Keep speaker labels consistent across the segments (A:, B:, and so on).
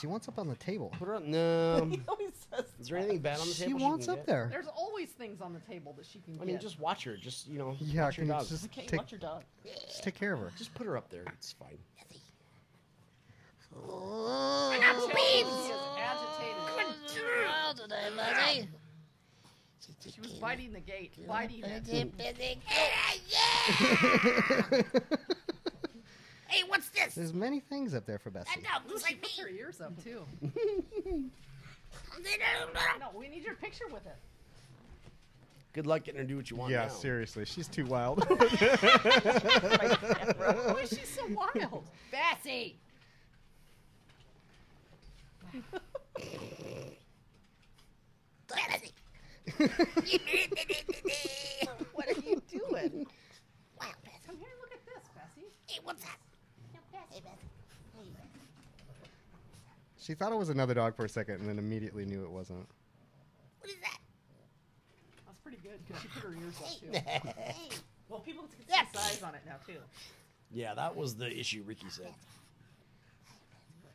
A: She wants up on the table.
B: Put her up. No.
C: he always says
B: Is there anything bad on the
A: She
B: table?
A: wants
B: can
A: up
B: get?
A: there.
D: There's always things on the table that she can
B: I mean,
D: get.
B: just watch her. Just you know,
A: Yeah,
B: watch your
A: can you
B: dog.
A: just
C: Okay,
A: take,
C: watch your dog.
A: just take care of her.
B: Just put her up there. It's fine.
D: Chelsea is agitated.
E: Girl today, buddy.
D: She was biting the gate, biting it.
E: Busy, busy. Hey, hey, what's this? Uh,
A: There's many things up there for Bessie.
E: No,
D: Ooh,
E: looks
D: she
E: like
D: put her
E: me.
D: ears up too. No, we need your picture with it.
B: Good luck getting her to do what you want.
A: Yeah,
B: now.
A: seriously, she's too wild.
D: Why is she so wild? Bessie.
C: What are you doing?
E: Wow, Bessie.
D: Come here and look at this, Bessie.
E: Hey, what's up? Hey, Bessie. Hey,
A: she thought it was another dog for a second, and then immediately knew it wasn't.
E: What is that?
D: That's pretty good because she put her ears up too.
E: Hey,
D: Well, people can see
E: Yeah.
D: the size on it now too.
B: Yeah, that was the issue Ricky said.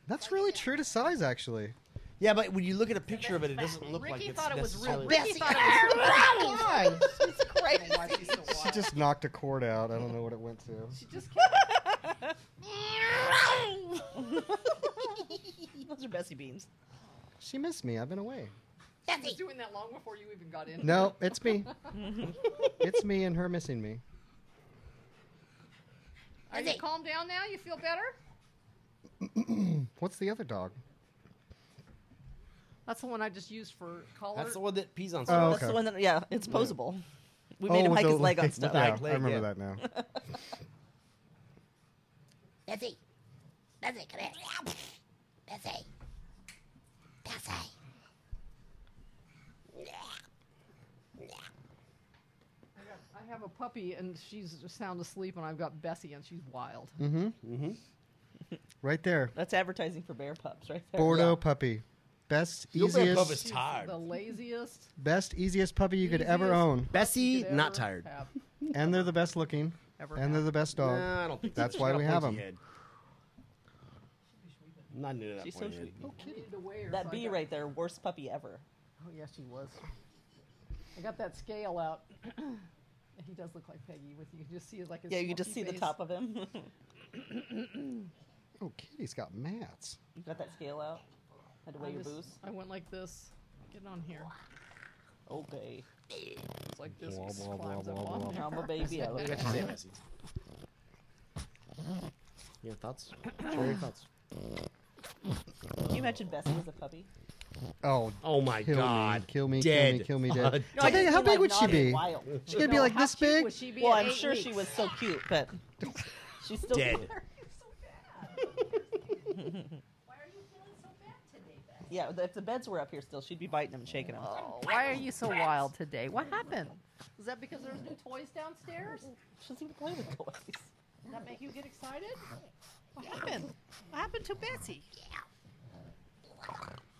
A: That's really true to size, actually.
B: Yeah, but when you look at a picture of it, it doesn't look like
D: Ricky
B: it's
D: thought it was real.
B: necessarily.
D: Ricky thought it was real.
C: Come on.
D: I don't know why she's so
A: She
D: wild.
A: just knocked a cord out. I don't know what it went to.
D: She just kept
C: Those are Bessie beans.
A: She missed me. I've been away.
D: she was doing that long before you even got in.
A: No, it's me. it's me and her missing me.
D: Are you calm down now? You feel better?
A: What's the other dog?
D: That's the one I just used for collar.
B: That's the one that pees on
A: Oh,
B: stuff.
C: That's
A: okay.
C: the one that, yeah, it's posable. We made
A: Oh,
C: him
A: with
C: hike
A: the
C: his leg on
A: with
C: stuff.
A: the- Yeah,
B: Hike leg,
A: I remember
B: yeah.
A: that now.
E: Bessie. Bessie, come here. Bessie. Bessie.
D: I got- I have a puppy and she's sound asleep, and I've got Bessie and she's wild.
A: Mm-hmm. Right there.
C: That's advertising for bear pups right there.
A: Bordeaux puppy. Best,
B: Your bear pup
A: easiest,
B: is tired.
D: The laziest.
A: best, easiest puppy you could ever
D: Easiest.
A: own.
B: Bessie,
D: could ever
B: not tired.
D: have.
A: And they're the best looking.
D: Ever
A: And they're
D: have.
A: the best dog.
B: Nah, I don't think
A: That's
B: so.
A: why
B: She's
A: we
B: got
A: have
B: pointy
A: 'em.
B: head. I'm Not into that
C: She's so
B: point.
C: sweet.
B: Andy.
D: I needed to weigh her, so
C: That
D: I
C: bee
D: got-
C: right there, worst puppy ever.
D: Oh yeah, she was. I got that scale out. he does look like Peggy. With you can just see like his
C: Yeah, you can just see
D: smoky
C: the
D: face.
C: top of him.
A: Oh, Kitty's got mats.
C: you got that scale out. Had to
D: I,
C: weigh your
D: just-
C: booze.
D: I went like this. Get on here.
C: Okay.
D: It's like this.
A: Blah,
D: He just
A: blah, blah,
D: climbs up
A: blah,
D: on
A: blah.
D: there.
C: Oh, I'm a baby. I
B: What
C: love
B: do you
C: it.
B: got to say, Bessie? Your thoughts? Share your thoughts.
C: Can you imagine Bessie as a puppy?
A: Oh,
B: Oh my
A: kill
B: God!
A: Me, kill me,
B: dead.
A: kill me, kill me, dead.
B: Uh,
A: how
C: I
A: big,
C: just
A: how
C: mean,
A: big
C: like,
A: would she
C: naughty and
A: be?
C: wild.
A: She's gonna be like this big?
D: Would she be
C: Well,
D: at
C: I'm
D: eight
C: sure she
D: weeks?
C: was so cute, but she's still
B: Dead.
D: Why are you feeling so bad today, Beth?
C: Yeah, if the beds were up here still, she'd be biting him and shaking him.
D: Oh, why are you so wild today? What happened? Is that because there's new toys downstairs?
C: She doesn't even play with toys.
D: Does that make you get excited? What happened? What happened to Bessie?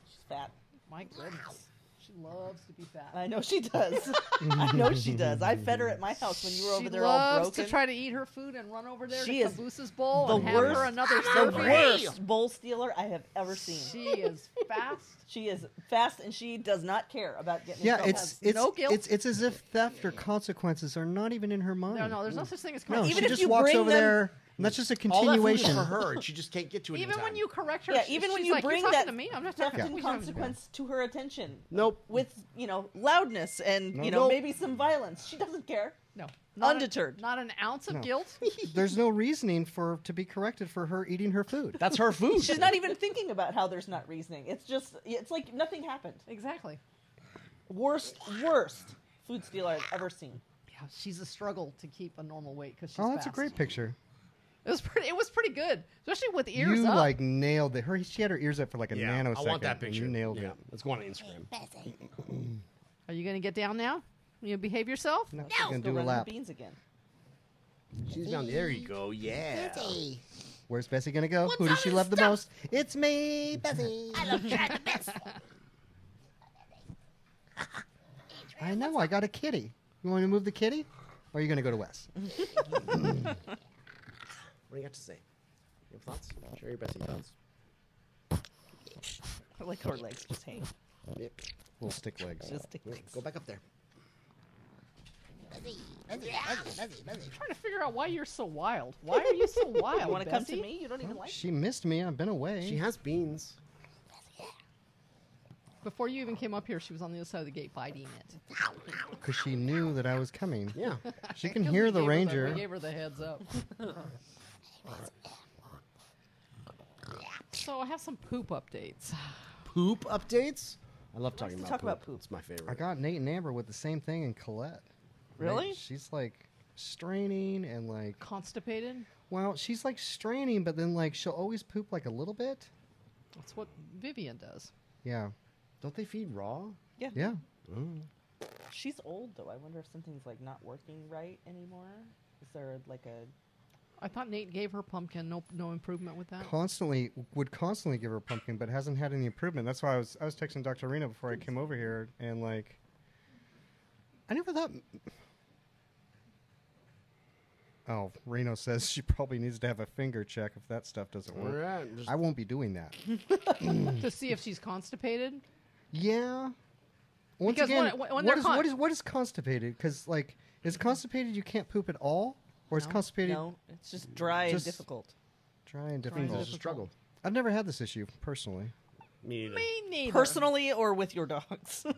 C: She's fat.
D: My goodness. She loves to be fat.
C: I know she does. I know she does. I fed her at my house when you were over
D: she
C: there all
D: loves
C: broken.
D: to try to eat her food and run over there
C: She
D: to
C: is
D: Caboose's bowl
C: the
D: and have
C: worst-
D: her another
C: the
D: serving.
C: worst bowl stealer I have ever seen.
D: She is fast.
C: She is fast and she does not care about getting. in
A: Yeah,
C: trouble.
A: it's
D: has
A: it's,
D: no guilt.
A: it's it's as if theft or consequences are not even in her mind.
D: No, no, there's no such thing as
A: No,
D: correction.
A: she
C: Even if
A: just
C: you
A: walks
C: bring
A: over
C: them-
A: there. And that's just a
B: All that food is
A: continuation.
B: for her, and she just can't get to it. in
D: even when
B: time.
D: you correct her,
C: yeah,
D: she-
C: even when
D: she's
C: you
D: like,
C: bring
D: you're
C: that
D: talking to me, I'm not
C: theft
D: talking to
C: and
D: you.
C: consequence to her attention
B: Nope.
C: with you know loudness and you know
B: Nope.
C: maybe some violence. She doesn't care.
D: No, not a-
C: Undeterred.
D: not an ounce of
A: No.
D: guilt.
A: There's no reasoning for to be corrected for her eating her food.
B: That's her food.
C: She's not even thinking about how there's not reasoning. It's just it's like nothing happened.
D: Exactly.
C: Worst worst food stealer I've ever seen.
D: Yeah, she's a struggle to keep a normal weight because she's
A: oh, that's a
D: fast.
A: great picture.
D: It was pretty. It was pretty good, especially with ears
A: you
D: up.
A: like nailed it. Her she had her ears up for like a
B: yeah,
A: nanosecond.
B: I want that
A: and
B: picture.
A: You nailed
B: yeah.
A: it.
B: Let's go on Instagram.
E: Bessie.
D: Are you going to get down now? You gonna behave yourself?
A: No,
E: No.
A: she's gonna
C: Go
A: do a
C: run her
A: lap.
C: beans again.
B: She's down there. You go. Yeah.
E: Bessie.
A: Where's Bessie gonna go? Who
E: What's
A: does she
E: all this
A: love the
E: stuff?
A: most? It's me, Bessie.
E: I love trying to miss.
A: I know. I got a kitty. You want me to move the kitty, or are you gonna go to Wes?
B: What do you got to say? Your thoughts? Share your Bessie thoughts.
F: Her, like her legs just hang.
B: Yep.
A: Little stick legs.
F: Just stick
B: Yep.
F: legs.
B: Go back up there.
E: Buzzy, buzzy, buzzy, buzzy, buzzy.
D: trying to figure out why you're so wild. Why are you Oh, so wild?
F: You want to come to
D: Bessie?
F: me? You don't even like.
A: She missed me. I've been away.
B: She has beans.
D: Before you even came up here, she was on the other side of the gate biting it.
A: Because she knew that I was coming.
B: Yeah.
A: She can
D: 'Cause
A: hear
D: we
A: the
D: gave her
A: ranger.
D: we gave her the heads up. so I have some poop updates.
B: poop updates. I love talking
F: to
B: about
F: talk
B: poop.
F: about poop.
B: It's my favorite.
A: I got Nate and Amber with the same thing in Colette.
F: Really?
A: Like, she's like straining and like,
D: Constipated.
A: well, she's like straining, but then like she'll always poop like a little bit.
D: That's what Vivian does.
A: Yeah.
B: Don't they feed raw?
F: Yeah.
A: Yeah.
F: She's old though. I wonder if something's like not working right anymore. Is there like a
D: I thought Nate gave her pumpkin. No, no improvement with that.
A: Constantly would constantly give her pumpkin, but hasn't had any improvement. That's why I was I was texting Dr. Rena before I came over here, and like, I never thought. Oh, Reno says she probably needs to have a finger check if that stuff doesn't
B: All
A: work.
B: right. Just,
A: I won't be doing that.
F: Mm.
D: to see if she's constipated.
A: Yeah. Once
D: Because
A: again,
D: when- when- when
A: what,
D: they're
A: is,
D: con-
A: what is what is constipated? Because like, is constipated you can't poop at all, or is
D: No.
A: constipated
F: no? It's just dry
A: Just-
F: and difficult.
A: dry and
D: Dry and
A: difficult?
B: it's a
D: difficult.
B: struggle.
A: I've never had this issue personally.
B: Me neither.
D: Me neither.
F: Personally or with your dogs.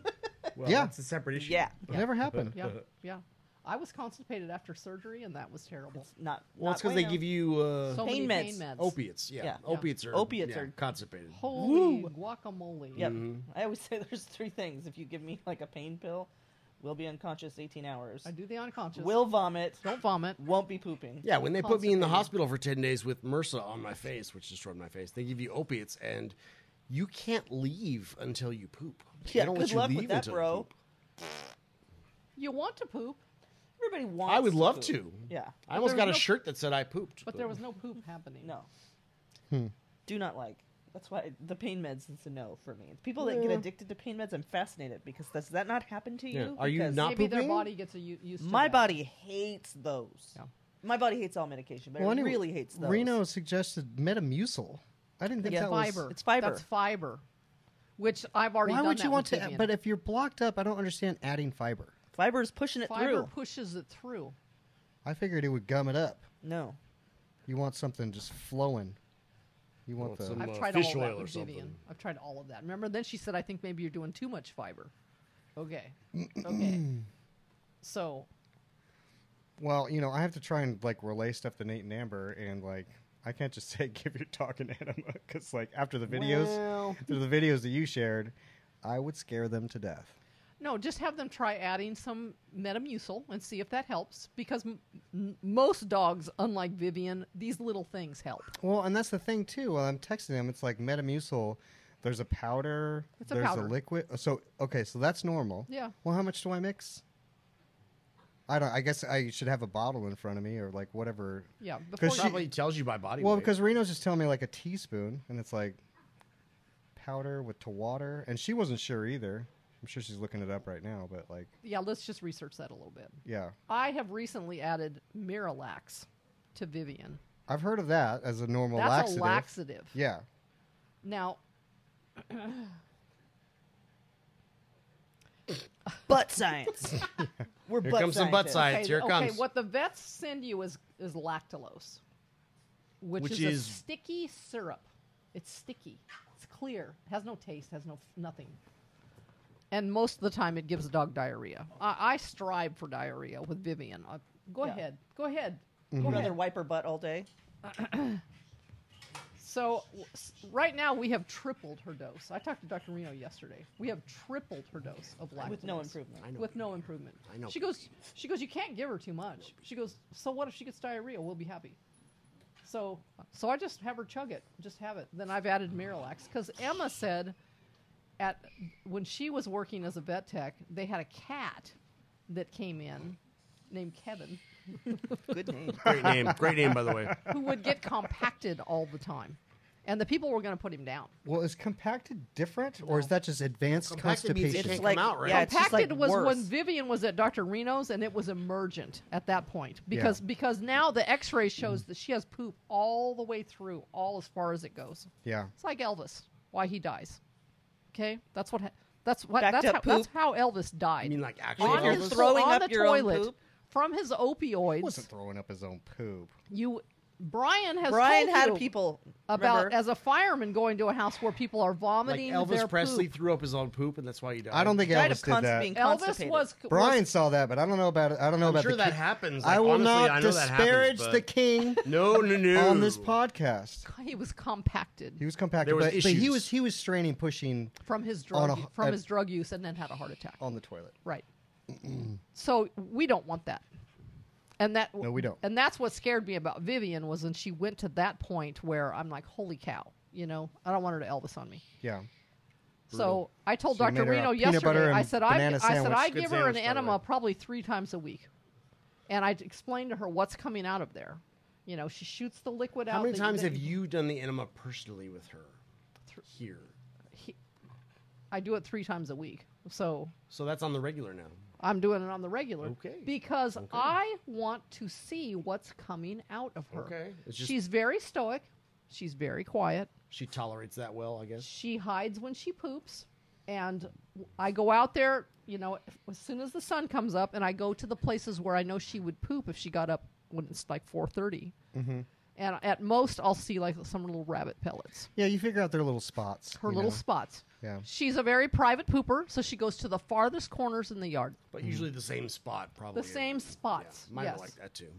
B: Well,
A: Yeah.
B: that's a separate issue.
F: yeah.
A: It never happened.
D: Yeah, yeah. I was constipated after surgery, and that was terrible.
F: Not
B: Well, it's because they give you uh,
D: So
F: Pain
D: many
F: meds.
D: pain meds.
B: opiates. Yeah.
F: Yeah.
B: Opiates are
F: Opiates
B: yeah,
F: are-
B: constipated.
D: Holy guacamole.
F: Yep.
B: Mm-hmm.
F: I always say there's three things. If you give me like a pain pill, we'll be unconscious 18 hours.
D: I do the unconscious.
F: Will vomit.
D: don't vomit.
F: Won't be pooping.
B: Yeah, when they put me in the
D: Constipated.
B: hospital for 10 days with MRSA on my face, which destroyed my face, they give you opiates and you can't leave until you poop. They
F: Yeah,
B: don't
F: good
B: let you
F: luck with
B: leave
F: that,
B: until you
F: bro.
B: poop.
D: You want to poop,
F: Everybody wants.
B: I would
F: to
B: love
F: poop.
B: to.
F: Yeah.
B: I almost
D: there
B: got
D: was
B: a
D: no-
B: shirt that said I pooped.
D: but there was no poop happening.
F: No.
A: Hmm.
F: Do not like. That's why the pain meds is a no for me. People that get
B: Yeah.
F: addicted to pain meds, I'm fascinated because does that not happen to you?
B: Yeah. Are you
F: Because
B: not
D: Maybe their
B: pooping?
D: body gets a, u- used to
F: My
D: that.
F: body hates those.
D: Yeah.
F: My body hates all medication, but
A: Well,
F: it
A: anyway,
F: really hates those.
A: Reno suggested Metamucil. I didn't think
F: Yeah.
A: that
D: Fiber.
A: was.
F: It's fiber.
D: That's fiber. Which I've already
A: Why
D: done
A: would
D: that
A: you want
D: with
A: to?
D: Vivian.
A: But if you're blocked up, I don't understand adding fiber.
F: Fiber is pushing it
D: fiber
F: through.
D: pushes it through.
A: I figured it would gum it up.
F: No.
A: You want something just flowing. You want
B: Want
A: the.
B: some-
D: I've
B: uh,
D: tried
B: fish
D: all of
B: oil
D: that
B: or
D: with Vivian.
B: something.
D: I've tried all of that. Remember, then she said, "I think maybe you're doing too much fiber." Okay, okay. So
A: Well, you know, I have to try and like relay stuff to Nate and Amber, and like I can't just say give your dog an enema because like after the videos,
B: Well.
A: after the videos that you shared, I would scare them to death.
D: No, just have them try adding some Metamucil and see if that helps. Because m- m- most dogs, unlike Vivian, these little things help.
A: Well, and that's the thing too. While I'm texting them, it's like Metamucil. There's a powder.
D: It's a
A: there's
D: powder.
A: a liquid. uh, So okay, so that's normal.
D: Yeah.
A: Well, how much do I mix? I don't. I guess I should have a bottle in front of me or like whatever.
D: Yeah,
A: Because she-
D: before you-
B: Probably tells you by body
A: Well,
B: weight.
A: because Reno's just telling me like a teaspoon, and it's like powder with to water, and she wasn't sure either. I'm sure she's looking it up right now, but like,
D: yeah, let's just research that a little bit.
A: yeah,
D: I have recently added Miralax to Vivian.
A: I've heard of that as a normal
D: That's
A: laxative.
D: a laxative.
A: Yeah,
D: Now,
F: Butt science. We're
B: Here
F: butt
B: comes some butt
F: scientists.
B: science.
D: okay,
B: Here it
D: okay,
B: comes.
D: what the vets send you is is lactulose, which,
B: Which
D: is,
B: is-
D: a sticky syrup. It's sticky. It's clear. Has no taste. Has no f- nothing. And most of the time, it gives a dog diarrhea. I, I strive for diarrhea with Vivian. Uh, go
F: Yeah.
D: ahead. Go ahead.
A: Mm-hmm.
F: You'd rather wipe her butt all day.
D: So w- s- right now we have tripled her dose. I talked to Dr. Reno yesterday. We have tripled her dose of lactose
F: With no improvement.
B: I know.
D: With no improvement.
B: I know
D: She goes. She goes. You can't give her too much. She goes. So what if she gets diarrhea? We'll be happy. So so I just have her chug it. Just have it. Then I've added Miralax because Emma said, at when she was working as a vet tech, they had a cat that came in named Kevin
F: Good name.
B: Great name. Great name, by the way.
D: who would get compacted all the time, and the people were going to put him down.
A: Well, is compacted different, or is that just advanced
B: Compacted means it
A: constipation?
B: can't
F: like-
B: come out, right?
F: yeah, it's just
D: Compacted
F: like
D: was when
F: worse.
D: Vivian was at Dr. Reno's, and it was emergent at that point because because now the X-ray shows that she has poop all the way through, all as far as it goes.
A: yeah.
D: It's like Elvis, why he dies. Okay, that's what. Ha- that's what.
C: Backed
D: That's
C: up
D: how, that's
C: poop?
D: how Elvis died.
B: I mean, like actually,
C: On
D: on
C: your
D: his
B: Elvis
C: throat? throwing
D: on
C: up
D: the
C: your own
D: toilet
C: poop?
D: from his
A: He wasn't
D: opioids.
A: throwing up his own poop.
D: You, Brian has
C: Brian
D: told
C: had
D: you
C: people
D: about
C: remember?
D: as a fireman going to a house where people are
B: like
D: vomiting their
B: Elvis Presley
D: poop.
B: threw up his own poop, and that's why you died.
A: I don't think
C: died
A: Elvis
C: of
A: did
C: const-
A: that.
C: being
D: Elvis
C: constipated.
D: was
A: Brian
D: was-
A: saw that, but I don't know about. I don't know
B: I'm
A: about
B: sure
A: the
B: that
A: king.
B: happens.
A: I
B: Like,
A: will
B: honestly,
A: not
B: I know that
A: disparage
B: happens,
A: the
B: but-
A: king
B: No, no, no.
A: on this podcast.
D: He was compacted
A: He was compacted,
B: There was
A: but, but he
B: issues.
A: was he was straining, pushing
D: from his
A: on
D: drug
A: a
D: u-
A: h- Oh.
D: from
A: a-
D: his drug use, and then had a heart attack.
A: on the toilet.
D: Right. so we don't want that. And that
A: No, we don't.
D: And that's what scared me about Vivian was when she went to that point where I'm like, holy cow, you know, I don't want her to Elvis on me.
A: Yeah,
D: So I told
A: So you
D: Dr.
A: made her a
D: Reno
A: peanut butter
D: yesterday.
A: and
D: I said I,
A: banana
D: I said
A: sandwich.
D: I
B: Good
D: give her an
B: sandwich, by the
D: enema
B: way.
D: probably three times a week, and I explained to her what's coming out of there. You know, she shoots the liquid out.
B: How many
D: that-
B: times
D: that
B: have you done the enema personally with her? Here,
D: I do it three times a week, so
B: so that's on the regular now.
D: I'm doing it on the regular.
B: Okay.
D: Because I want to see what's coming out of her.
B: Okay. It's just-
D: She's very stoic. She's very quiet.
B: She tolerates that well, I guess.
D: She hides when she poops. And I go out there, you know, as soon as the sun comes up, and I go to the places where I know she would poop if she got up when it's like 4.30. Mm-hmm. And at most, I'll see like some little rabbit pellets,
A: yeah. You figure out their little spots.
D: her
A: you
D: little
A: know.
D: spots.
A: Yeah.
D: She's a very private pooper, so she goes to the farthest corners in the yard.
B: But usually the same spot, probably.
D: The same spots.
B: Oh, Yeah, mine are
D: yes.
B: like that too.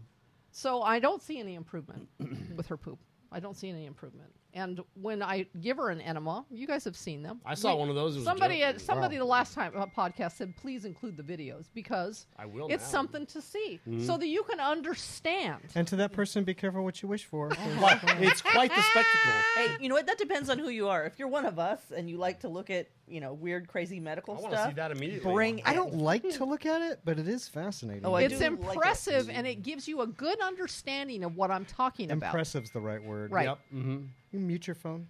D: So I don't see any improvement with her poop. I don't see any improvement. And when I give her an enema, you guys have seen them.
B: I saw one of those. It was
D: Somebody,
B: dope.
D: had, somebody, the last time uh, podcast said, please include the videos because
B: I will
D: It's
B: now.
D: something to see,
C: Mm-hmm.
D: so that you can understand.
A: And to that person, be careful what you wish for.
B: But it's quite the spectacle.
C: Hey, you know what? That depends on who you are. If you're one of us and you like to look at, you know, weird, crazy medical
B: I want to
C: stuff,
B: see that immediately.
C: bring.
A: I
C: it.
A: don't like to look at it, but it is fascinating.
C: Oh, I
D: it's
C: do like it.
D: impressive, and it gives you a good understanding of what I'm talking about.
A: Impressive's the right word.
D: Right.
B: Yep. Mm-hmm.
A: You mute your phone.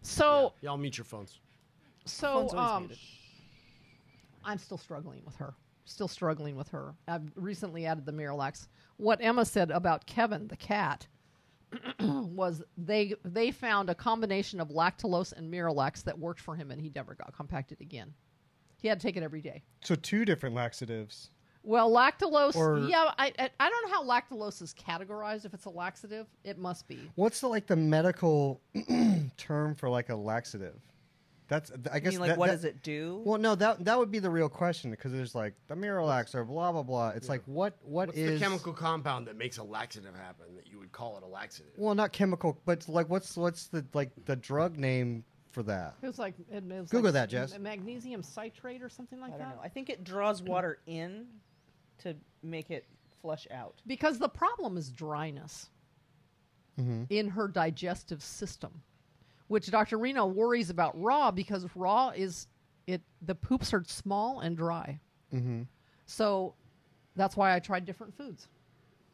D: So,
B: Y'all mute your phones.
D: so
C: Phone's always
D: um,
C: muted.
D: I'm still struggling with her. Still struggling with her. I've recently added the Miralax. What Emma said about Kevin the cat was they they found a combination of lactulose and Miralax that worked for him, and he never got compacted again. He had to take it every day.
A: So two different laxatives.
D: Well, lactulose.
A: Or-
D: yeah, I, I I don't know how lactulose is categorized. If it's a laxative, it must be.
A: What's the, like the medical term for like a laxative? That's I
C: You
A: guess
C: mean, like,
A: that,
C: what
A: that-
C: does it do?
A: Well, no, that that would be the real question because there's like the Miralax or blah blah blah. It's like what what
B: What's
A: is-
B: the chemical compound that makes a laxative happen that you would call it a laxative?
A: Well, not chemical, but like what's what's the like the drug name for that?
D: It was like it was
A: Google
D: like
A: that, Jess.
D: m- Magnesium citrate or something like
C: I
D: that.
C: don't know. I think it draws water in to make it flush out.
D: Because the problem is dryness in her digestive system, which Dr. Reno worries about raw because raw is it the poops are small and dry. So that's why I tried different foods.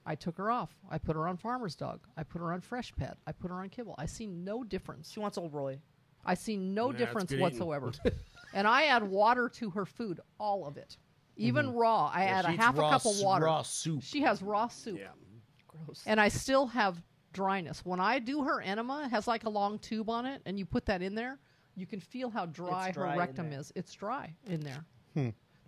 D: I took her off. I put her on Farmer's Dog. I put her on Fresh Pet. I put her on Kibble. I see no difference.
C: She wants old Roy.
D: I see no
B: Yeah, it's
D: difference
B: good eating.
D: whatsoever. and I add water to her food, all of it, even raw. I
B: Yeah,
D: add a
B: she eats
D: half a
B: raw
D: cup of
B: s-
D: water.
B: raw soup.
D: She has raw soup,
B: yeah.
C: Gross.
D: and I still have dryness. When I do her enema, it has like a long tube on it, and you put that in there, you can feel how dry,
C: dry
D: her
C: in
D: rectum
C: there.
D: is. It's dry in there.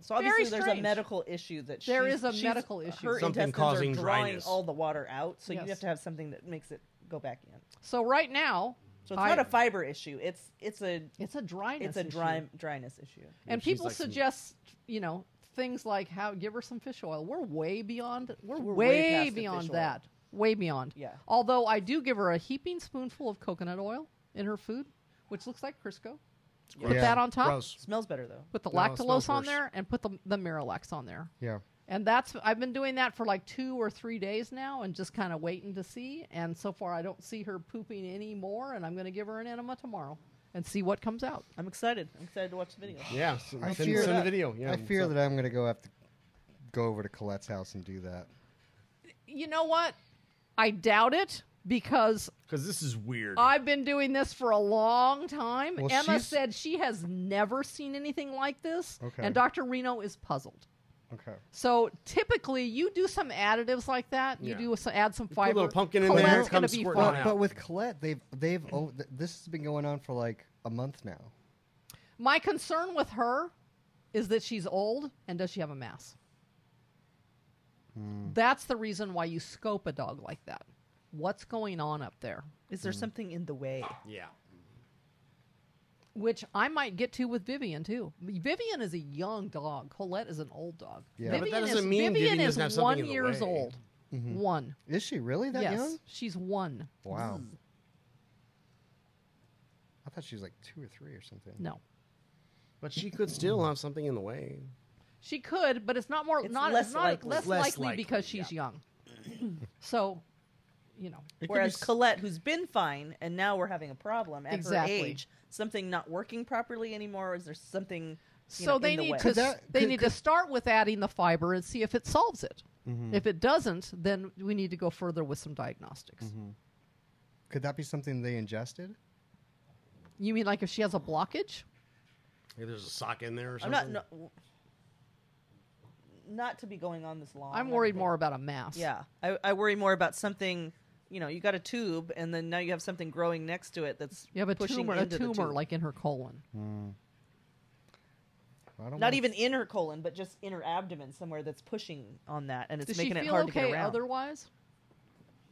C: so obviously
D: very
C: there's a
D: strange.
C: medical issue that
D: There
C: she's,
D: is a
C: she's-
D: medical issue.
C: Her
B: Something
C: intestines
B: causing
C: are drawing
B: dryness.
C: all the water out, so
D: Yes.
C: you have to have something that makes it go back in.
D: So right now,
C: So it's
D: I-
C: not a fiber issue. It's it's a
D: it's a dryness.
C: it's a
D: issue.
C: dry dryness issue.
D: and
B: She's
D: people
B: like some-
D: suggest you know things like how give her some fish oil we're way beyond we're,
C: way
D: way,
C: past the
D: beyond
C: fish oil.
D: that way beyond
C: Yeah.
D: although i do give her a heaping spoonful of coconut oil in her food which looks like crisco put
A: Yeah.
D: that on top
B: Gross.
C: Smells better though.
D: put the
B: No, it smells
D: lactulose on
B: worse.
D: there and put the, the miralax on there
A: Yeah.
D: and that's i've been doing that for like two or three days now and just kind of waiting to see and so far i don't see her pooping anymore and i'm going to give her an enema tomorrow and see what comes out
C: I'm excited. I'm excited to watch the video.
B: Yeah. So
A: I
B: send,
A: fear
B: send a
A: that-
B: video. Oh, Yeah.
A: I fear
B: so-
A: that I'm going to go have to go over to Colette's house and do that.
D: you know what i doubt it because
B: Because this is weird.
D: I've been doing this for a long time.
A: Well,
D: Emma
A: she's-
D: said she has never seen anything like this,
A: Okay.
D: and Dr. Reno is puzzled.
A: Okay.
D: So typically, you do some additives like that. You
B: Yeah.
D: do some, add some
B: a
D: fiber.
B: little pumpkin in
D: Colette's
B: there,
D: gonna
B: comes
D: be
B: squirting
D: fine.
B: out.
A: But, but with Colette, they've they've oh, th- this has been going on for like a month now.
D: My concern with her is that she's old and does she have a mass?
C: Hmm.
D: That's the reason why you scope a dog like that. What's going on up there?
C: Is
B: Hmm.
C: there something in the way?
B: Yeah.
D: Which I might get to with Vivian too. Vivian is a young dog. Colette is an old dog.
A: Yeah. Yeah, but
D: Vivian
B: that doesn't
D: is,
B: mean
D: Vivian
B: Vivian
D: is
B: doesn't have something
D: one
B: in the
D: years
B: way.
D: old.
C: Mm-hmm.
D: One.
A: Is she really that
D: yes,
A: young?
D: she's one.
A: Wow.
D: Mm.
A: I thought she was like two or three or something.
D: No,
B: But she could still have something in the way.
D: she could, but it's not more.
C: It's
D: not
C: less
D: it's not
C: likely.
D: less,
B: Less
D: likely,
B: likely,
D: because she's young. so, you know,
A: It could be
C: Whereas
A: s-
C: Colette, who's been fine, and now we're having a problem at
D: Exactly.
C: her age. Something not working properly anymore. Or is there something? you
D: so
C: know,
D: they
C: in the
D: need
C: way?
D: to
A: Could that-
D: they
A: could- Mm-hmm.
D: need to start with adding the fiber and see if it solves it. If it doesn't, then we need to go further with some diagnostics.
A: Mm-hmm. Could that be something they ingested?
D: You mean like if she has a blockage?
B: Maybe there's a sock in there or
C: I'm
B: something.
C: not. No, not to be going on this long.
D: I'm
C: and
D: worried
C: everything.
D: more about a mass.
C: Yeah, I, I worry more about something. You know, you got a tube, and then now you have something growing next to it that's
D: You have a
C: pushing
D: tumor, a
C: into the
D: tumor
C: tube.
D: like in her colon.
A: Mm-hmm. I don't
C: not
A: wanna-
C: even in her colon, but just in her abdomen somewhere that's pushing on that, and it's
D: Does she feel
C: making it hard to
D: okay
C: get around.
D: otherwise?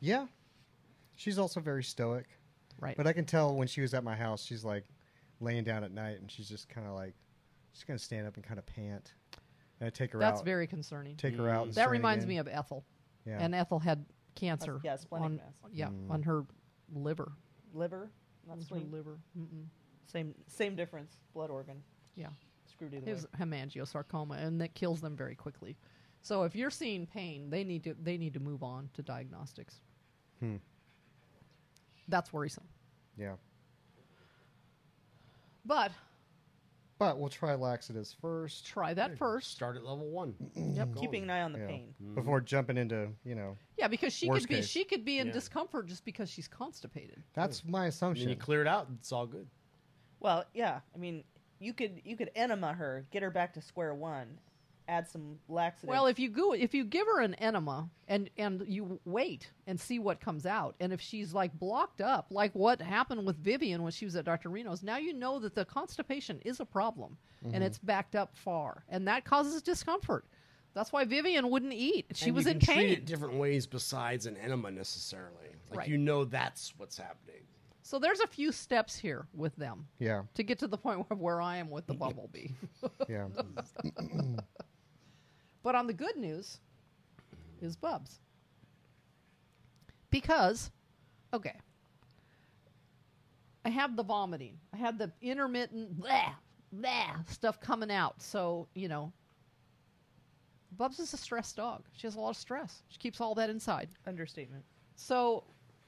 A: Yeah. She's also very stoic.
D: Right.
A: But uh, I can tell when she was at my house, she's like laying down at night and she's just kind of like, she's going to stand up and kind of pant. And I take her
D: That's
A: out.
D: very concerning.
A: Take her out. and
D: That
A: strain
D: reminds
A: again.
D: me of Ethel.
A: Yeah. Mm-hmm.
D: And Ethel had cancer.
C: yeah, splenic
D: on,
C: mass.
D: yeah, on her liver.
C: Liver, not
D: Was her
C: spleen.
D: liver. Mm-mm.
C: Same same difference. Blood organ.
D: Yeah.
C: Screwed either
D: It
C: way.
D: was hemangiosarcoma, and that kills them very quickly. So if you're seeing pain, they need to they need to move on to diagnostics.
A: Hmm.
D: That's worrisome.
A: yeah.
D: But
A: But we'll try laxatives first
D: try that first.
B: Start at level one.
D: Yep.
C: Keeping an eye on the
A: Yeah.
C: pain.
A: before jumping into, you know,
D: Yeah, because she
A: Worst
D: could be
A: case.
D: she could be in
B: Yeah.
D: discomfort just because she's constipated.
A: that's my
B: And then you
A: assumption.
B: clear it out. It's all good.
C: Well, yeah. I mean, you could you could enema her, get her back to square one, add some laxative.
D: Well, if you go if you give her an enema and and you wait and see what comes out, and if she's like blocked up, like what happened with Vivian when she was at Dr. Reno's, now you know that the constipation is a problem
B: Mm-hmm.
D: and it's backed up far, and that causes discomfort. That's why Vivian wouldn't eat. She
B: And
D: was
B: you
D: in
B: can Treat
D: pain.
B: it different ways besides an enema necessarily. Like
D: Right.
B: you know that's what's happening.
D: So there's a few steps here with them
A: yeah.
D: to get to the point where, where I am with the bumblebee.
A: Yeah.
D: But on the good news is Bubs. Because, okay, I have the vomiting. I had the intermittent blah, blah stuff coming out. So, you know, Bubs is a stressed dog. She has a lot of stress. She keeps all that inside.
C: understatement.
D: So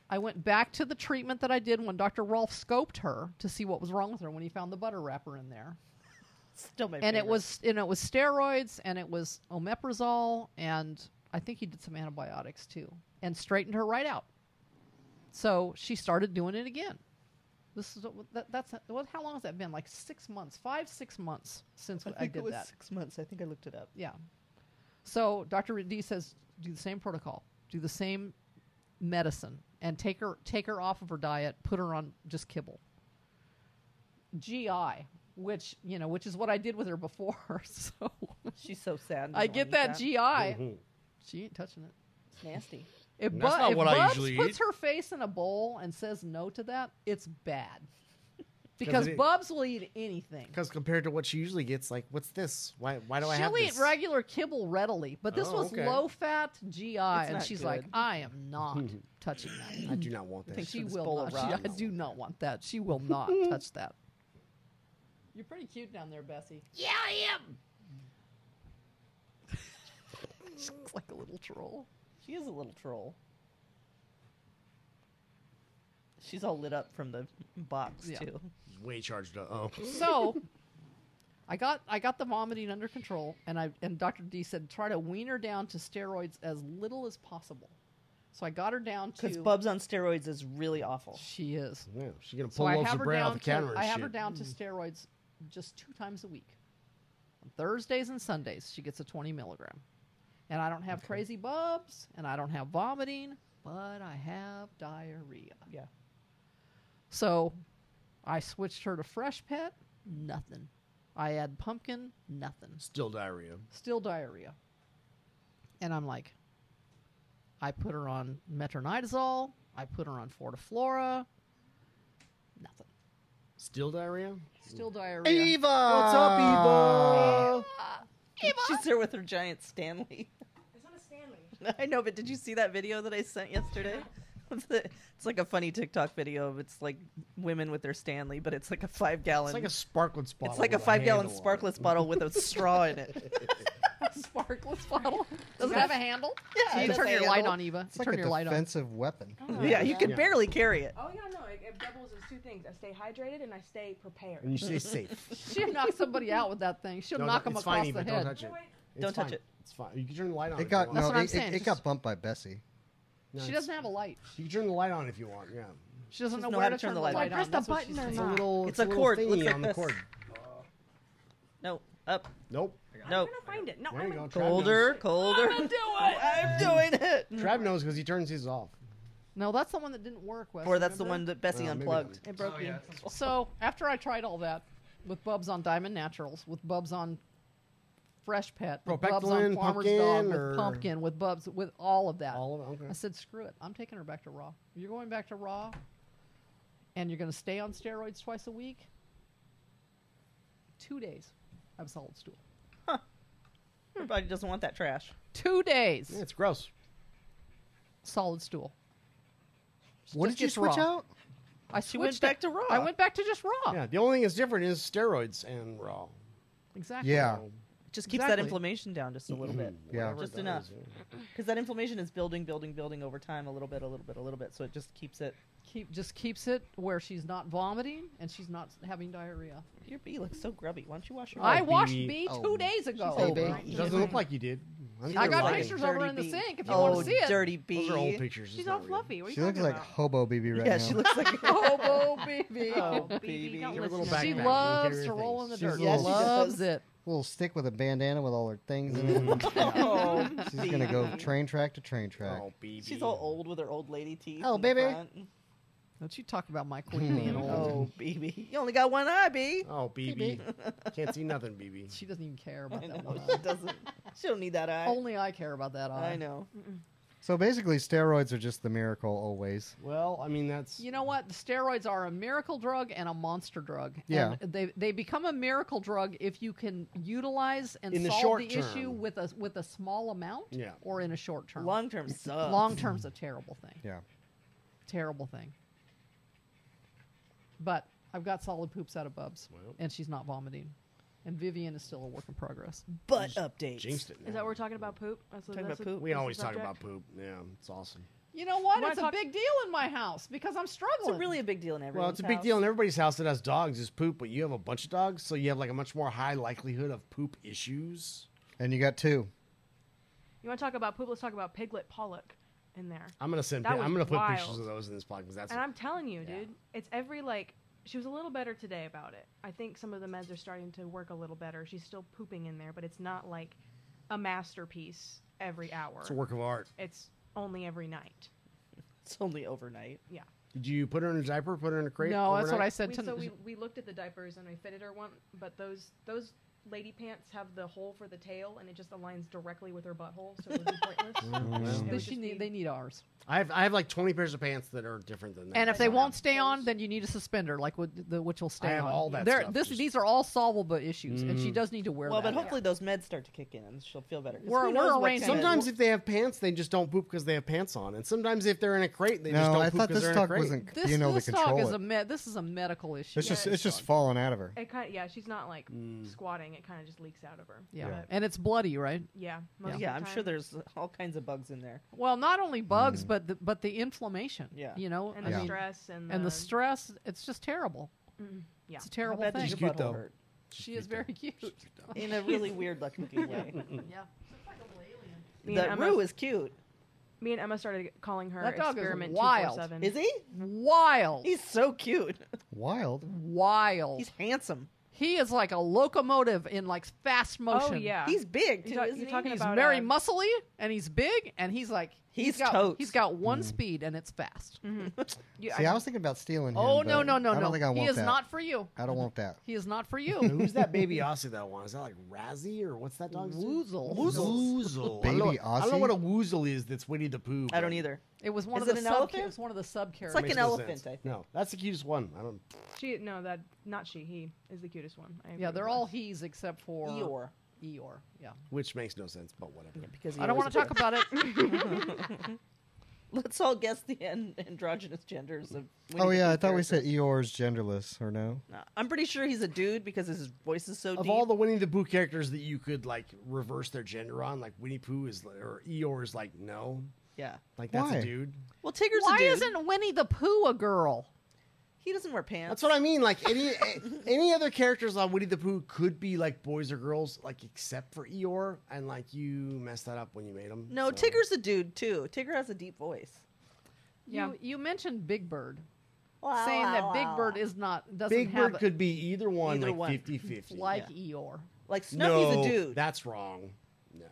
D: I went back to the treatment that I did when Dr. Rolf scoped her to see what was wrong with her when he found the butter wrapper in there
C: Still my
D: and it
C: favorite.
D: was and it was steroids and it was omeprazole and I think he did some antibiotics too and straightened her right out. So she started doing it again. This is what- that, that's what, how long has that been? Like six months, five six months since I,
C: I think
D: did
C: it was
D: that.
C: six months. I think I looked it up.
D: Yeah. So Dr. D says do the same protocol, do the same medicine, and take her take her off of her diet, put her on just kibble. GI, which you know, which is what I did with her before. So
C: She's so sad.
D: I
C: doesn't
D: get
C: wanna eat
D: that GI.
B: Mhm.
D: She ain't touching it.
C: It's nasty.
D: If,
B: That's
D: Bu-
B: not
D: if
B: what I
D: Bubs
B: usually
D: puts
B: eat.
D: her face in a bowl and says no to that, it's bad. Because
B: it is.
D: Bubs will eat anything.
B: Because compared to what she usually gets, like what's this? Why? Why do I have
D: She'll eat
B: this?
D: regular kibble readily, but this
B: Oh,
D: was
B: okay.
D: low fat GI, and
C: not
D: she's like,
C: good.
D: I am not touching that.
B: I do not want
C: think
B: this.
D: She
C: this
D: will
C: bowl
D: not.
C: of
D: She, I
C: rocks.
D: do not want that. She will not touch that. You're pretty cute down there, Bessie. Yeah, I am. She's like a little troll.
C: She is a little troll. She's all lit up from the box
D: Yeah.
C: too.
B: Way charged up. Oh,
D: So I got I got the vomiting under control, and I and Dr. D said try to wean her down to steroids as little as possible. So I got her down to.
C: Because Bubs on steroids is really awful.
D: she is.
B: yeah. She's gonna
D: So
B: pull
D: I
B: loaves
D: have
B: of
D: her
B: bread
D: down
B: off the
D: to
B: counter. and
D: I have her
B: shit.
D: down to steroids just two times a week. On Thursdays and Sundays, she gets a 20 milligram. And I don't have crazy bubs, and I don't have vomiting, but I have diarrhea.
C: Yeah.
D: So I switched her to Fresh Pet, nothing. I add pumpkin, nothing.
B: Still diarrhea.
D: Still diarrhea. And I'm like, I put her on metronidazole. I put her on Fortiflora. Nothing.
B: Still diarrhea?
D: Still diarrhea.
B: Eva! What's up, Eva?
C: She's there with her giant Stanley.
G: It's not a Stanley.
C: I know, but did you see that video that I sent yesterday? Of the- It's like a funny TikTok video of it's like women with their Stanley, but it's like a five gallon.
B: It's like a sparkling bottle.
C: it's like a
B: with
C: five gallon
B: handle on it.
C: sparkless bottle with a straw in it.
D: Sparkless bottle. Does
C: Doesn't
D: it have a handle?
C: Yeah,
D: you
C: it
D: turn
C: has a
D: your light
C: handle.
D: on, Eva.
A: It's like
D: turn
A: a
D: your light on.
A: defensive weapon.
C: Yeah, you could
B: Yeah.
C: barely carry it.
G: Oh yeah, no, it, it doubles as two things. I stay hydrated and I stay prepared.
B: And you stay safe.
D: She'll knock somebody out with that thing. She'll
B: Don't-
D: knock them
B: it's
D: across
B: fine,
D: the
B: Eva,
D: head.
B: Don't touch it.
G: No, wait.
B: It's
C: Don't touch
B: fine.
C: it.
B: It's fine. You can turn the light on.
A: It
B: if
A: got
B: you
A: no.
B: want.
D: That's what I'm
A: it,
D: saying,
A: it, it got
D: just-
A: bumped by Bessie.
B: No,
D: She
B: it's-
D: doesn't have a light.
B: You can turn the light on if you want. Yeah.
D: She doesn't know,
C: know
D: where
C: how
D: to turn the light,
G: Like,
D: on.
G: press the
D: That's what
G: button
D: she's
G: or
D: saying.
G: not. It's a
B: little.
C: It's a
B: Oh, little
C: cord.
B: thingy
C: Looks like
B: on the
C: this.
B: cord.
C: No, up,
B: Nope.
G: I'm
C: no,
G: gonna find it. No,
B: There
G: I'm
B: you
G: gonna-
B: go. Trav
C: colder,
B: knows.
C: colder.
G: I'm gonna do it.
C: I'm doing it.
B: Trav knows because he turns his off.
D: No, that's the one that didn't work. Wes,
C: Or that's the one
D: remember?
C: that Bessie
B: Well, Uh, maybe
C: unplugged.
D: It broke me. So after I tried all that with Bubs on Diamond Naturals, with Bubs on Fresh Pet, with Bubs
B: Propectolin,
D: on Farmer's Dog,
B: pumpkin,
D: with
B: or-
D: Pumpkin, with Bubs, with all of that.
B: All of it.
D: I
B: Okay.
D: said, screw it. I'm taking her back to Raw. You're going back to Raw, and you're going to stay on steroids twice a week. Two days. I have a solid stool.
C: Her body doesn't want that trash.
D: Two days.
B: Yeah, it's gross.
D: Solid stool.
A: What
D: Just
A: did you
D: gets
A: switch
D: raw.
A: out?
D: I
C: She went
D: switched
C: back
D: it.
C: to raw.
D: I went back to just raw.
B: Yeah. The only thing that's different is steroids and raw.
D: Exactly.
A: Yeah,
C: just keeps that
D: Exactly.
C: inflammation down just a little bit.
A: yeah.
B: Mm, Whatever
C: Just
B: that
C: enough.
B: is, yeah.
C: Because that inflammation is building, building, building over time, a little bit, a little bit, a little bit. So it just keeps it.
D: Keep just keeps it where she's not vomiting and she's not having diarrhea.
C: Your bee looks so grubby. Why don't you wash your
D: I
B: baby.
D: washed me
A: Oh.
D: two days ago.
A: Hey, baby.
D: Right.
B: It doesn't look like you did. think
D: I
B: you're
D: got
B: lying.
D: pictures
C: Dirty
D: of her in the
C: bee.
D: sink if you
C: Oh,
D: want to see it.
C: dirty bee.
B: Those are old pictures.
G: She's
B: it's
G: all
B: not real.
G: fluffy. What are
A: she
G: you
A: looks
G: talking
A: like
G: about?
A: hobo BB right
C: yeah,
A: now.
C: she looks like.
D: Hobo baby.
C: Oh,
G: baby,
C: baby.
G: don't
B: Give her a
G: listen
B: little
G: to
B: backpack.
D: She
B: You can
G: her.
B: carry
D: loves
B: her
D: to roll in
B: things.
D: the
B: She's
D: dirt.
A: a little-
C: Yeah, she
D: loves
C: does.
D: it.
A: little stick with a bandana with all her things in it.
C: oh,
A: She's gonna go
C: baby.
A: train track to train track.
B: Oh, baby.
C: She's all old with her old lady teeth.
A: Oh,
C: in the
A: baby.
C: front.
D: Don't you talk about my queen being old.
C: Oh, baby. You only got one eye, bee.
B: Oh, BB. Can't see nothing, BB.
D: She doesn't even care about
C: I
D: that.
C: know
D: one
C: she
D: eye.
C: doesn't. She don't need that eye.
D: Only I care about that eye.
C: I know.
A: So basically, steroids are just the miracle always.
B: Well, I mean, that's.
D: You know what? Steroids are a miracle drug and a monster drug.
A: Yeah.
D: And they they become a miracle drug if you can utilize and
B: In the
D: solve
B: short
D: the
B: term.
D: issue with a with a small amount
B: Yeah.
D: or in a short term.
C: Long term sucks.
D: Long term's a terrible thing.
A: Yeah.
D: Terrible thing. But I've got solid poops out of Bubs
B: Well.
D: and she's not vomiting. And Vivian is still a work in progress.
C: butt updates.
B: Jinxed it.
G: Is that
B: now.
G: what we're talking about? Poop. That's what,
C: Talking
G: that's
C: about
G: what-
C: poop?
B: We
G: that's the
B: always talk
G: subject?
B: about poop. Yeah, it's awesome.
D: You know what?
G: Wanna
D: It's
G: talk-
D: a big deal in my house because I'm
C: It's a
D: struggling.
C: really a big deal in everyone's
B: Well, it's a big
C: house.
B: deal in everybody's house that has dogs is poop, but you have a bunch of dogs, so you have like a much more high likelihood of poop issues.
A: And you got two.
G: You want to talk about poop? Let's talk about piglet pollock in there.
B: I'm gonna send.
G: That
B: pi-
G: was
B: I'm gonna put
G: wild.
B: pictures of those in this podcast. That's
G: And I'm telling you,
B: Yeah.
G: dude, it's every like she was a little better today about it. I think some of the meds are starting to work a little better. She's still pooping in there, but it's not like a masterpiece every hour.
B: it's a work of art.
G: It's only every night.
C: It's only overnight.
G: Yeah.
B: Did you put her in a diaper? Put her in a crate?
D: no, that's what I
B: overnight?
D: said
G: We,
D: to
G: so we, we looked at the diapers and we fitted her one, but those those lady pants have the hole for the tail and it just aligns directly with her butthole, so it would be
C: Oh,
G: pointless. It
D: They
G: would
D: should
G: just
D: need,
G: be-
D: they need ours.
B: I have I have like 20 pairs of pants that are different than that.
D: And if they
G: don't
D: won't
G: have
D: stay on,
G: holes.
D: then you need a suspender, like with the which will stay
B: I have
D: on.
B: all that
D: There-
B: stuff,
D: This,
B: just-
D: these are all solvable issues, and she does need to wear
C: Well,
D: that.
C: but hopefully those meds start to kick in and she'll feel better. 'Cause
D: We're-
C: who
D: we're
C: knows what
D: arranging-
C: kind of-
B: sometimes if they have pants, they just don't poop because they have pants on, and sometimes if they're in a crate, they just
A: no,
B: don't
A: I
B: poop
A: thought
B: because
A: this
B: they're in a
A: talk
B: crate.
A: wasn't
D: this,
A: being able
D: this
A: to
D: talk
A: control
D: is
A: it.
D: a med. This is a medical issue.
A: it's just
G: Yeah,
A: it's just falling out of her.
G: It kind yeah, she's not like
C: Mm.
G: squatting. It kind of just leaks out of her.
D: yeah.
G: But,
D: and it's bloody, right?
G: yeah. Most of
C: yeah,
G: the
C: I'm sure
G: time.
C: there's all kinds of bugs in there.
D: Well, not only bugs,
A: Mm.
D: but the, but the inflammation.
C: Yeah.
D: you know,
G: and
D: I
G: the
A: Yeah.
D: mean,
G: stress and the,
D: and the stress. It's just terrible.
G: yeah.
D: It's a
C: How
D: terrible
C: bad
D: thing.
C: does
B: She's
C: your
B: cute,
C: butthole
B: though.
C: hurt?
D: She is very cute.
C: In a really weird looking way.
D: yeah,
G: Me and
C: that
G: Emma,
C: Rue is cute.
G: me and Emma started calling her
D: That dog is
G: experiment
D: wild.
G: 247.
C: Is he?
D: wild,
C: He's so cute.
A: Wild.
D: wild.
C: He's handsome.
D: He is like a locomotive in like fast motion.
G: Oh yeah.
C: He's big too.
G: You're ta-
C: isn't
G: you're talking
C: he?
D: he's
G: about,
D: very
G: uh,
D: muscly and he's big and he's like
C: He's
D: got
C: totes.
D: he's got
A: Mm.
D: one speed and it's fast.
G: Mm-hmm. You-
A: See, I was thinking about stealing him.
D: oh no
A: but
D: no no
A: I
D: no!
A: don't think I want
D: he is
A: that. Uh,
D: not for you.
A: I don't want that.
D: He is not for you.
B: Who's that baby Aussie that one? Is that like Razzie or what's that dog's name?
D: Woozle.
B: Woozle. I don't know-
A: Baby
B: I don't know
A: Aussie?
B: what a woozle is that's Winnie the Pooh.
C: I don't
B: but-
C: either.
D: It was one
C: Is
D: of
C: it
D: the
C: an
D: sub.
C: elephant?
D: It was one of the sub characters.
C: like
B: Makes
C: an
B: no
C: elephant,
B: sense.
C: I think.
B: No, that's the cutest one. I don't.
G: she no that not she he is the cutest one. I agree
D: yeah, they're
G: with
D: all
G: her.
D: he's except for
C: Eeyore.
D: Eeyore. Yeah.
B: Which makes no sense, but whatever.
C: Because
D: I don't want to talk about it.
C: Let's all guess the an- androgynous genders of. Winnie
A: oh
C: the
A: yeah,
C: Pooh
A: I thought we
C: characters.
A: said Eeyore's genderless, or no?
C: No, I'm pretty sure he's a dude because his voice is so
B: Of
C: deep.
B: all the Winnie the Pooh characters that you could like reverse their gender on, like Winnie Pooh is or Eeyore is like no,
C: yeah.
B: like that's
A: Why?
B: a dude.
C: Well, Tigger's
D: Why
C: a dude.
D: isn't Winnie the Pooh a girl?
C: he doesn't wear pants?
B: That's what I mean. Like any a- any other characters on Winnie the Pooh could be like boys or girls, like except for Eeyore, and like you messed that up when you made him.
C: No,
B: so.
C: Tigger's a dude too. Tigger has a deep voice.
G: Yeah.
D: You, you mentioned Big Bird, saying that Big Bird is not doesn't
B: Big
D: have
B: Bird
D: a-
B: could be either one,
C: Either
B: like
C: one.
B: 50-50.
D: like Eeyore.
C: like Snuffy's
B: no,
C: a dude.
B: that's wrong. No,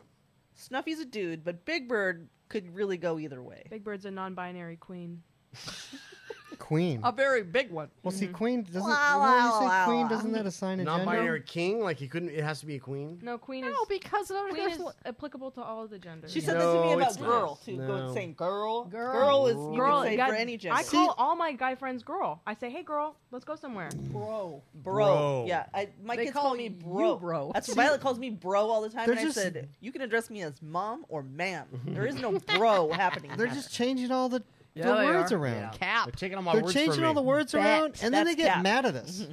C: Snuffy's a dude, but Big Bird could really go either way.
G: Big Bird's a non-binary queen.
A: Queen.
D: A very big one.
A: well, see, Queen doesn't.
C: Wow,
A: when you
C: wow,
A: say
C: wow,
A: Queen,
C: wow.
A: doesn't that assign a gender?
B: non-binary king. Like he couldn't. It has to be a queen.
G: No, queen is
D: No, because of
G: queen is
D: girl
G: applicable to all the genders.
C: She said
B: No,
C: this to me
B: it's
C: about
B: not.
C: girl too.
B: No.
C: Going saying girl,
D: Girl.
C: girl is you
G: girl.
C: can say
G: yeah,
C: for any gender.
G: I call all my guy friends girl. I say, hey girl, let's go somewhere.
D: bro.
C: bro.
B: Bro.
C: Yeah, I, my
D: They
C: kids
D: call
C: call me
D: you
C: bro.
D: bro.
C: That's what Violet calls me bro all the time.
A: They're
C: And I
A: just-
C: said, you can address me as mom or ma'am. There is no bro happening.
A: They're
C: here."
A: just changing all the,
D: Yeah,
A: the
D: they
A: words
D: are.
A: around.
D: Cap.
B: They're taking all my
A: They're
B: words
A: changing
B: from
A: all the
B: me.
A: words around,
C: That's-
A: and then they
C: that's
A: get
C: cap.
A: mad at us.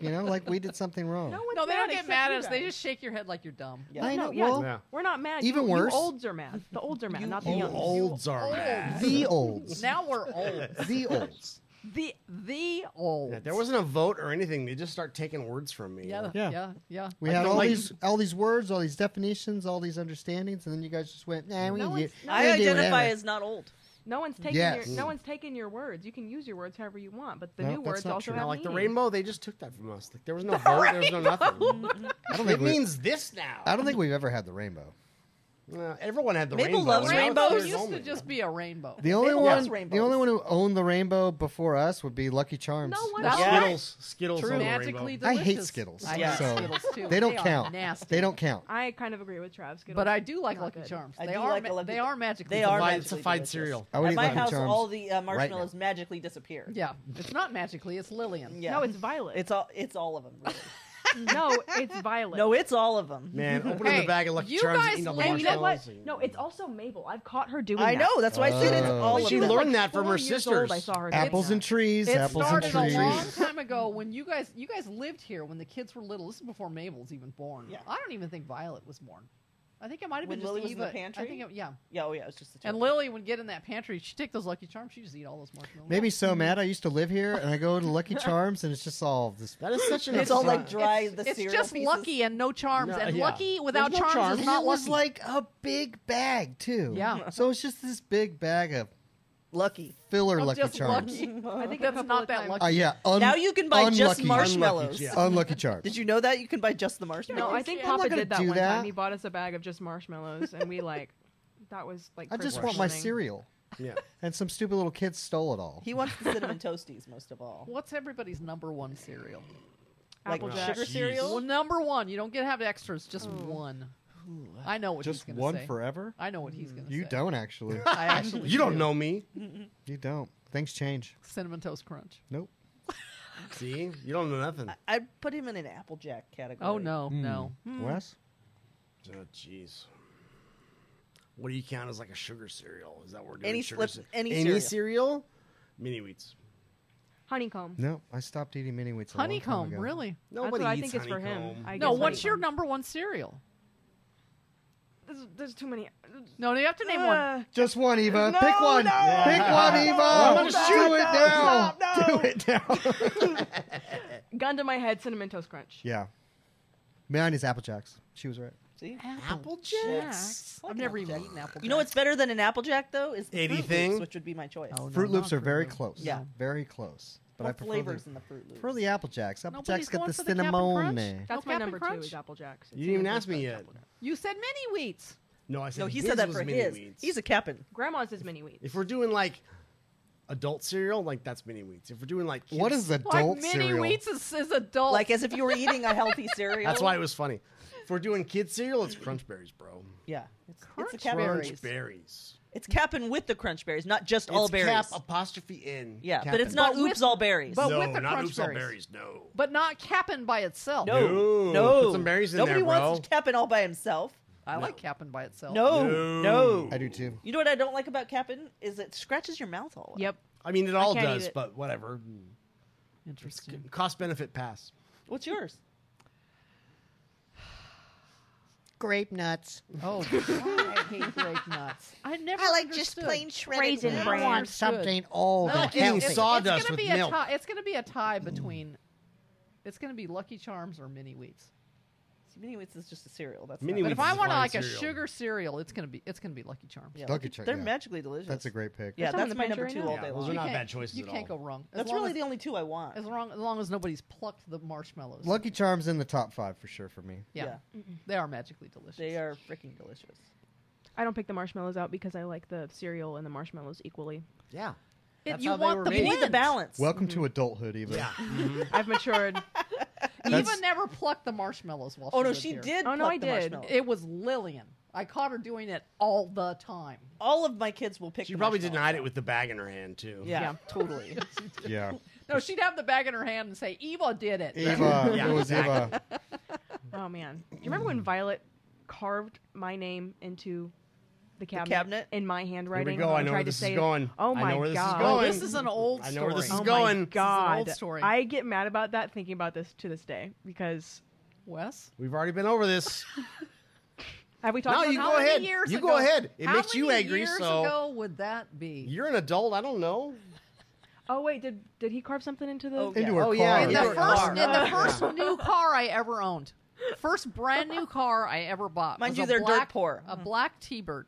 A: you know, like we did something wrong.
G: No, one's
D: No, they
G: mad
D: don't get
G: except
D: mad
G: you
D: at us. They
G: guys.
D: just shake your head like you're dumb.
C: Yeah.
A: I know.
G: No, yeah.
A: Well,
B: Yeah.
G: We're not mad.
A: Even
G: you,
A: worse.
G: You olds are mad. The olds are mad, not the
B: Old-
G: young.
B: olds are mad.
A: the olds.
D: Now we're old.
A: the olds.
D: the the old.
B: Yeah, there wasn't a vote or anything. They just start taking words from me.
D: Yeah, yeah,
A: Yeah.
D: yeah,
A: We
B: I
A: had
B: don't
A: all
B: like-
A: these all these words, all these definitions, all these understandings, and then you guys just went, nah, we
G: No
A: can do,
G: one's-
A: we
C: I
A: can do
C: identify
A: whatever."
C: as not old.
G: No one's taking
A: Yes.
G: your no one's taking your words. You can use your words however you want, but the
A: No,
G: new
A: that's
G: words
A: not
G: also
A: true.
B: You know,
G: have
B: like the
G: meaning.
B: rainbow, they just took that from us. Like there was no vote, there was no nothing.
A: I don't
B: it
A: think we,
B: means this now.
A: I don't think we've ever had the rainbow.
B: Well, everyone had the
C: Maple
B: rainbow.
C: loves
B: Now it's
D: Rainbow
C: rainbows.
B: theirs
D: used
B: only.
D: to just be a rainbow.
A: The only
C: Mabel loves
A: one,
C: rainbows.
A: the only one who owned the rainbow before us would be Lucky Charms.
G: No one
D: That's
G: else.
D: right.
B: Skittles. Skittles.
D: True.
B: on the
D: Magically
B: rainbow.
A: I
D: delicious.
A: hate Skittles,
D: I
C: Yeah.
D: hate
A: so
D: Skittles too.
A: they don't
D: are
A: count.
D: Nasty.
A: They don't count.
G: I kind of agree with Trav Skittles.
D: But I do like
G: Not
D: Lucky
G: good.
D: Charms.
C: I
D: they
C: do
D: are
C: like
D: ma-
C: a Lucky-
D: they are magically
C: They are
D: delicious.
B: Fine-
C: magically
B: it's a fine
C: delicious.
B: cereal.
A: I would
C: At
A: eat
C: my
A: Lucky
C: house,
A: Charms
C: all the uh,
A: right now.
C: marshmallows magically disappear.
D: Yeah, it's not magically. It's Lillian.
C: Yeah.
G: No, it's Violet.
C: It's all it's all of them. Really.
G: no, it's Violet.
C: no, it's all of them.
B: Man, opening
D: Hey,
B: the bag of Lucky
D: you
B: Charms
D: guys
B: and eating all the
D: leave-
G: and you know what?
B: marshmallows. and-
G: No, it's also Mabel. I've caught her doing
C: I
G: that.
C: know. That's why I said it's
A: Oh.
C: all.
B: She
C: of them.
B: learned that
G: Like
B: from
G: four
B: her
G: years
B: sisters.
G: Old, I saw her doing
A: Apples
G: that.
A: and trees.
D: It
A: apples and
D: started
A: trees.
D: a long time ago when you guys you guys lived here when the kids were little. This is before Mabel was even born.
C: Yeah.
D: I don't even think Violet was born. I think it might have
C: When
D: been just
C: Lily was in
D: Eva.
C: the pantry?
D: I think it, yeah.
C: Yeah, oh yeah, it's just the two.
D: And Lily would get in that pantry. She'd take those Lucky Charms. She'd just eat all those marshmallows.
A: Maybe so mad. I used to live here, and I go to Lucky Charms, and it's just all this.
B: That is such an.
C: It's all like
B: affront.
C: dry. the
D: it's
C: cereal
D: just
C: pieces.
D: lucky and no charms,
B: No,
D: and
B: yeah.
D: lucky without
B: There's no
D: charms
B: charms.
D: is
A: And
D: not
A: it was
D: lucky.
A: like a big bag too.
D: Yeah.
A: So it's just this big bag of
C: Lucky.
A: filler
D: I'm
A: Lucky
D: just
A: Charms.
D: lucky.
G: I think a
D: That's
G: couple
D: not
G: of
D: that
G: times.
D: lucky.
A: Uh, yeah. un-
C: Now you can buy just
A: unlucky-
C: marshmallows.
B: yeah.
A: Unlucky Charms.
C: Did you know that you can buy just the marshmallows?
G: No, I think
D: I'm not
G: Papa
A: gonna
G: did that
A: do
G: one
A: that.
G: time. He bought us a bag of just marshmallows, and we like that was like.
A: I just want
G: privilege
A: my
G: morning.
A: cereal.
B: Yeah.
A: And some stupid little kids stole it all.
C: he wants the cinnamon toasties most of all.
D: What's everybody's number one cereal?
C: Like
G: Apple Jacks.
C: sugar
B: Jeez.
D: Well, Oh.
C: cereal.
D: number one. You don't get to have extras. Just one. I know what he's
A: Just
D: going to
A: one
D: say.
A: forever?
D: I know what he's going to say.
A: You don't actually.
D: I actually
B: You don't
D: do.
B: know me.
A: you don't. Things change.
D: cinnamon toast crunch.
A: Nope.
B: See, you don't know nothing.
C: I'd put him in an Applejack category.
D: Oh no,
A: Hmm.
D: no.
A: Wes?
B: Oh, jeez. What do you count as like a sugar cereal? Is that what we're doing?
C: Any
B: sugar
C: flip-
B: ce-
C: any
B: cereal.
C: cereal.
B: Mini wheats.
G: Honeycomb.
A: No, I stopped eating mini wheats. a long time
D: Honeycomb,
A: ago.
D: really?
G: That's
B: Nobody
G: what I
B: eats
G: think it's for him.
B: honeycomb.
G: I
D: No,
G: guess
D: what's your
G: honeycomb.
D: number one cereal?
G: There's, there's too many.
D: No, you have to name one.
G: Uh,
A: Just one, Eva.
C: No,
A: Pick one.
C: no,
A: Pick
B: no,
A: one,
B: no,
A: Eva.
B: I'm gonna
A: Just
B: shoot
A: Do it
B: it.
A: now.
C: Stop, no.
A: Do it now.
G: Gun to my head, cinnamon toast crunch.
A: yeah. Mine is Apple Jacks. She was right.
C: See?
D: Apple
C: Jacks.
D: I've never even eaten apple.
C: You know what's better than an Applejack though is the Fruit Loops,
B: Anything?
C: which would be my choice.
D: Oh, no,
A: Fruit Loops
D: not
A: are very
D: Loops.
A: close.
C: Yeah.
A: Very close. But I
C: what
A: prefer
C: flavors
A: the,
C: in the Fruit Loops?
A: prefer the Apple Jacks. Apple
D: Nobody's
A: Jacks got
D: going
A: the
D: for the Cap'n Crunch?
A: cinnamon.
G: That's
D: No,
G: my
D: Cap'n
G: number
D: Crunch?
G: two is Apple Jacks. It's
B: Oh, You didn't even
G: cinnamon
B: ask
G: toast
B: me
G: crunch,
B: yet.
G: Apple Jacks.
D: You said mini wheats.
B: No, I said
C: No, he
B: his
C: said that
B: was
C: for
B: mini
C: his.
B: weeds.
C: He's a captain.
G: Grandma's is mini wheat.
B: if we're doing like adult cereal, like that's mini weeds. If we're doing like
A: What
B: kids-
A: is adult
D: Like mini
A: cereal?
D: wheats is, is adult.
C: Like as if you were eating a healthy cereal.
B: That's why it was funny. If we're doing kid cereal, it's Crunch Berries, bro.
C: Yeah, it's, it's the
D: Crunch
C: cap
B: Crunch
C: berries.
B: Berries.
C: It's capping with the crunch berries, not just all
B: it's
C: berries.
B: Cap apostrophe in.
C: yeah,
B: Cap
C: but it's
B: in.
C: not
D: But with-
C: oops all berries.
D: but
B: no,
D: with the
B: not
D: Crunch
B: oops all
D: berries.
B: berries. No.
D: but not Cap'n by itself.
C: no,
B: No,
C: no,
B: put some berries in
C: Nobody
B: there,
C: wants
B: bro.
C: capping all by himself.
D: I like Cap'n by itself.
C: No,
B: No.
C: no,
A: I do too.
C: You know what I don't like about capping is it scratches your mouth all. up.
D: Yep.
B: I mean, it all
G: can't eat
B: does,
G: it.
B: but whatever.
D: Interesting.
B: Cost benefit pass.
C: What's yours?
E: Grape nuts.
D: Oh, God, I hate grape nuts. I never.
E: I like just
D: understood.
E: plain shredded.
G: Raisin
E: nuts.
G: bran.
E: I want something old
D: No,
E: and
D: it's-
B: eating
E: healthy.
D: it's- it's
B: sawdust
D: gonna
B: with
D: be a
B: milk.
D: tie- it's going to be a tie between. It's going to be Lucky Charms or Mini Wheats.
C: See, Mini Wheats is just a cereal. That's
B: Mini
C: not-
D: But
B: Wheats
D: if I
B: is
D: want
B: fine
D: like
B: cereal.
D: a sugar cereal, it's going to be it's going to be Lucky Charms.
C: Yeah,
A: Lucky
C: they're-
A: Char-
C: They're
A: yeah.
C: magically delicious.
A: That's a great pick.
C: Yeah,
G: That's on
C: that's
G: the
C: my
G: page
C: number
G: right
C: two
G: now.
C: all
B: Yeah,
C: day
B: those
C: long.
B: are
D: You
B: not
D: can't-
B: bad choices
D: You
B: at
D: can't
B: all.
D: go wrong. As
C: That's
D: long
C: really
D: as,
C: the only two I want.
D: as long as long as nobody's plucked the marshmallows.
A: Lucky Charms in the top five for sure for me.
D: yeah, they are magically delicious.
C: They are freaking delicious.
G: I don't pick the marshmallows out because I like the cereal and the marshmallows equally.
B: Yeah.
D: It-
B: That's
D: you
B: how they
D: want
B: were
D: the
B: made.
C: You need the
D: blend.
C: balance.
A: Welcome to adulthood, Eva.
B: Yeah. Mm-hmm.
G: I've matured.
D: Eva
A: That's-
D: never plucked the marshmallows while.
C: oh no,
D: was
C: she
D: here.
C: did.
G: Oh, no,
C: pluck
G: I
C: the
G: did.
C: marshmallow.
D: It was Lillian. I caught her doing it all the time.
C: all of my kids will pick.
B: She
C: the
B: probably
C: marshmallow.
B: denied it with the bag in her hand too.
C: Yeah,
G: Yeah.
C: totally.
A: Yeah.
D: No, she'd have the bag in her hand and say, "Eva did it."
A: Eva.
B: Yeah,
A: it was Eva.
G: Oh man, do you remember when Violet carved my name into the cabinet,
C: cabinet?
G: in my handwriting?
B: Here we go.
G: and
B: I know
G: tried
B: where
G: to
B: this
G: say
B: is
G: it?
B: going.
G: Oh
B: I
G: my
B: know where this
G: god!
B: is going.
D: Oh, this is an old
B: I
D: story.
B: know where this is
G: oh
B: going.
G: My
B: This is
D: an
G: god,
D: old story.
G: I get mad about that thinking about this to this day because
D: Wes.
B: We've already been over this.
G: have we talked
B: no,
G: about
B: you
G: how
B: go
G: many
B: ahead.
G: years?
D: years
B: you
D: ago.
B: go ahead. It
D: How
B: makes you
D: many
B: angry.
D: Years
B: so
D: ago would that be?
B: you're an adult. I don't know.
G: Oh wait, did did he carve something into the?
C: Oh,
A: Into
C: yeah.
A: her
B: Oh,
A: car.
B: yeah,
D: In
B: you
D: the
B: were
D: first,
B: a car.
D: in the first new car I ever owned, first brand new car I ever bought.
C: Mind
D: was
C: you,
D: a
C: they're dirt
D: black,
C: poor.
D: A black T-bird.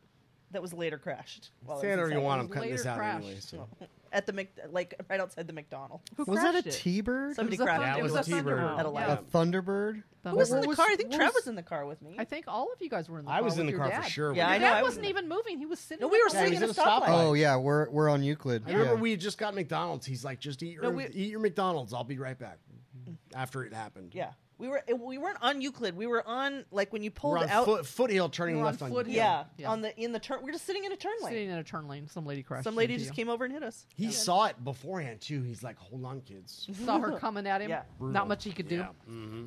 C: that was later crashed. while I
B: Say it
C: was
B: or you
C: inside.
B: want. I'm
D: was
B: cutting this
D: later
B: out
D: crashed.
B: anyway. So.
C: at the Mc, like right outside the McDonald.
G: Who
A: Was that a
G: crashed it?
A: T bird?
C: Somebody
D: It was a
C: crashed.
D: thunder-
B: Yeah, it was a
D: thunder-
B: T-bird.
D: Oh,
C: At
D: yeah.
C: a
A: A
C: lab.
A: Thunderbird?
C: Who was in the
D: Thunder-
C: car? I think
D: what
C: Trev was in the car with me.
D: I think all of you guys were in the
B: I
D: car.
B: was
D: with
B: in the
D: your
B: car
D: dad.
B: for sure. when
D: Your
C: Yeah, I
B: we
C: know,
D: dad
B: got
C: I
D: wasn't
B: there.
D: even moving. He was sitting.
C: No,
D: in
C: we
D: the
C: were
D: car.
B: sitting
C: singing
B: he's
C: at a
B: at a stoplight.
C: stoplight.
A: Oh, yeah. We're, we're on Euclid.
B: I remember
A: Yeah.
B: we just got McDonald's. He's like, just eat your
C: No, we-
B: eat your McDonald's. I'll be right back.
D: Mm-hmm.
B: After it happened.
C: Yeah, we were we weren't on Euclid. We were on like when you pulled
B: We're on
C: out.
B: foot, foothill turning
D: We're on
B: left
D: foothill.
C: Yeah,
D: Yeah.
C: on the in the turn. We're just sitting in a turn
D: sitting
C: lane.
D: in a turn lane. Some lady crashed.
C: Some lady
D: into
C: just
D: you.
C: came over and hit us.
B: He saw it beforehand too. He's like, hold on, kids.
D: Saw her coming at him.
C: Yeah.
B: Brutal.
D: Not much he could do. Mm.
B: Yeah. Mm-hmm.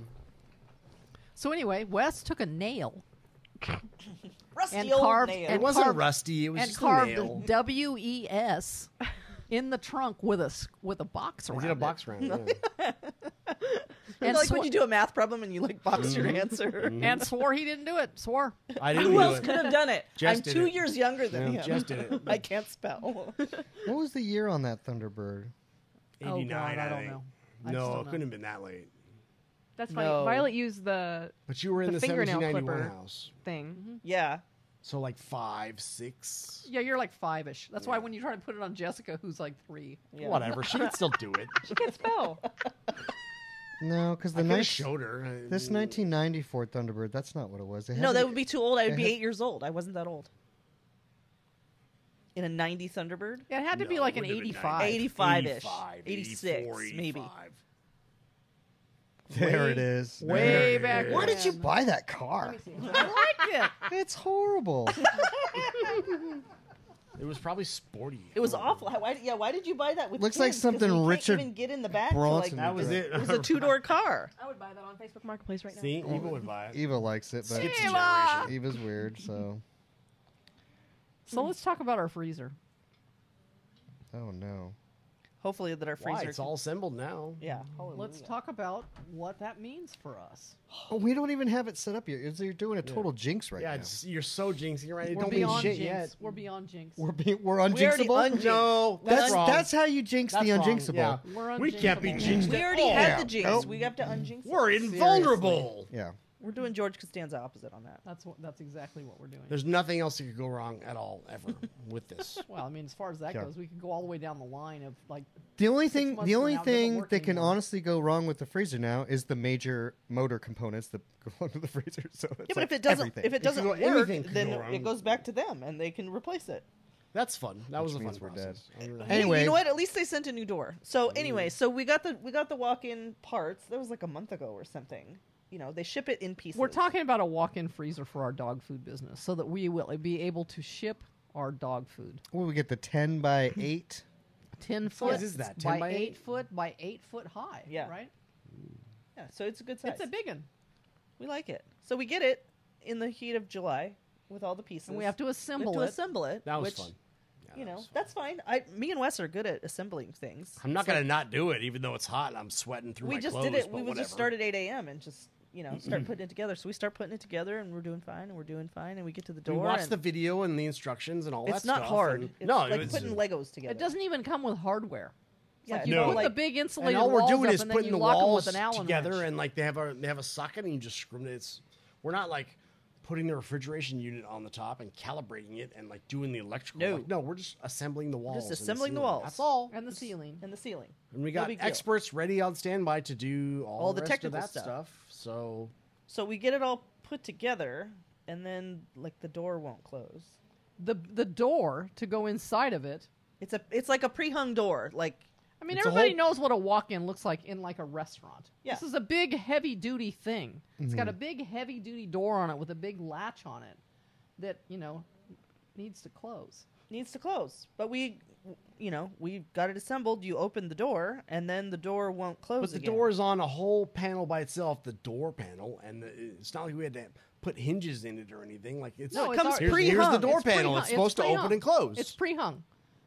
D: So anyway, Wes took a nail
C: Rusty
D: And
C: old
D: carved-
C: nail.
D: and
B: It wasn't
D: carved-
B: rusty. It was
D: and
B: just a
D: carved
B: nail.
D: W E S in the trunk with a s- with a box
B: We
D: around
B: did a
D: it.
B: box round. yeah.
D: and
C: like
D: swa-
C: when you do a math problem and you like box
B: Mm-hmm.
C: your answer.
D: and swore he didn't do it. Swore.
B: I didn't
C: Who
B: do
C: else
B: it.
C: could have done it?
B: Jess
C: I'm
B: did
C: two
B: it.
C: years younger than
B: Yeah,
C: him.
B: Jess did it.
C: I can't spell.
A: What was the year on that Thunderbird?
B: 89,
D: God, I don't
B: think.
D: know. I just
B: No,
D: don't
B: it
D: know.
B: couldn't have been that late.
G: That's funny.
C: No.
G: Violet used the
B: But you were in the,
G: The fingernail
B: 1791
G: clipper.
B: house.
G: thing.
C: yeah,
B: So like five, six,
D: Yeah, you're like five ish. That's why when you try to put it on Jessica, who's like three,
C: yeah.
B: whatever. She could still do it.
G: She can't spell.
A: No, because the
B: I could have
A: nice-
B: showed her. uh, I
A: This
B: mean,
A: 1990 Ford Thunderbird, that's not what it was. It had
C: No,
A: to
C: that would be too old. I would be
A: had-
C: eight years old. I wasn't that old. In a 90 Thunderbird?
D: it had to be
B: no,
D: like
B: it
D: an
B: wouldn't have been
D: 85.
C: 85 ish.
B: 85,
C: 86,
B: 84,
C: maybe.
B: 85.
A: There it is.
D: Way back.
A: Why did you
D: when.
A: buy that car?
D: I liked it.
A: It's horrible.
B: It was probably sporty.
C: It was awful. How- Why, yeah, why did you buy that with
A: Looks
C: kids?
A: like
C: 'Cause
A: something
C: you can't
A: Richard
C: even get in the back. till,
A: Bronson
C: like,
B: That was it.
C: it was a two door car.
G: I would buy that on Facebook Marketplace right now.
B: See, Eva would buy it.
A: Eva likes it, but
B: Skips a
D: Eva!
B: generation.
A: Eva's weird, so.
D: So let's talk about our freezer.
A: Oh, no.
C: Hopefully, that our
B: Why?
C: freezer.
B: It's all assembled now.
C: Yeah.
D: Let's
C: hallelujah.
D: talk about what that means for us.
A: Oh, we don't even have it set up yet. It's- You're doing a total jinx right
B: Yeah,
A: now.
B: it's, you're so jinxing right. It
D: We're
B: don't mean
D: beyond
B: shit
D: jinx.
B: yet.
D: We're beyond jinx.
A: We're being, we're
C: We already
A: unjinxable.
C: unjinxed.
B: No, that's,
A: that's
B: wrong.
A: that's how you jinx
B: That's
A: the
B: wrong,
A: unjinxable.
B: Yeah.
D: We're
B: We can't be
D: unjinxable.
B: jinxed.
C: We
B: at
C: already
B: all.
C: had the jinx.
A: Nope.
C: We have to unjinx it.
B: We're invulnerable.
A: Yeah.
C: We're doing George Costanza opposite on that.
D: That's what. That's exactly what we're doing.
B: There's nothing else that could go wrong at all ever with this.
D: well, I mean, as far as that
A: Yeah.
D: goes, we could go all the way down the line of like
A: The only
D: Six
A: thing,
D: months
A: the
D: from
A: only
D: now, it doesn't
A: thing
D: work
A: that can
D: anymore.
A: honestly go wrong with the freezer now is the major motor components that belong to the freezer. So it's
C: Yeah, but
A: like
C: if it doesn't,
A: everything.
C: if it doesn't
B: go-
C: work,
B: anything could
C: then
B: go wrong.
C: it goes back to them, and they can replace it.
B: That's fun. That was a
A: Which
B: fun
A: means we're dead.
B: process. I'm really-
C: Hey,
A: Anyway.
C: you know what? At least they sent a new door.
B: Mm.
C: So anyway, so we got the we got the walk-in parts. That was like a month ago or something. You know, they ship it in pieces.
D: We're talking about a walk-in freezer for our dog food business, so that we will be able to ship our dog food.
A: Well, we get the ten by eight.
D: Ten
B: size
D: foot
B: is that? 10
D: by,
B: by
D: eight
B: eight?
D: foot by eight foot high.
C: Yeah.
D: right.
C: Yeah, so it's a good size.
D: It's a big one,
C: We like it. So we get it in the heat of July with all the pieces.
D: and we have to
C: We
D: assemble
C: have to
D: it.
C: assemble it.
B: That was
C: which,
B: fun. Yeah,
C: You
B: that
C: know,
B: was fun.
C: that's fine. I, me and Wes are good at assembling things.
B: I'm not gonna not do it, even though it's hot and I'm sweating through
C: we
B: my
C: just
B: clothes.
C: did it.
B: but
C: We would just
B: whatever.
C: start at 8 a.m. and just you know start putting it together. So we start putting it together, and we're doing fine, and we're doing fine, and we get to the door.
B: We watched
C: and
B: the video and the instructions and all that.
C: it's not
B: stuff,
C: hard.
B: and-
C: It's
B: no,
C: like
B: it was,
C: putting Legos together.
D: It doesn't even come with hardware. It's
C: Yeah,
D: like
C: it's
D: you
B: No.
D: put
C: like-
D: the big
B: and
D: insulated
B: all we're
D: walls
B: doing
D: up,
B: is
D: and then
B: putting the
D: you lock 'em
B: walls
D: with an Allen
B: together
D: wrench.
B: and like they have a they have a socket and you just screw 'em. It's we're not like putting the refrigeration unit on the top and calibrating it and like doing the electrical.
C: No.
B: like, no, we're just assembling the walls. and
C: assembling the
B: ceiling.
C: walls.
B: That's all.
D: and the ceiling.
C: in the ceiling.
B: And we
C: No
B: got
C: big deal.
B: experts ready on standby to do all,
C: All
B: the,
C: the
B: rest
C: technical
B: of that
C: stuff.
B: stuff. So
C: So we get it all put together, and then like the door won't close.
D: The the door to go inside of it.
C: It's a it's like a pre-hung door. Like
D: I mean,
B: It's a
D: everybody
B: whole-
D: knows what a walk-in looks like in like a restaurant.
C: Yeah.
D: This is a big, heavy-duty thing. It's
B: Mm-hmm.
D: got a big, heavy-duty door on it with a big latch on it that you know needs to close.
C: needs to close, but we, you know, we got it assembled. You open the door, and then the door won't close.
B: But the
C: again.
B: door is on a whole panel by itself, the door panel, and the, it's not like we had to put hinges in it or anything. Like it's
D: No,
B: it
D: it's
B: comes
D: al-
B: here's,
D: it's
B: here's the
D: pre-hung.
B: door panel.
D: pre-hung.
B: It's supposed to
D: pre-hung.
B: open and close.
D: It's pre-hung.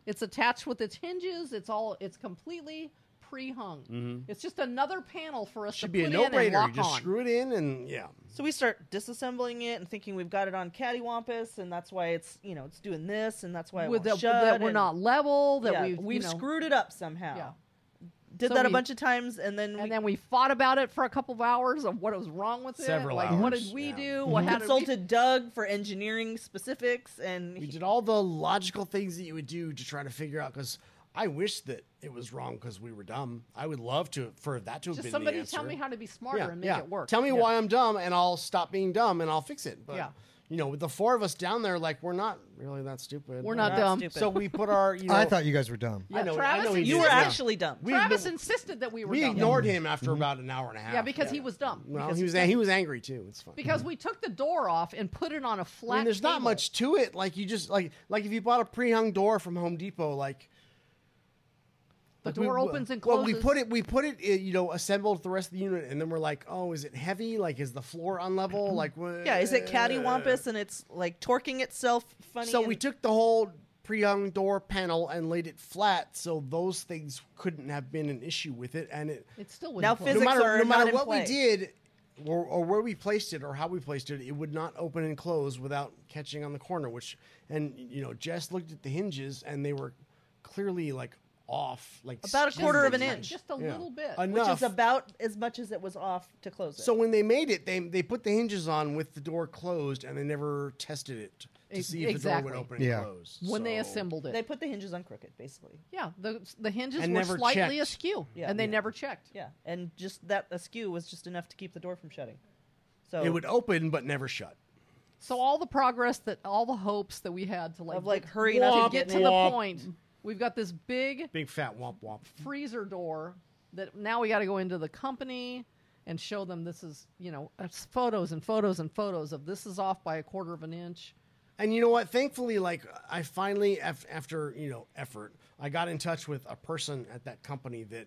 D: It's attached with its hinges. It's all. It's completely pre-hung. It's just another panel for us
B: Mm-hmm. should
D: to
B: be a
D: put
B: no
D: in and
B: brainer. You
D: lock
B: just
D: on.
B: screw it in, and yeah,
C: So we start disassembling it and thinking we've got it on cattywampus, and that's why it's you know it's doing this, and that's why it
D: with
C: won't
D: the,
C: shut.
D: that we're
C: and-
D: not level. That
C: yeah,
D: we've you know,
C: screwed it up somehow.
D: Yeah.
C: Did
D: So
C: that a
D: we-
C: bunch of times, and then we
D: And then we fought about it for a couple of hours of what was wrong with
B: Several
D: it. Like, what
B: hours,
D: did we
B: yeah. Mm-hmm.
D: do? What how did we-
C: consulted Doug for engineering specifics, and
B: we
C: he-
B: did all the logical things that you would do to try to figure out. Because I wish that it was wrong because we were dumb. I would love to for that to have
D: Just
B: been
D: somebody
B: the answer.
D: tell me how to be smarter and make it work.
B: Tell me why I'm dumb, and I'll stop being dumb, and I'll fix it. But
D: Yeah.
B: you know, with the four of us down there, like we're not really that stupid.
D: We're not
C: Not
D: dumb.
C: stupid.
B: So we put our. You know,
A: I thought you guys were dumb.
B: I know. I
D: Travis
B: know he
D: and
B: did.
C: you were
B: Yeah.
C: actually dumb.
B: We
D: Travis
B: igno-
D: insisted that we were
B: we
D: dumb.
B: ignored him after
A: Mm-hmm.
B: about an hour and a half.
D: Yeah, because he was dumb.
B: Well,
D: because,
B: he was. He was angry too. It's fine.
D: because we took the door off and put it on a flat.
B: I mean, there's not
D: table.
B: much to it. Like you just like like if you bought a pre-hung door from Home Depot, like
D: The
B: like,
D: door
B: we,
D: opens and
B: well,
D: closes.
B: we put it. We put it. uh, You know, assembled with the rest of the unit, and then we're like, oh, is it heavy? Like, is the floor unlevel? Like, what?
C: yeah, is it cattywampus, and it's like torquing itself funny?
B: So we
C: and-
B: took the whole pre-hung door panel and laid it flat, so those things couldn't have been an issue with it, and it
D: It still would
C: Now
B: no
C: Physics
B: matter,
C: are
B: no matter
C: not in
B: what we
C: play.
B: did or, or where we placed it or how we placed it, it would not open and close without catching on the corner. Which and you know, Jess looked at the hinges and they were clearly like off, like
C: About a
B: skinny.
C: quarter of an inch.
D: Just a
B: Yeah.
D: little bit.
B: Enough.
C: which is about as much as it was off to close it.
B: So when they made it, they they put the hinges on with the door closed, and they never tested it to
D: Ex-
B: see if the door
D: exactly.
B: would open and
A: Yeah.
B: close.
D: when they
B: So-
D: assembled it.
C: they put the hinges on crooked, basically.
D: yeah, the the hinges
B: And
D: were
B: never
D: slightly
B: checked.
D: askew,
C: Yeah.
D: and they
C: Yeah.
D: never checked.
C: Yeah, and just that askew was just enough to keep the door from shutting. So
B: it would open but never shut.
D: So all the progress that all the hopes that we had to like
C: Of, like,
D: get-
C: hurrying up
D: to
C: and
D: get to
C: getting
D: the
B: it.
D: point. We've got this big
B: Big fat womp womp.
D: freezer door that now we got to go into the company and show them this is you know it's photos and photos and photos of this is off by a quarter of an inch
B: And you know what? Thankfully, like I finally, af- after you know effort, I got in touch with a person at that company that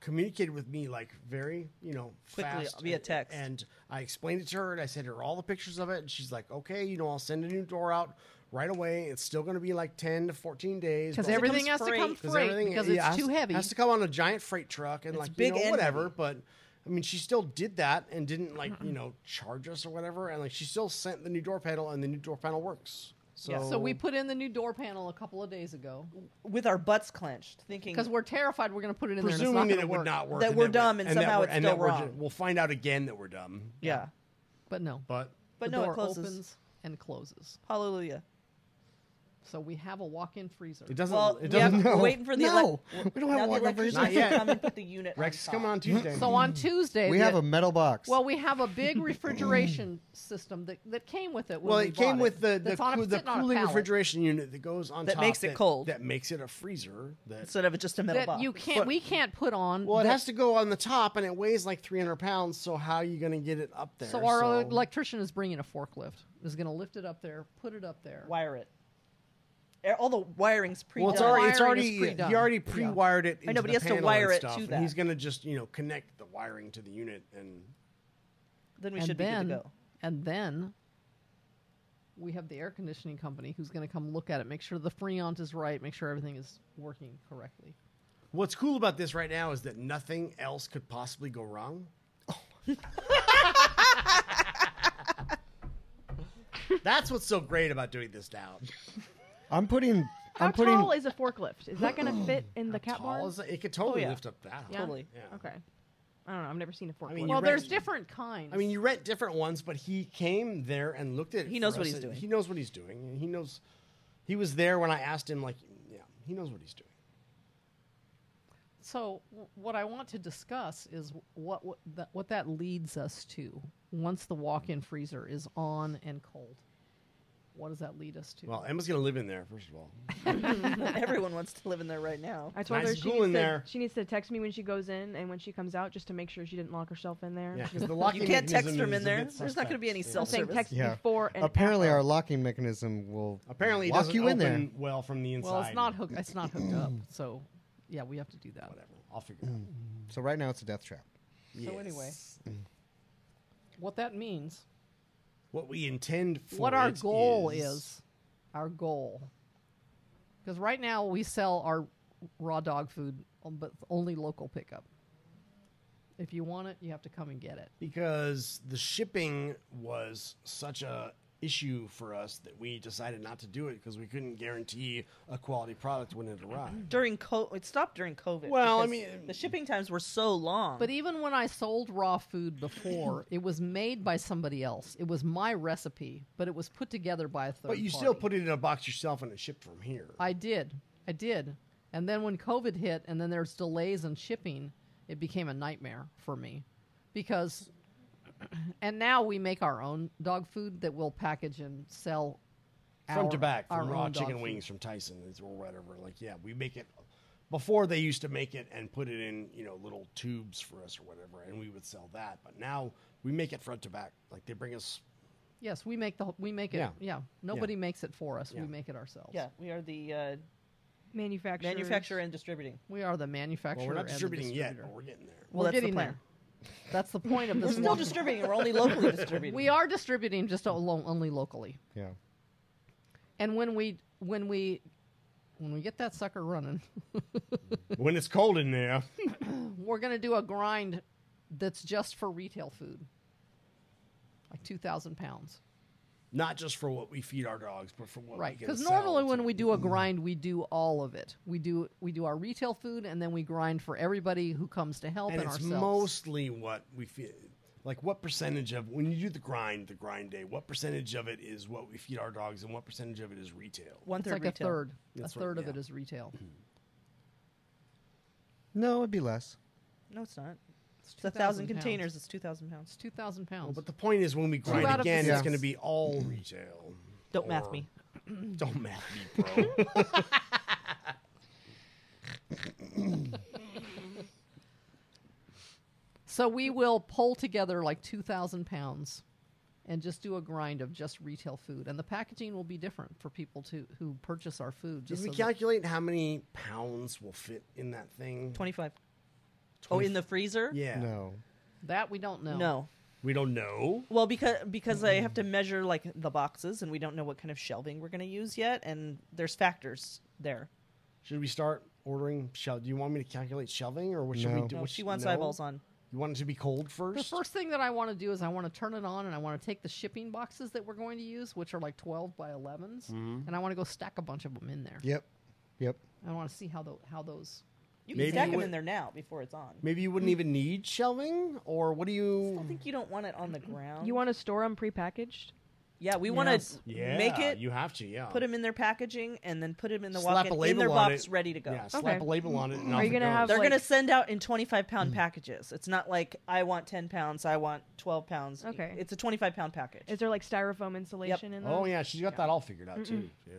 B: communicated with me like very you know
C: Quickly,
B: fast
C: via
B: and-
C: text.
B: And I explained it to her, and I sent her all the pictures of it, and she's like, "Okay, you know, I'll send a new door out right away. It's still going to be like ten to fourteen days
D: because
B: but-
D: everything has
C: comes
D: to come
C: freight.
D: freight
B: everything-
D: because
B: yeah,
D: it's
B: has-
D: too heavy.
B: Has to come on a giant freight truck and like
C: big
B: you know,
C: and
B: whatever.
C: heavy.
B: But I mean, she still did that and didn't like
D: Mm-hmm.
B: you know charge us or whatever. And like she still sent the new door panel, and the new door panel works. So,
C: Yeah.
D: So we put in the new door panel a couple of days ago
B: Mm.
C: with our butts clenched, thinking
D: because we're terrified we're going to put it in there
B: presuming
D: and it's
B: that it
D: not gonna
B: would
D: work.
B: not work,
C: That
B: and
C: we're
B: that
C: dumb
B: we-
C: and
B: that
C: somehow
B: we're-
C: it's
B: and
C: still
B: that we're
C: wrong.
B: ju- we'll find out again that we're dumb.
C: yeah.
D: But But no.
B: But
C: But
D: the
C: no,
D: door
C: it closes.
D: opens and closes.
C: Hallelujah.
D: So we have a walk-in freezer.
B: it doesn't.
C: Well,
B: it
C: yeah,
B: doesn't.
C: we're waiting for the
A: No,
C: elec-
A: we don't have
C: now
A: a
C: the
A: walk-in
C: electricians
A: freezer.
B: Not yet.
C: will come and put the unit
B: Rex is
C: on
B: coming
C: top.
B: on Tuesday.
D: So on Tuesday,
A: We
D: the-
A: have a metal box.
D: well, we have a big refrigeration system that, that came with it. When
B: Well,
D: we
B: it came
D: bought
B: with the the,
D: That's on a-
B: coo- the
D: sitting on a
B: cooling
D: pallet
B: refrigeration unit that goes on
C: That
B: top
C: makes it cold.
B: That makes it a freezer. That
C: instead of just a metal
D: that
C: box.
D: you can't.
B: But-
D: we can't put on.
B: well, it
D: the-
B: has to go on the top, and it weighs like 300 pounds. So how are you going to get it up there?
D: So our electrician is bringing a forklift. Is going to lift it up there, put it up there.
C: wire it. Eh, All the wiring's pre
B: well, it's
D: the
B: already it's
D: wiring is
B: already
D: pre-done.
B: he already pre-wired it. Into
C: know, but
B: the
C: he has to
B: panel and
C: wire it
B: stuff,
C: to
B: and
C: that.
B: He's going to just you know connect the wiring to the unit, and
C: Then we
D: and
C: should
D: then,
C: be good to go.
D: And then we have the air conditioning company who's going to come look at it, make sure the Freon is right, make sure everything is working correctly.
B: what's cool about this right now is that nothing else could possibly go wrong. That's what's so great about doing this now.
A: I'm putting.
G: How
A: I'm putting.
G: tall is a forklift? Is that going to fit in the cat
B: Tall
G: barn?
B: as- it could totally
C: Oh, yeah.
B: lift up that.
G: Yeah?
B: high.
C: Totally.
B: Yeah.
G: Okay. I don't know. I've never seen a forklift.
B: mean,
D: well,
B: you're
D: there's
B: right.
D: different kinds.
B: I mean, you rent different ones, but he came there and looked at it.
C: He
B: for
C: knows what
B: us,
C: he's
B: and
C: doing.
B: He knows what he's doing. and He knows. He was there when I asked him. Like, yeah, he knows what he's doing.
D: So, w- what I want to discuss is what what, that what that leads us to once the walk-in freezer is on and cold. What does that lead us to?
B: Well, Emma's gonna live in there first of all.
C: Everyone wants to live in there right now.
G: I told
B: nice
G: her she
B: ghoul
G: needs,
B: in
G: to,
B: there.
G: she needs to text me when she goes in and when she comes out just to make sure she didn't lock herself in there.
B: Yeah,
G: She
B: 'cause
G: just-
B: the locking
C: You can't text
B: mechanism
C: him
B: is
C: in
B: a
C: there.
B: bit
C: There's not going to be any
B: suspect.
C: self
G: saying
C: service.
G: text
A: Yeah.
G: before and
A: Apparently,
G: after.
A: our locking mechanism will
B: Apparently, it
A: lock
B: doesn't
A: you in
B: open
A: there.
B: well from the inside.
D: Well, it's not hooked. It's not hooked up. So, yeah, we have to do that.
B: Whatever. I'll figure it out.
A: So right now, it's a death trap.
D: So anyway.
B: Mm.
D: What that means,
B: what we intend for
D: what our
B: it
D: goal is, our goal. Because right now we sell our raw dog food, um, but only local pickup. If you want it, you have to come and get it.
B: because the shipping was such a issue for us that we decided not to do it because we couldn't guarantee a quality product when it
D: Mm-hmm.
B: arrived.
C: During co- it stopped during COVID.
B: Well, I
C: because
B: mean-
C: the shipping times were so long.
D: But even when I sold raw food before, it was made by somebody else. It was my recipe, but it was put together by a third.
B: But you still
D: party.
B: put it in a box yourself and it shipped from here.
D: I did. I did. And then when COVID hit and then there's delays in shipping, it became a nightmare for me because and now we make our own dog food that we'll package and sell
B: from
D: our-
B: to back,
D: our
B: from raw
D: own dog
B: chicken
D: food.
B: wings from Tyson or whatever. Like, yeah, we make it. Before they used to make it and put it in, you know, little tubes for us or whatever, and we would sell that. But now we make it front to back. Like they bring us
D: Yes, we make the whole- we make it.
B: Yeah.
D: Yeah. Nobody makes it for us. We make it ourselves.
C: yeah, we are the uh,
G: manufacturer.
C: manufacturer and distributing.
D: We are the manufacturer.
B: Well, we're not
D: and the
B: distributing yet, but
D: distributor.
B: we're getting there.
D: We're
C: Well, that's the
D: getting
C: plan.
D: there. That's the point of
C: We're
D: this.
C: still
D: walk.
C: distributing. We're only locally distributing.
D: we are distributing just alone, only locally.
A: Yeah.
D: And when we when we when we get that sucker running,
B: when it's cold in there,
D: we're going to do a grind that's just for retail food, like two thousand pounds,
B: not just for what we feed our dogs, but for what
D: right?
B: we can
D: Because
B: sell
D: normally
B: to-
D: when we do a
B: Mm-hmm.
D: grind, we do all of it. We do we do our retail food, and then we grind for everybody who comes to help
B: and
D: and,
B: it's
D: ourselves.
B: mostly what we feed. Like what percentage of when you do the grind, the grind day, what percentage of it is what we feed our dogs, and what percentage of it is retail?
C: one
D: it's
C: third
D: like
C: retail.
D: a third.
B: That's
D: a
B: right,
D: third of
B: yeah. Mm-hmm.
D: it is retail.
A: No, it'd be less.
C: No, it's not. It's, a
D: 2,000
C: thousand
D: pounds.
C: containers. It's two thousand pounds.
D: It's two thousand
B: Well,
D: pounds.
B: Oh, but the point is when we grind
D: out of
B: again, it's
A: six.
B: going to be all retail.
C: Don't math
B: Or-
C: me.
B: Don't math me, bro.
D: so we will pull together like two thousand pounds. And just do a grind of just retail food, and the packaging will be different for people to who purchase our food.
B: Did
D: Just
B: we
D: so that-
B: calculate how many pounds will fit in that thing?
C: Twenty-five. Oh, in the freezer?
B: Yeah,
A: No.
D: that we don't know.
C: No.
B: we don't know.
C: Well, because because I have to measure like the boxes, and we don't know what kind of shelving we're going to use yet, and there's factors there.
B: Should we start ordering shell? Do you want me to calculate shelving or what should
A: No.
B: we do?
C: No,
B: what
C: she
B: should-
C: wants
B: no?
C: eyeballs on.
B: You want it to be cold
D: The
B: first?
D: first thing that I want to do is I want to turn it on and I want to take the shipping boxes that we're going to use, which are like 12 by
B: Mm-hmm.
D: 11s, and I want to go stack a bunch of them in there.
A: Yep. Yep.
D: I want to see how, tho- how those
F: You
B: Maybe
F: can stack
B: you
F: them
B: would-
F: in there now before it's on.
B: Maybe you wouldn't even need shelving, or what do
F: I
B: you?
F: think you don't want it on the ground.
G: You want to store them prepackaged?
C: Yeah, we want to
F: Yes.
C: make it,
B: You have to, yeah.
C: put them in their packaging, and then put them in the
B: Slap
C: walk
B: a
C: in their
B: label on
C: box,
B: it.
C: ready to go.
B: Yeah, slap
G: Okay.
B: a label on it. And
G: Are
B: off
G: you
B: it
G: gonna have
B: goes.
C: They're
G: like-
C: going to send out in 25 pound
B: Hmm.
C: packages. It's not like I want 10 pounds, I want 12 pounds.
G: Okay.
C: It's a 25 pound package.
G: Is there like styrofoam insulation in there?
B: Oh yeah, she's got that all figured out too. Yeah.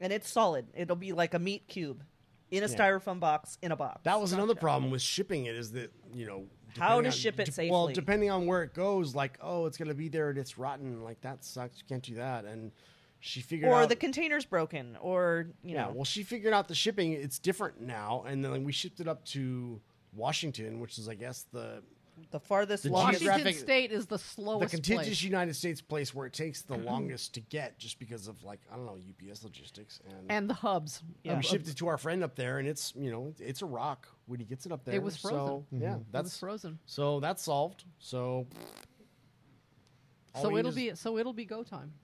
C: and it's solid. It'll be like a meat cube in a styrofoam box in a box.
B: That was another problem with shipping it is that you know
C: How to
B: depending
C: ship it
B: dep- Well,
C: safely.
B: depending on where it goes, like oh, it's gonna be there and it's rotten. Like that sucks. You can't do that. And she figured
C: or
B: out
C: the container's broken, or you
B: yeah.
C: know,
B: Well, she figured out the shipping. It's different now, and then we shipped it up to Washington, which is I guess the
C: the farthest
B: The
C: longest.
B: geographic-
D: Washington State is the slowest
B: the contiguous
D: place.
B: United States place where it takes the
C: Mm-hmm.
B: longest to get, just because of like I don't know UPS logistics. And,
D: and the hubs.
B: we
C: yeah.
B: shipped it to our friend up there, and it's you know it- it's a rock when he gets it up there.
D: was
B: So,
C: Mm-hmm.
D: frozen.
B: yeah,
D: That was
B: that's
D: frozen.
B: so that's solved. So. all
D: So
B: we need
D: it'll
B: is-
D: be so it'll be go time.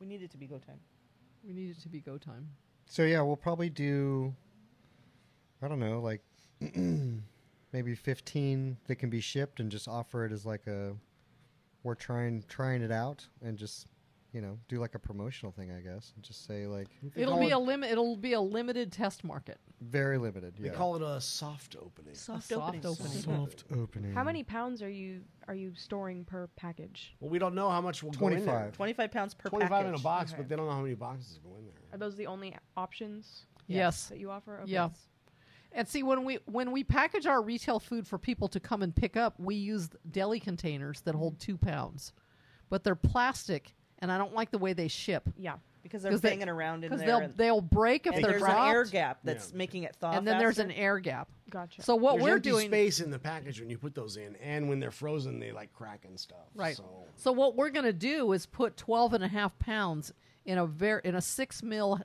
C: we need it to be go time.
D: We need it to be go time.
A: So yeah, we'll probably do. I don't know, like maybe fifteen that can be shipped, and just offer it as like a we're trying trying it out, and just you know do like a promotional thing, I guess, and just say like
D: It'll be a limit. It'll be a limited test market.
A: very limited.
B: They
A: Yeah.
B: call it a soft opening.
D: A
C: Soft,
D: soft opening.
A: soft opening.
D: Hmm.
G: How many pounds are you are you storing per package?
B: Well, we don't know how much will go in there.
A: 25.
C: Twenty-five pounds per
B: 25
C: package.
B: in a box,
G: Okay.
B: but they don't know how many boxes go in there.
G: Are those the only options
D: Yes.
G: that you offer? Okay.
D: Yeah. And see when we when we package our retail food for people to come and pick up, we use deli containers that hold two pounds, but they're plastic, and I don't like the way they ship
G: Yeah.
C: because they're
D: 'Cause they-
C: banging around in
D: because
C: there.
D: they'll
C: and,
D: they'll break if
C: and
D: they're
C: there's an air
D: dropped,
C: gap that's
B: Yeah.
C: making it thaw.
D: and then there's
C: faster.
D: an air gap.
G: Gotcha.
D: So what
B: There's
D: we're
B: empty
D: doing,
B: space in the package when you put those in, and when they're frozen, they like crack and stuff.
D: right?
B: So,
D: So what we're going to do is put 12 and a half pounds in a ver- in a six mil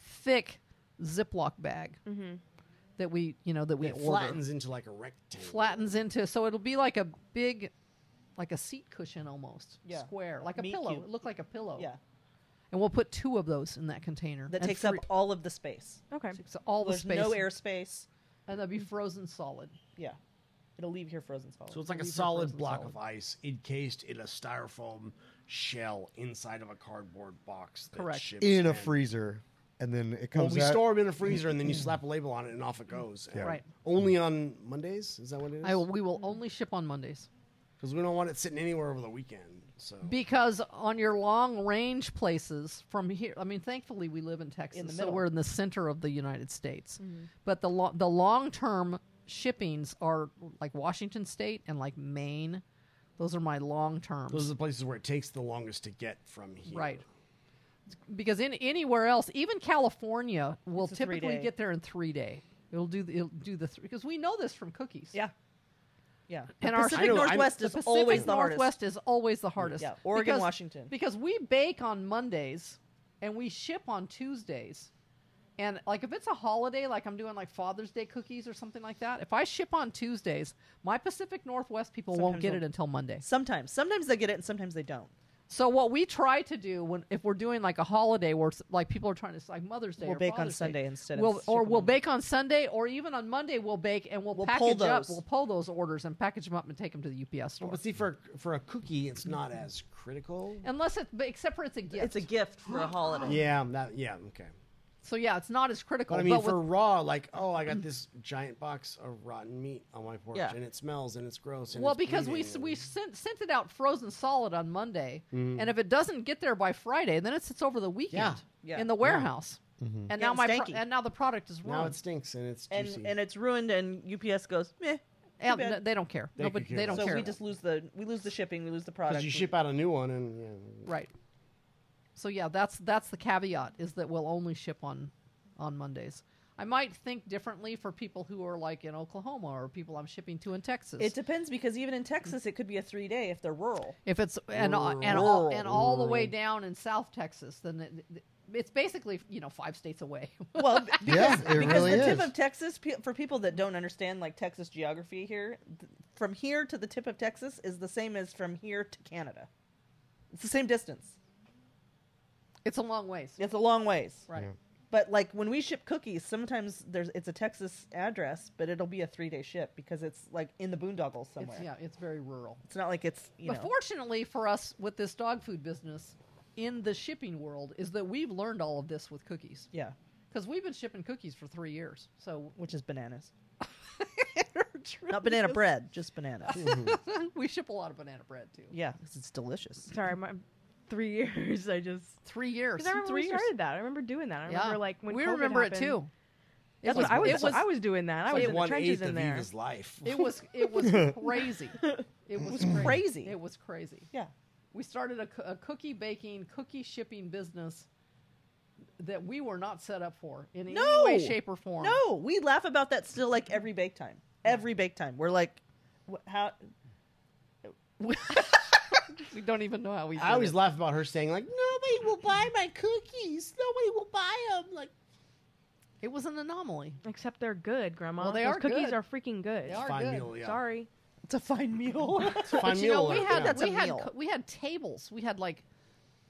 D: thick Ziploc bag
C: Mm-hmm.
D: that we you know that we
B: it
D: order.
B: flattens into like a rectangle.
D: flattens into so it'll be like a big like a seat cushion almost
C: Yeah.
D: square like a
C: Meat
D: pillow
C: cube.
D: it looked like a pillow
C: yeah
D: and we'll put two of those in that container
C: that
D: And
C: takes
D: three-
C: up all of the space.
G: Okay.
D: takes up all the
C: There's
D: space
C: no airspace.
D: and they'll be frozen solid
C: Yeah, it'll leave here frozen solid.
B: So it's like a
D: These are
B: solid
D: frozen
B: block
D: solid.
B: of ice encased in a styrofoam shell inside of a cardboard box. That
D: Correct.
B: Ships
A: in a
B: and-
A: freezer, and then it
B: Well,
A: comes
B: we
A: out.
B: store them in a freezer, and then you slap a label on it, and off it goes. And
D: Right.
B: Only on Mondays is that what it is?
D: I will, we will only ship on mondays
B: Because we don't want it sitting anywhere over the weekend. So
D: because on your long range places from here i mean thankfully we live in texas
C: the
D: so
C: middle. Mm-hmm.
D: we're in the center of the united states but the, lo- the long term shippings are like washington state and like maine those are my long terms
B: those are the places where it takes the longest to get from here.
D: Right. Because in anywhere else, even California will
C: It's a three
D: typically
C: day.
D: get there in three day. It'll do the, it'll do the three because we know this from cookies.
C: yeah, yeah.
D: And
C: the
D: our-
B: I
C: Pacific
B: know, I'm-
C: Northwest
D: the
C: is
D: Pacific
C: always the
D: Northwest
C: hardest.
D: is always the hardest.
C: Yeah, Oregon,
D: because-
C: Washington.
D: Because we bake on Mondays and we ship on Tuesdays. And like if it's a holiday, like I'm doing like Father's Day cookies or something like that, if I ship on Tuesdays, my Pacific Northwest people won't
C: Sometimes
D: get it
C: they'll-
D: until Monday.
C: Sometimes, sometimes they get it, and sometimes they don't.
D: So what we try to do when if we're doing like a holiday where it's- like people are trying to it's like Mother's Day,
C: We'll
D: or
C: bake on
D: Father's Day,
C: Sunday instead of
D: We'll, or
C: shipping
D: we'll
C: them.
D: bake on Sunday, or even on Monday we'll bake and we'll,
C: We'll pull
D: package up.
C: those.
D: We'll pull those orders and package them up and take them to the UPS store.
B: Well, but see, for for a cookie, it's not as critical.
D: Unless it, but except for it's a gift.
C: It's a gift for a holiday.
B: Yeah, that yeah, okay.
D: so yeah, it's not as critical.
B: But I mean,
D: with-
B: for raw, like, oh, I got this giant box of rotten meat on my porch,
C: Yeah.
B: and it smells and it's gross. And
D: well,
B: it's
D: because we
B: bleeding,
D: s-
B: and- Mm-hmm.
D: we sent sent it out frozen solid on Monday, and if it doesn't get there by Friday, then it sits over the weekend
C: Yeah.
D: in the warehouse, and now
C: Getting
D: my pro-
C: stanky.
D: and now the product is
B: Mm-hmm. now
D: ruined.
B: it stinks and it's
C: and
B: juicy.
C: and it's ruined, and UPS goes meh.
D: and
C: bad.
D: no, they don't care.
B: They
D: no,
B: could
D: but
B: care
D: they don't
B: less.
C: So
D: care.
C: we just lose the we lose the shipping, we lose the product.
B: because you
C: we-
B: ship out a new one and yeah,
D: Right. So yeah, that's that's the caveat is that we'll only ship on on Mondays. I might think differently for people who are like in Oklahoma or people I'm shipping to in Texas.
C: It depends because even in Texas, it could be a three day if they're rural.
D: if it's and all- and all, and all the way down in South Texas, then it, it's basically you know five states away.
C: Well, b-
A: Yeah, it
C: because
A: really
C: the
A: is.
C: tip of Texas, pe- for people that don't understand like Texas geography here, th- from here to the tip of Texas is the same as from here to Canada. It's the same distance.
D: it's a long ways,
C: It's a long ways.
D: right?
C: But like when we ship cookies, sometimes there's it's a Texas address, but it'll be a three day ship because it's like in the boondoggles
D: It's,
C: somewhere. It's,
D: yeah, it's very rural.
C: not like it's you
D: But
C: know.
D: fortunately for us with this dog food business in the shipping world is that we've learned all of this with cookies
C: Yeah,
D: because we've been shipping cookies for three years. So
C: which is bananas. Not banana bread, just bananas.
D: we ship a lot of banana bread too.
C: yeah, 'cause it's delicious.
G: Sorry, my three years. I just
D: Three years.
G: because I remember
D: three
G: we
D: years.
G: started that. I remember doing that. I
D: Yeah.
G: remember like when
D: we
G: COVID
D: remember
G: happened,
D: it too. It
G: That's what I was,
D: It was.
G: I was doing that. I was in the
B: one
G: trenches
B: eighth
G: in
B: of
G: there.
B: Eva's life.
D: It was. It was crazy. It was
C: crazy.
D: It was crazy.
C: Yeah,
D: we started a, co- a cookie baking, cookie shipping business that we were not set up for in
C: No!
D: any way, shape, or form.
C: no, we laugh about that still. Like every bake time, every bake time, we're like, wh- how?
D: we don't even know how we. Did
B: I always
D: it.
B: laugh about her saying like, "Nobody will buy my cookies. Nobody will buy them." Like,
D: it was an anomaly.
G: Except they're good, Grandma.
D: Well, they
G: Those
D: are
G: cookies
D: good.
G: are freaking good.
D: They are
B: fine
D: good.
B: meal, yeah.
G: Sorry.
C: It's a fine meal.
B: It's a fine
D: But you
B: meal.
D: know, we
B: like,
D: had
B: yeah.
C: That's a
D: we had
C: meal.
D: co- we had tables. We had like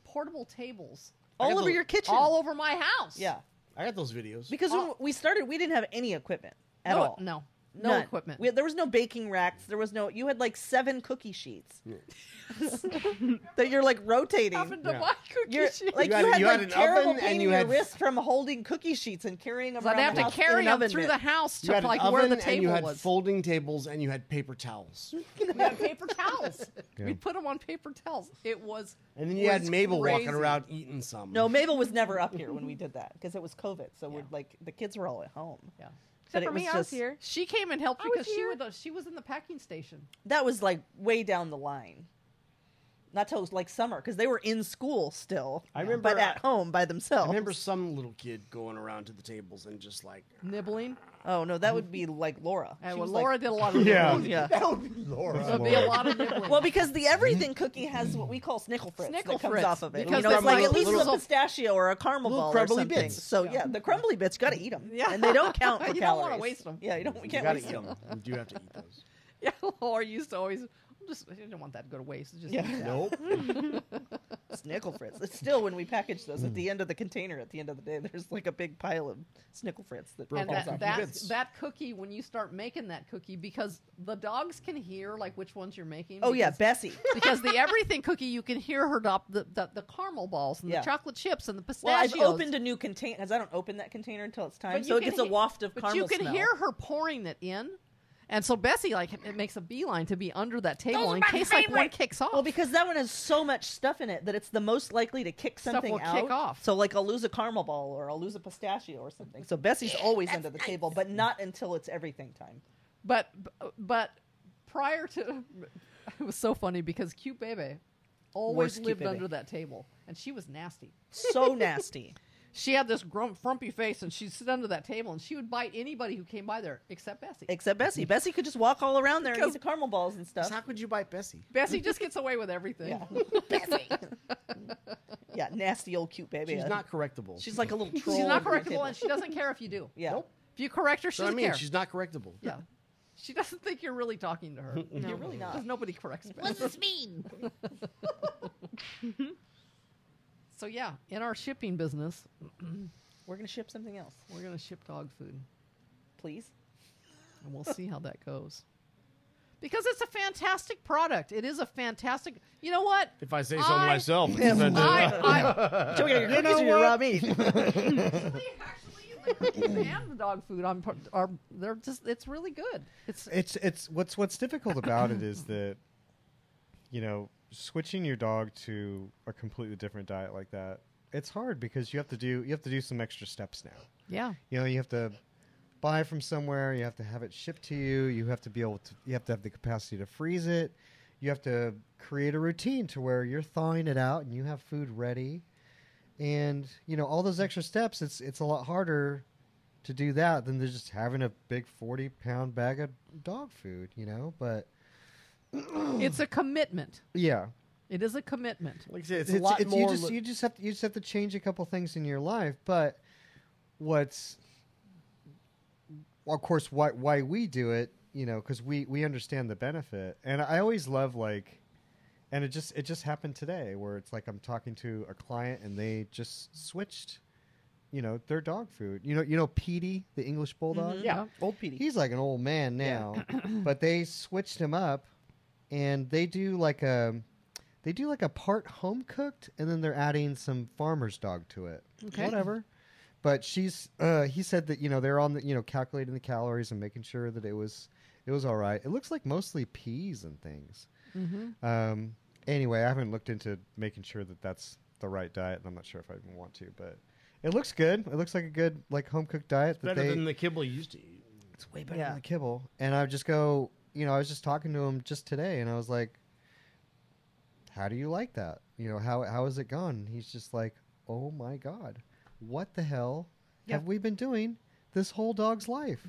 D: portable tables
B: I got
C: all over
B: the-
C: your kitchen.
D: all over my house.
C: yeah,
B: I got those videos.
C: because when we started, we didn't have any equipment at
D: no,
C: all.
D: No, no
C: None.
D: equipment.
C: We, there was no baking racks. There was no. You had like seven cookie sheets that you're like rotating.
D: happened to
B: Yeah.
D: buy cookie
C: You're
D: sheets.
C: like
B: You
C: you,
B: had-
C: had,
B: you had
C: like
B: an
C: terrible
B: oven
C: pain
B: and
C: in
B: you
C: your
B: had-
C: wrist from holding cookie sheets and carrying them.
D: So I'd
C: around
D: have
C: the
D: to
C: house in
D: carry
C: an
D: them
C: oven
D: through
C: mitt.
D: the house
B: you
D: to
B: had an
D: like
B: oven
D: where the
B: and you
D: table
B: had
D: was.
B: folding tables and you had paper towels.
D: we had paper towels.
A: Yeah.
D: We put them on paper towels. It was.
B: And then you had
D: was
B: Mabel walking
D: crazy.
B: around eating some.
C: No, Mabel was never up here when we did that because it was COVID. So we're
D: Yeah.
C: like the kids were all at home.
D: Yeah.
C: But
G: Except for
C: it was
G: me, I was
C: just-
G: here.
D: She came and helped
G: I was
D: because she
G: here.
D: was she was in the packing station.
C: That was like way down the line. Not till it was like summer because they were in school still.
B: I remember- uh,
C: but at home by
B: I
C: themselves.
B: remember some little kid going around to the tables and just like,
D: Nibbling.
C: Oh no, that would be like Laura.
D: And
C: She
D: well,
C: was
D: Laura
C: like,
D: did a lot of
A: Yeah.
D: nibbling.
C: yeah.
B: that would be Laura.
D: There'd be a lot of nibbling.
C: Well, because the everything cookie has what we call snickle fritz
D: Snickle
C: that comes
D: fritz,
C: off of it.
D: because
C: you know, it's
D: they're
C: like
D: like
C: at least
D: little-
C: a pistachio or a caramel
B: little
C: ball or
B: crumbly
C: something.
B: bits.
C: So
D: Yeah.
C: yeah. the crumbly bits got to eat them. Yeah, and they don't count for
D: You don't
C: calories.
D: wanna waste 'em.
C: Yeah, you don't. We
B: You
C: can't
B: gotta
C: waste
B: eat
C: them.
B: them. You do have to eat those.
D: yeah, Laura used to always I'm just I didn't want that to go to waste. Just
C: Yeah.
D: eat that.
B: Nope.
C: Snickle Fritz. It's still when we package those at the end of the container. At the end of the day, there's like a big pile of Snickle Fritz that
D: And
C: falls
D: that
C: off.
D: that,
B: bits.
D: that cookie when you start making that cookie because the dogs can hear like which ones you're making.
C: oh yeah,
D: because-
C: Bessie.
D: because the everything cookie you can hear her dop the, the, the caramel balls and
C: Yeah.
D: the chocolate chips and the
C: Well, I've
D: pistachios.
C: opened a new container because I don't open that container until it's time,
D: But
C: so
D: you
C: it
D: can
C: gets a
D: he-
C: waft of
D: but
C: caramel
D: you can
C: smell.
D: hear her pouring it in. And so Bessie like it makes a beeline to be under that table in case like one kicks off.
C: Well, because that one has so much stuff in it that it's the most likely to kick
D: Stuff
C: something
D: will
C: out.
D: kick off.
C: So like I'll lose a caramel ball or I'll lose a pistachio or something. So Bessie's always under the table, but not until it's everything time.
D: But but prior to it was so funny because cute baby always
C: Worst Cute
D: lived
C: Bebe.
D: under that table and she was nasty.
C: So nasty.
D: She had this grump, frumpy face and she'd sit under that table and she would bite anybody who came by there except Bessie.
C: Except Bessie. Bessie could just walk all around there and eat the caramel balls and
B: How
C: stuff.
B: could you bite Bessie?
D: Bessie just gets away with everything.
C: Yeah. yeah, nasty old cute baby.
B: She's not correctable.
C: She's like a little troll.
D: She's not
C: under the
D: correctable and
C: table.
D: she doesn't care if you do.
C: Yeah.
B: Nope.
D: If you correct her, she
B: So I
D: doesn't
B: mean,
D: care.
B: she's not correctable.
D: Yeah. She doesn't think you're really talking to her.
C: You're really not.
D: Because nobody corrects
E: What does
D: Bessie.
E: this mean?
D: So yeah, in our shipping business,
C: We're gonna ship something else,
D: we're gonna ship dog food.
C: please.
D: and we'll see how that goes. Because it's a fantastic product. It is a fantastic. You know what?
B: If I say so
D: I-
B: myself,
D: I,
C: Joey, your cookies
A: know
C: or your
A: what?
C: raw meat?
D: I actually, the cookies and the dog food on par- are they're just it's really good. It's
A: it's it's what's what's difficult about it is that you know switching your dog to a completely different diet like that it's hard because you have to do you have to do some extra steps now
D: yeah.
A: you know you have to buy from somewhere you have to have it shipped to you you have to be able to you have to have the capacity to freeze it you have to create a routine to where you're thawing it out and you have food ready and you know all those extra steps it's it's a lot harder to do that than to just having a big 40 pound bag of dog food you know but
D: It's a commitment.
A: yeah
D: It is a commitment.
B: like I said, it's, a lot more.
A: you just
B: li-
A: you just have to, you just have to change a couple things in your life but what's well, of course why why we do it you know because we we understand the benefit and i always love like and it just it just happened today where it's like i'm talking to a client and they just switched you know their dog food. You know, you know Petey, the English bulldog.
C: Mhm.
D: Mm-hmm. Yeah.
C: Old Petey.
A: He's like an old man now, but they switched him up, and they do like a, they do like a part home cooked, and then they're adding some farmer's dog to it.
D: Okay.
A: Whatever. But she's, uh, he said that you know they're on the you know calculating the calories and making sure that it was it was all right. It looks like mostly peas and things.
D: Mm-hmm.
A: Um, anyway, I haven't looked into making sure that that's the right diet, and I'm not sure if I even want to, but it looks good. It looks like a good like home cooked diet. that
B: better
A: they,
B: than the kibble you used to eat.
A: it's way better
C: Yeah.
A: than the kibble. And I would just go, you know, I was just talking to him just today, and I was like, "How do you like that? You know, how how has it gone?" And he's just like, "Oh my god, what the hell
C: Yeah.
A: have we been doing this whole dog's life?"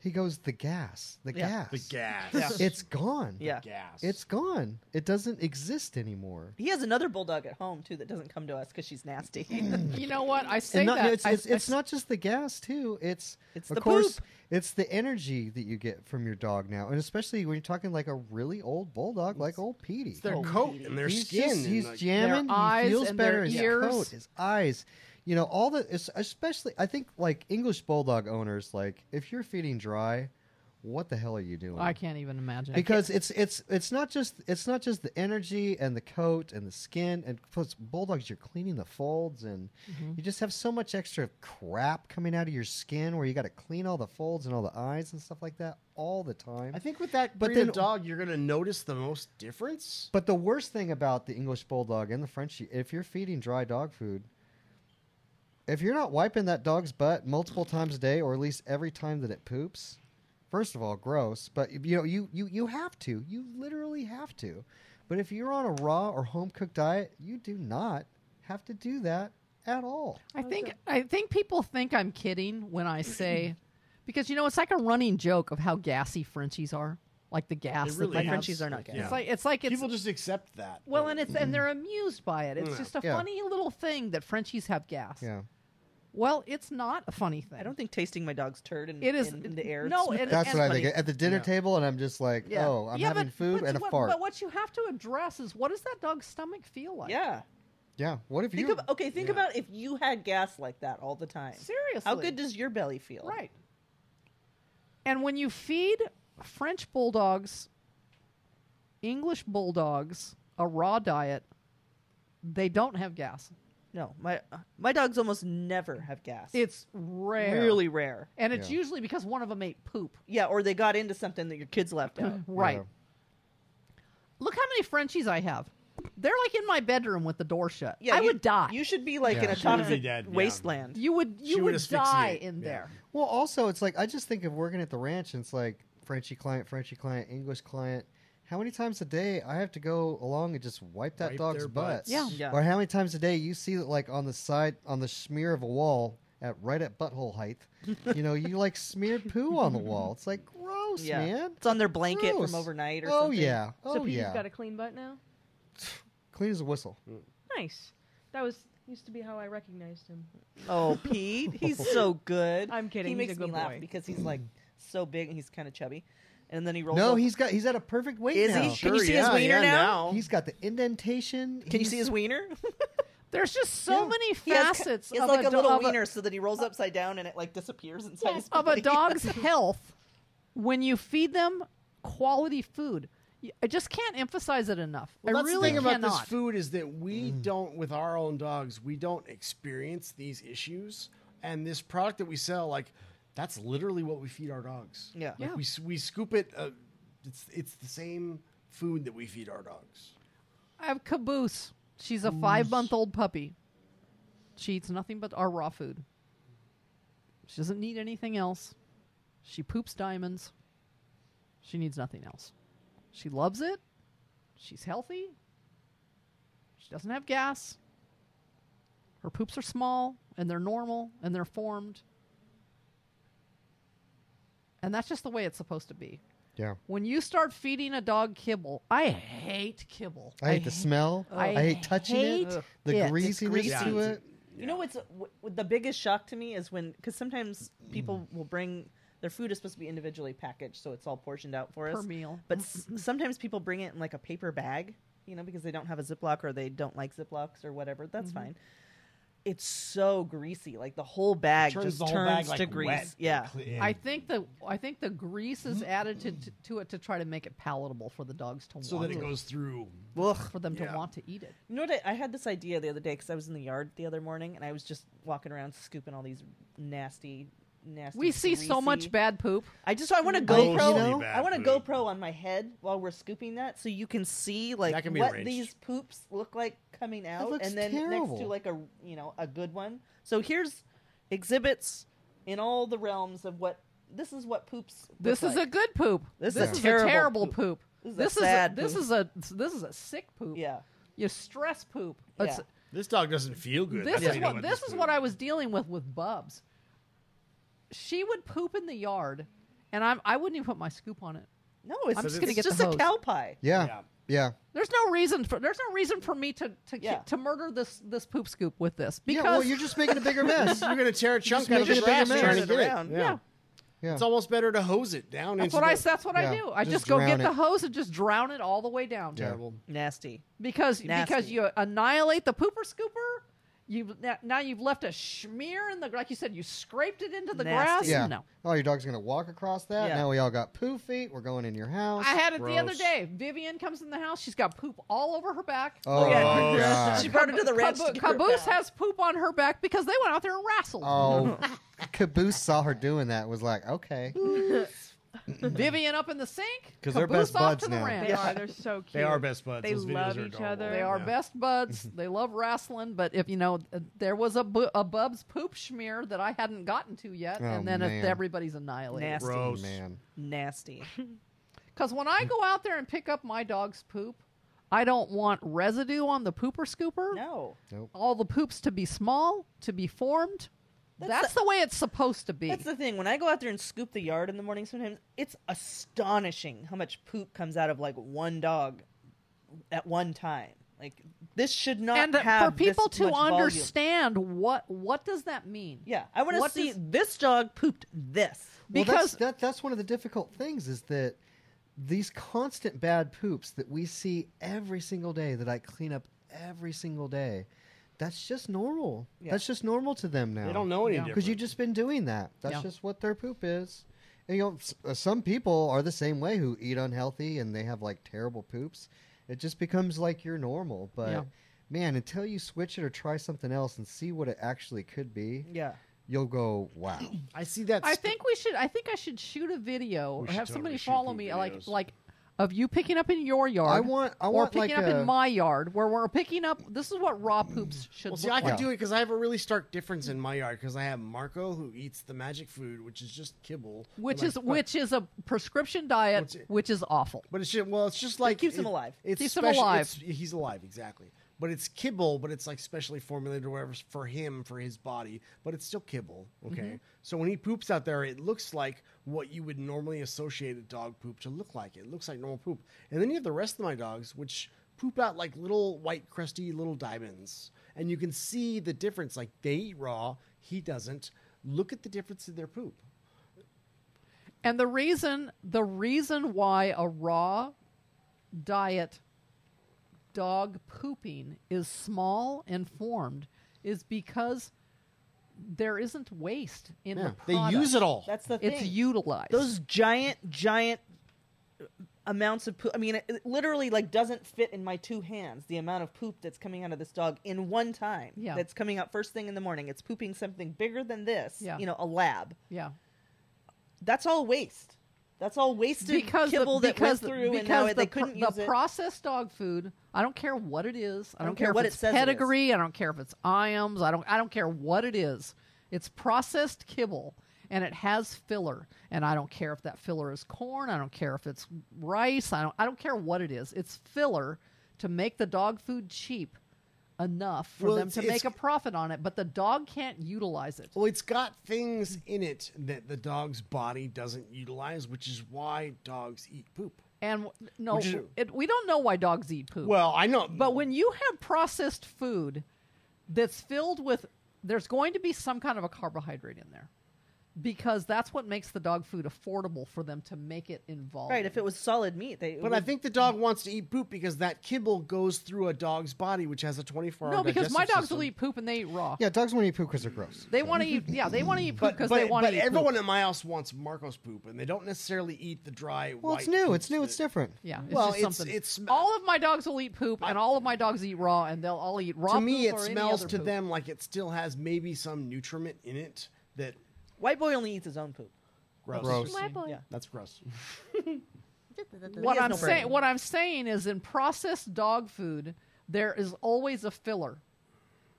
A: He goes, "The gas, the
C: Yeah.
A: gas,
B: The gas.
C: Yeah.
A: it's gone.
C: Yeah.
B: Gas.
A: it's gone. It doesn't exist anymore."
C: He has another bulldog at home too that doesn't come to us because she's nasty.
A: Mm.
D: You know what? I say
A: And not,
D: that.
A: it's,
D: I-
A: it's,
D: I
A: it's
D: s-
A: not just the gas too. It's
C: It's
A: of
C: the
A: course
C: poop.
A: it's the energy that you get from your dog now, and especially when you're talking like a really old bulldog like old Petey.
B: It's their coat and Oh, their
A: he's
B: skin.
A: just,
B: and
A: he's
B: like-
A: jamming.
D: Their eyes
A: he feels
D: and
A: better.
D: their
A: his
D: ears.
A: coat, his eyes. You know all the es- especially I think like English bulldog owners like if you're feeding dry, what the hell are you doing?
D: I can't even imagine.
A: because it's it's it's not just it's not just the energy and the coat and the skin and plus bulldogs you're cleaning the folds and you just have so much extra crap coming out of your skin where you got to clean all the folds and all the eyes and stuff like that all the time.
B: I think with that
A: But
B: breed of
A: then-
B: dog, you're going to notice the most difference.
A: But the worst thing about the English bulldog and the Frenchie, if you're feeding dry dog food, if you're not wiping that dog's butt multiple times a day or at least every time that it poops, first of all, gross, but you know you you you have to. You literally have to. But if you're on a raw or home cooked diet, you do not have to do that at all.
D: I think I think people think I'm kidding when I say, because you know it's like a running joke of how gassy Frenchies are, like the gas.
B: It really
D: that they
B: is.
D: have.
C: Frenchies are not
B: Yeah.
C: good.
D: It's like it's like it's
B: People just accept that.
D: well, and it's and they're amused by it. It's
B: Yeah.
D: just a
A: Yeah.
D: funny little thing that Frenchies have gas.
A: Yeah.
D: Well, it's not a funny thing.
C: I don't think tasting my dog's turd in,
D: It is
C: in the air.
D: No,
C: is-
D: it-
A: That's
D: and-
A: what I
D: funny.
A: think. At the dinner
B: Yeah.
A: table and I'm just like,
C: Yeah.
A: "Oh, I'm
D: yeah,
A: having
D: but,
A: food
D: but
A: and a
D: what,
A: fart."
D: But what you have to address is what does that dog's stomach feel like?
C: yeah.
A: yeah. What if
C: Think
A: you
C: of okay. Think about if you had gas like that all the time.
D: Seriously.
C: How good does your belly feel?
D: Right. And when you feed French bulldogs, English bulldogs, a raw diet, they don't have gas.
C: No, my uh, my dogs almost never have gas.
D: It's rare.
C: really rare.
D: And it's
A: Yeah.
D: usually because one of them ate poop.
C: Yeah, or they got into something that your kids left out.
D: Right.
A: Yeah.
D: Look how many Frenchies I have. They're like in my bedroom with the door shut.
C: Yeah,
D: I
C: you-
D: would die.
C: You should be like in
A: Yeah.
C: a
A: She
B: would be
C: toxic
B: dead, yeah.
C: wasteland.
D: You would you
B: She would
D: would, die
B: asphyxiate.
D: in
B: Yeah.
D: there.
A: Well, also, it's like I just think of working at the ranch, and it's like Frenchy client, Frenchy client, English client. How many times a day I have to go along and just wipe that
B: Wipe
A: dog's
B: their
A: butt?
B: butts.
D: Yeah.
C: Yeah.
A: Or how many times a day you see that, like on the side, on the smear of a wall at right at butthole height, you know, you like smeared poo on the wall. It's like gross,
C: Yeah.
A: man.
C: It's on their blanket
A: Gross.
C: from overnight or
A: Oh
C: something.
A: yeah,
G: so
A: oh
G: Pete's
A: yeah.
G: got a clean butt now.
A: Clean as a whistle.
G: Nice. That was used to be how I recognized him.
C: Oh, Pete, he's so good.
G: I'm kidding,
C: He
G: he's
C: makes
G: a good
C: me laugh
G: boy.
C: because he's like so big and he's kind of chubby, and then he rolls.
A: No,
C: over.
A: he's got he's at a perfect weight
C: Oh, Is
A: now.
C: he? Can you see his
B: yeah,
C: wiener
B: yeah,
C: now?
A: He's got the indentation.
C: Can you
A: He's-
C: see his wiener?
D: There's just so
A: Yeah.
D: many
C: He has-
D: facets
C: It's
D: of
C: like
D: a,
C: a,
D: do-
C: little
D: of a-
C: wiener, so that he rolls upside down and it like disappears inside his
D: of a
C: body.
D: dog's health when you feed them quality food. Y- I just can't emphasize it enough.
B: Well,
D: I
B: that's
D: really
B: the thing
D: cannot.
B: about this food is that we don't, with our own dogs, we don't experience these issues. And this product that we sell, like, that's literally what we feed our dogs.
C: Yeah.
B: Like,
D: Yeah.
B: We, s- we scoop it. Uh, it's, it's the same food that we feed our dogs.
D: I have Caboose. She's a five-month-old puppy. She eats nothing but our raw food. She doesn't need anything else. She poops diamonds. She needs nothing else. She loves it. She's healthy. She doesn't have gas. Her poops are small and they're normal and they're formed. And that's just the way it's supposed to be.
A: Yeah.
D: When you start feeding a dog kibble, I hate kibble.
A: I hate the smell. I, hate touching
D: hate
A: it. The
D: it.
A: greasiness
B: It's
A: to
B: greasy.
A: it.
C: You know what's w- w- the biggest shock to me is when because sometimes people will bring their food is supposed to be individually packaged, so it's all portioned out for
D: Per
C: us
D: meal.
C: But s- sometimes people bring it in like a
B: Mm-hmm.
C: paper bag, you know, because they don't have a Ziploc or they don't like Ziplocs or whatever. That's fine. it's so greasy. Like the whole bag
B: turns
C: just
B: the whole bag,
C: turns
B: like,
C: to
B: wet,
C: grease.
B: like,
C: yeah.
B: cle- and-
D: I think the I think the grease is added to, to, to it to try to make it palatable for the dogs to
B: so
D: want
B: that it
D: to-
B: goes through.
D: for them
B: yeah.
D: to want to eat it.
C: You know what? I, I had this idea the other day because I was in the yard the other morning and I was just walking around scooping all these nasty, nasty.
D: We see so much
C: greasy-
D: bad poop.
C: I just I want a
A: Mm.
B: Go
A: Oh,
C: GoPro.
B: see bad
C: I want a
B: poop.
C: GoPro on my head while we're scooping that, so you can see like
B: That can be
C: what
B: arranged.
C: these poops look like coming out,
A: looks
C: and then next
A: terrible.
C: to like a you know a good one. So here's exhibits in all the realms of what this is what poops. look
D: This is
C: like.
D: a good poop.
C: This
D: This,
C: is
D: is,
C: terrible
D: a terrible
C: poop.
D: poop.
C: This is a
D: This is
C: sad
D: a, this
C: poop.
D: is a this is a sick poop.
C: yeah.
D: Your stress poop.
C: Yeah.
D: It's-
B: This dog doesn't feel good.
D: This
B: That's how
D: is
B: you know
D: what this is what
B: poop-
D: I was dealing with with Bubs. She would poop in the yard, and I'm I wouldn't even put my scoop on it.
C: No, it's,
D: I'm
C: just,
D: just gonna
C: it's
D: get the
C: just a
D: hose.
C: cow pie.
A: Yeah.
B: Yeah.
A: Yeah.
D: There's no reason for there's no reason for me to to
C: Yeah.
D: to murder this this poop scoop with this
A: Yeah,
D: because
A: well, you're just making a bigger mess.
B: You're gonna tear a chunk out
A: make
B: of the
A: it a bigger
B: grass
A: mess.
B: trying to
C: Turn
B: get
C: it
B: it.
C: around.
D: yeah.
A: Yeah.
B: It's almost better to hose it down.
D: That's
B: into
D: what I
B: the-
D: that's what I
A: Yeah,
D: do. I
A: just
D: just, go get
A: drown
D: the
A: it.
D: hose and just drown it all the way down.
B: Terrible.
C: Nasty.
D: Because because
C: Nasty.
D: you annihilate the pooper scooper, you've now- now you've left a smear in the like you said you scraped it into the
C: Nasty.
D: grass.
A: Yeah.
D: No.
A: Oh, your dog's gonna walk across that.
C: Yeah.
A: Now we all got poo feet. We're going in your house.
D: I had it the other
B: Gross.
D: day. Vivian comes in the house. She's got poop all over her back.
A: oh
C: yeah.
A: my god.
C: She brought it to the ranch. to
D: Cabo-
C: get her
D: Caboose
C: back.
D: has poop on her back because they went out there and wrestled.
A: Oh, Caboose saw her doing that. Was like, okay,
D: Vivian up in the sink.
A: 'Cause
D: Caboose
A: they're best
D: off
A: buds
D: to the
A: now.
D: ranch.
G: They are. They're so cute.
B: They are best buds.
G: They
B: Those videos
G: love
B: are
G: each
B: adorable.
G: other.
D: They are
B: Yeah.
D: best buds. they love wrestling, but if you know, uh, there was a, bu- a Bub's poop schmear that I hadn't gotten to yet,
A: Oh,
D: and then if
A: man.
D: everybody's annihilated.
C: Nasty.
B: Gross.
A: man.
C: Nasty.
D: Because when I go out there and pick up my dog's poop, I don't want residue on the pooper scooper.
C: No.
D: All the poops to be small, to be formed.
C: That's
D: That's, the way it's supposed to be.
C: That's the thing. When I go out there and scoop the yard in the morning, sometimes it's astonishing how much poop comes out of like one dog at one time. Like this should not
D: and uh,
C: have
D: for people
C: this
D: to
C: much volume.
D: understand what what does that mean
C: Yeah, I want to
D: What
C: see
D: does-
C: this dog pooped this.
A: well,
D: because
A: that's, that, that's one of the difficult things is that these constant bad poops that we see every single day that I clean up every single day, that's just normal.
C: Yeah.
A: That's just normal to them now.
B: They don't know any
D: Yeah.
B: different.
A: because you just been doing that. That's
D: Yeah.
A: just what their poop is. And, you know, s- uh, some people are the same way who eat unhealthy and they have like terrible poops. It just becomes like your normal. But
D: Yeah.
A: man, until you switch it or try something else and see what it actually could be,
C: Yeah,
A: you'll go, wow.
B: I see that.
D: i
B: st-
D: think we should i think i should shoot a video
B: We
D: or
B: should
D: have somebody
B: totally shoot
D: follow
B: poop
D: me uh,
B: videos.
D: like like of you picking up in your yard
A: I want, I
D: or
A: want like
D: picking up
A: a,
D: in my yard where we're picking up this is what raw poops should
B: Well,
D: look
B: see, I can
A: Yeah.
D: like
B: do it because I have a really stark difference in my yard because I have Marco who eats the magic food, which is just kibble, but
D: which
B: like-
D: is which is a prescription diet
B: What's it-
D: which is awful
B: But it's just, well, it's just like
C: keeps him alive.
B: It's
D: Keeps him
B: special-
D: alive.
B: it's- he's alive, exactly. But it's kibble, but it's like specially formulated or whatever for him for his body. But it's still kibble, okay.
C: Mm-hmm.
B: So when he poops out there, it looks like what you would normally associate a dog poop to look like. It looks like normal poop. And then you have the rest of my dogs, which poop out like little white crusty little diamonds, and you can see the difference. Like they eat raw, he doesn't. Look at the difference in their poop.
D: and the reason the reason why a raw diet dog pooping is small and formed is because there isn't waste in
B: Yeah,
D: the
B: they
D: product.
B: use it all.
C: that's the
D: It's
C: thing.
D: utilized.
C: Those giant, giant uh, amounts of poop. I mean, it, it literally like doesn't fit in my two hands. The amount of poop that's coming out of this dog in one time.
D: Yeah.
C: that's coming out first thing in the morning. It's pooping something bigger than this.
D: Yeah.
C: you know, a lab.
D: yeah,
C: that's all waste. That's all wasted
D: because the,
C: kibble that
D: because
C: went
D: the-
C: through, and
D: because
C: now
D: the,
C: they
D: pr-
C: couldn't
D: the
C: use it.
D: processed dog food. I don't care what it is. I don't,
C: care
D: if
C: what
D: it's
C: it says it is.
D: pedigree. I don't care if it's IAMS. I don't. I don't care what it is. It's processed kibble, and it has filler. And I don't care if that filler is corn. I don't care if it's rice. I don't. I don't care what it is. It's filler to make the dog food cheap enough for
B: Well,
D: them
B: it's-
D: to
B: it's-
D: make a profit on it. But the dog can't utilize it.
B: Well, it's got things in it that the dog's body doesn't utilize, which is why dogs eat poop.
D: And w- no,
B: Which is-
D: it, we don't know why dogs eat poop.
B: Well, I know,
D: But when you have processed food that's filled with, there's going to be some kind of a carbohydrate in there. because that's what makes the dog food affordable for them to make it involved.
C: Right, if it was solid meat, they.
B: But I think the dog wants to eat poop because that kibble goes through a dog's body, which has a 24 hour.
D: no, because my
B: digestive
D: dogs
B: system.
D: will eat poop and they eat raw.
A: Yeah, dogs want to eat poop because they're gross.
D: They
A: So-
D: want to eat. Yeah, they want to eat poop
B: But,
D: because
B: but,
D: they want to
B: but
D: eat. poop.
B: everyone at my house wants Marco's poop, and they don't necessarily eat the dry.
A: Well,
B: white
A: it's new.
B: poop
A: It's new.
B: that-
A: It's different.
D: Yeah, it's
B: well,
D: just
B: it's-
D: something.
B: it's sm-
D: all of my dogs will eat poop, and all of my dogs eat raw, and they'll all eat raw.
B: To me, it
D: poop or any
B: smells
D: other
B: to
D: poop.
B: them like it still has maybe some nutriment in it that
C: White boy only eats his own poop.
B: gross.
A: Gross.
G: My boy.
C: Yeah.
B: That's gross.
D: What
C: He has
D: I'm
C: no brain.
D: saying, what I'm saying is, in processed dog food, there is always a filler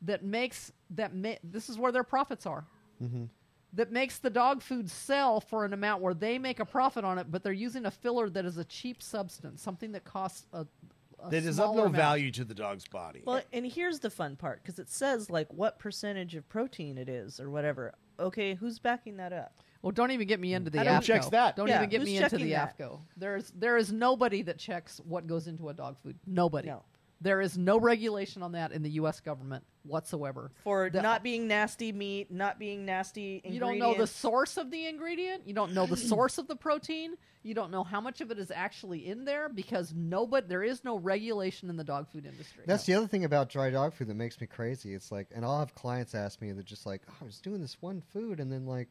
D: that makes that. Ma- this is where their profits are.
B: Mm-hmm.
D: That makes the dog food sell for an amount where they make a profit on it, but they're using a filler that is a cheap substance, something that costs a. a
B: That is of no
D: smaller amount.
B: value to the dog's body.
C: Well, and here's the fun part because it says like what percentage of protein it is or whatever. Okay, who's backing that up?
D: Well, don't even get me into the
B: And who
D: AFCO.
B: checks that?
D: Don't
C: Yeah,
D: even get
C: who's
D: me into
C: checking
D: the
C: that?
D: AFCO. There's there is nobody that checks what goes into a dog food. Nobody.
C: No.
D: There is no regulation on that in the U.S. government whatsoever.
C: For
D: The-
C: not being nasty meat, not being nasty.
D: you don't know the
C: ingredients.
D: source of the ingredient. You don't know the source of the protein. You don't know how much of it is actually in there because nobody. There is no regulation in the dog food industry.
A: That's the other thing about dry dog food that makes me crazy. It's like, and I'll have clients ask me that just like, oh, I was doing this one food, and then like,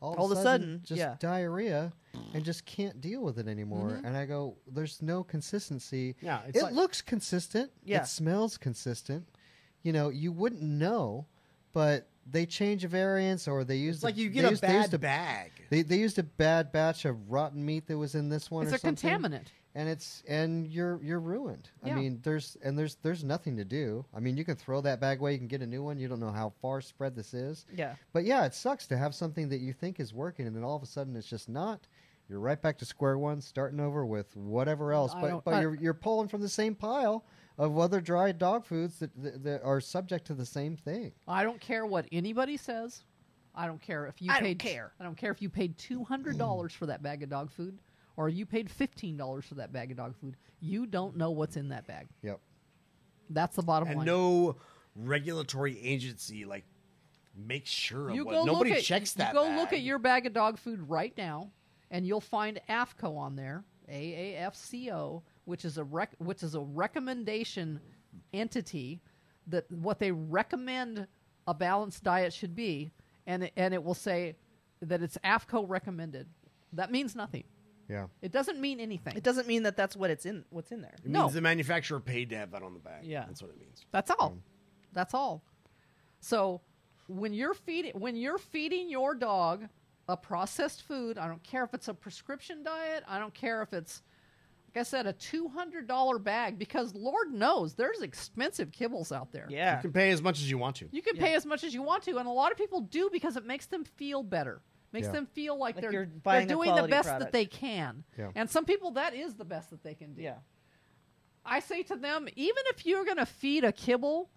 A: all of
C: All
A: a
C: of a
A: sudden,
C: sudden,
A: just
C: yeah.
A: diarrhea, and just can't deal with it anymore. And I go, there's no consistency.
B: Yeah, it's
A: it
B: like-
A: looks consistent.
C: Yeah.
A: it smells consistent. You know, you wouldn't know, but they change a variance or they use
B: it's
A: the-
B: like you
A: they
B: get a
A: used- they used
B: bad
A: a-
B: bag.
A: They, they used a bad batch of rotten meat that was in this one.
D: It's
A: or
D: a
A: something
D: contaminant.
A: and it's and you're you're ruined. I
D: Yeah.
A: mean, there's and there's there's nothing to do. I mean, you can throw that bag away, you can get a new one. You don't know how far spread this is.
C: Yeah.
A: But yeah, it sucks to have something that you think is working and then all of a sudden it's just not. You're right back to square one, starting over with whatever else.
D: I
A: But
D: don't-
A: but
D: I-
A: you're you're pulling from the same pile of other dried dog foods that, that, that are subject to the same thing.
D: I don't care what anybody says. I don't care if you
C: I don't
D: paid
C: care.
D: I don't care if you paid two hundred dollars for that bag of dog food or you paid fifteen dollars for that bag of dog food. You don't know what's in that bag.
A: Yep.
D: That's the bottom
B: and
D: line.
B: no regulatory agency like makes sure of
D: you
B: what
D: go
B: nobody
D: look at,
B: checks that.
D: You go
B: bag.
D: look at your bag of dog food right now, and you'll find AFCO on there, A A F C O, which is a rec- which is a recommendation entity that what they recommend a balanced diet should be, and it, and it will say that it's AFCO recommended. That means nothing.
A: Yeah.
D: It doesn't mean anything.
C: It doesn't mean that that's what it's in. What's in there?
B: It
D: no.
B: means the manufacturer paid to have that on the bag.
C: Yeah.
B: that's what it means.
D: That's
A: Mm.
D: all. That's all. So when you're feeding when you're feeding your dog a processed food, I don't care if it's a prescription diet, I don't care if it's like I said, a two hundred dollar bag, because Lord knows there's expensive kibbles out there.
C: Yeah.
B: You can pay as much as you want to.
D: You can pay as much as you want to, and a lot of people do because it makes them feel better. Makes
A: Yeah.
D: them feel like,
C: Like
D: they're,
C: you're
D: they're
C: buying a
D: doing the
C: quality
D: best that
C: product.
D: they can.
A: Yeah.
D: And some people that is the best that they can do.
C: yeah.
D: I say to them, even if you're going to feed a kibble,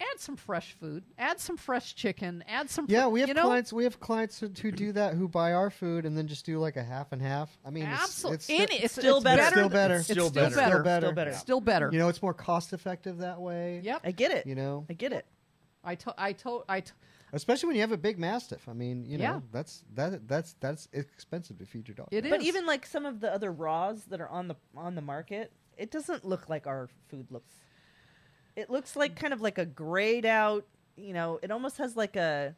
D: add some fresh food, add some fresh chicken, add some. fr-
A: Yeah, we have
D: you know,
A: clients. We have clients who, who do that who buy our food and then just do like a half and half. I mean, it's-
D: Absolutely,
A: it's, sti-
D: it's
C: still
D: it's
C: better.
A: It's still
D: than-
A: better.
D: It's
B: Still
D: still
B: better.
D: better.
A: Still better.
C: Still better.
D: Still better.
A: You know, it's more cost effective that way.
D: Yep.
C: I get it.
A: You know,
C: I get it.
D: I to- I to- I to-
A: especially when you have a big mastiff. I mean, you know,
D: Yeah.
A: that's that that's that's expensive to feed your dog.
D: It is.
C: But even like some of the other raws that are on the on the market, it doesn't look like our food looks. It looks like kind of like a grayed out. You know, it almost has like a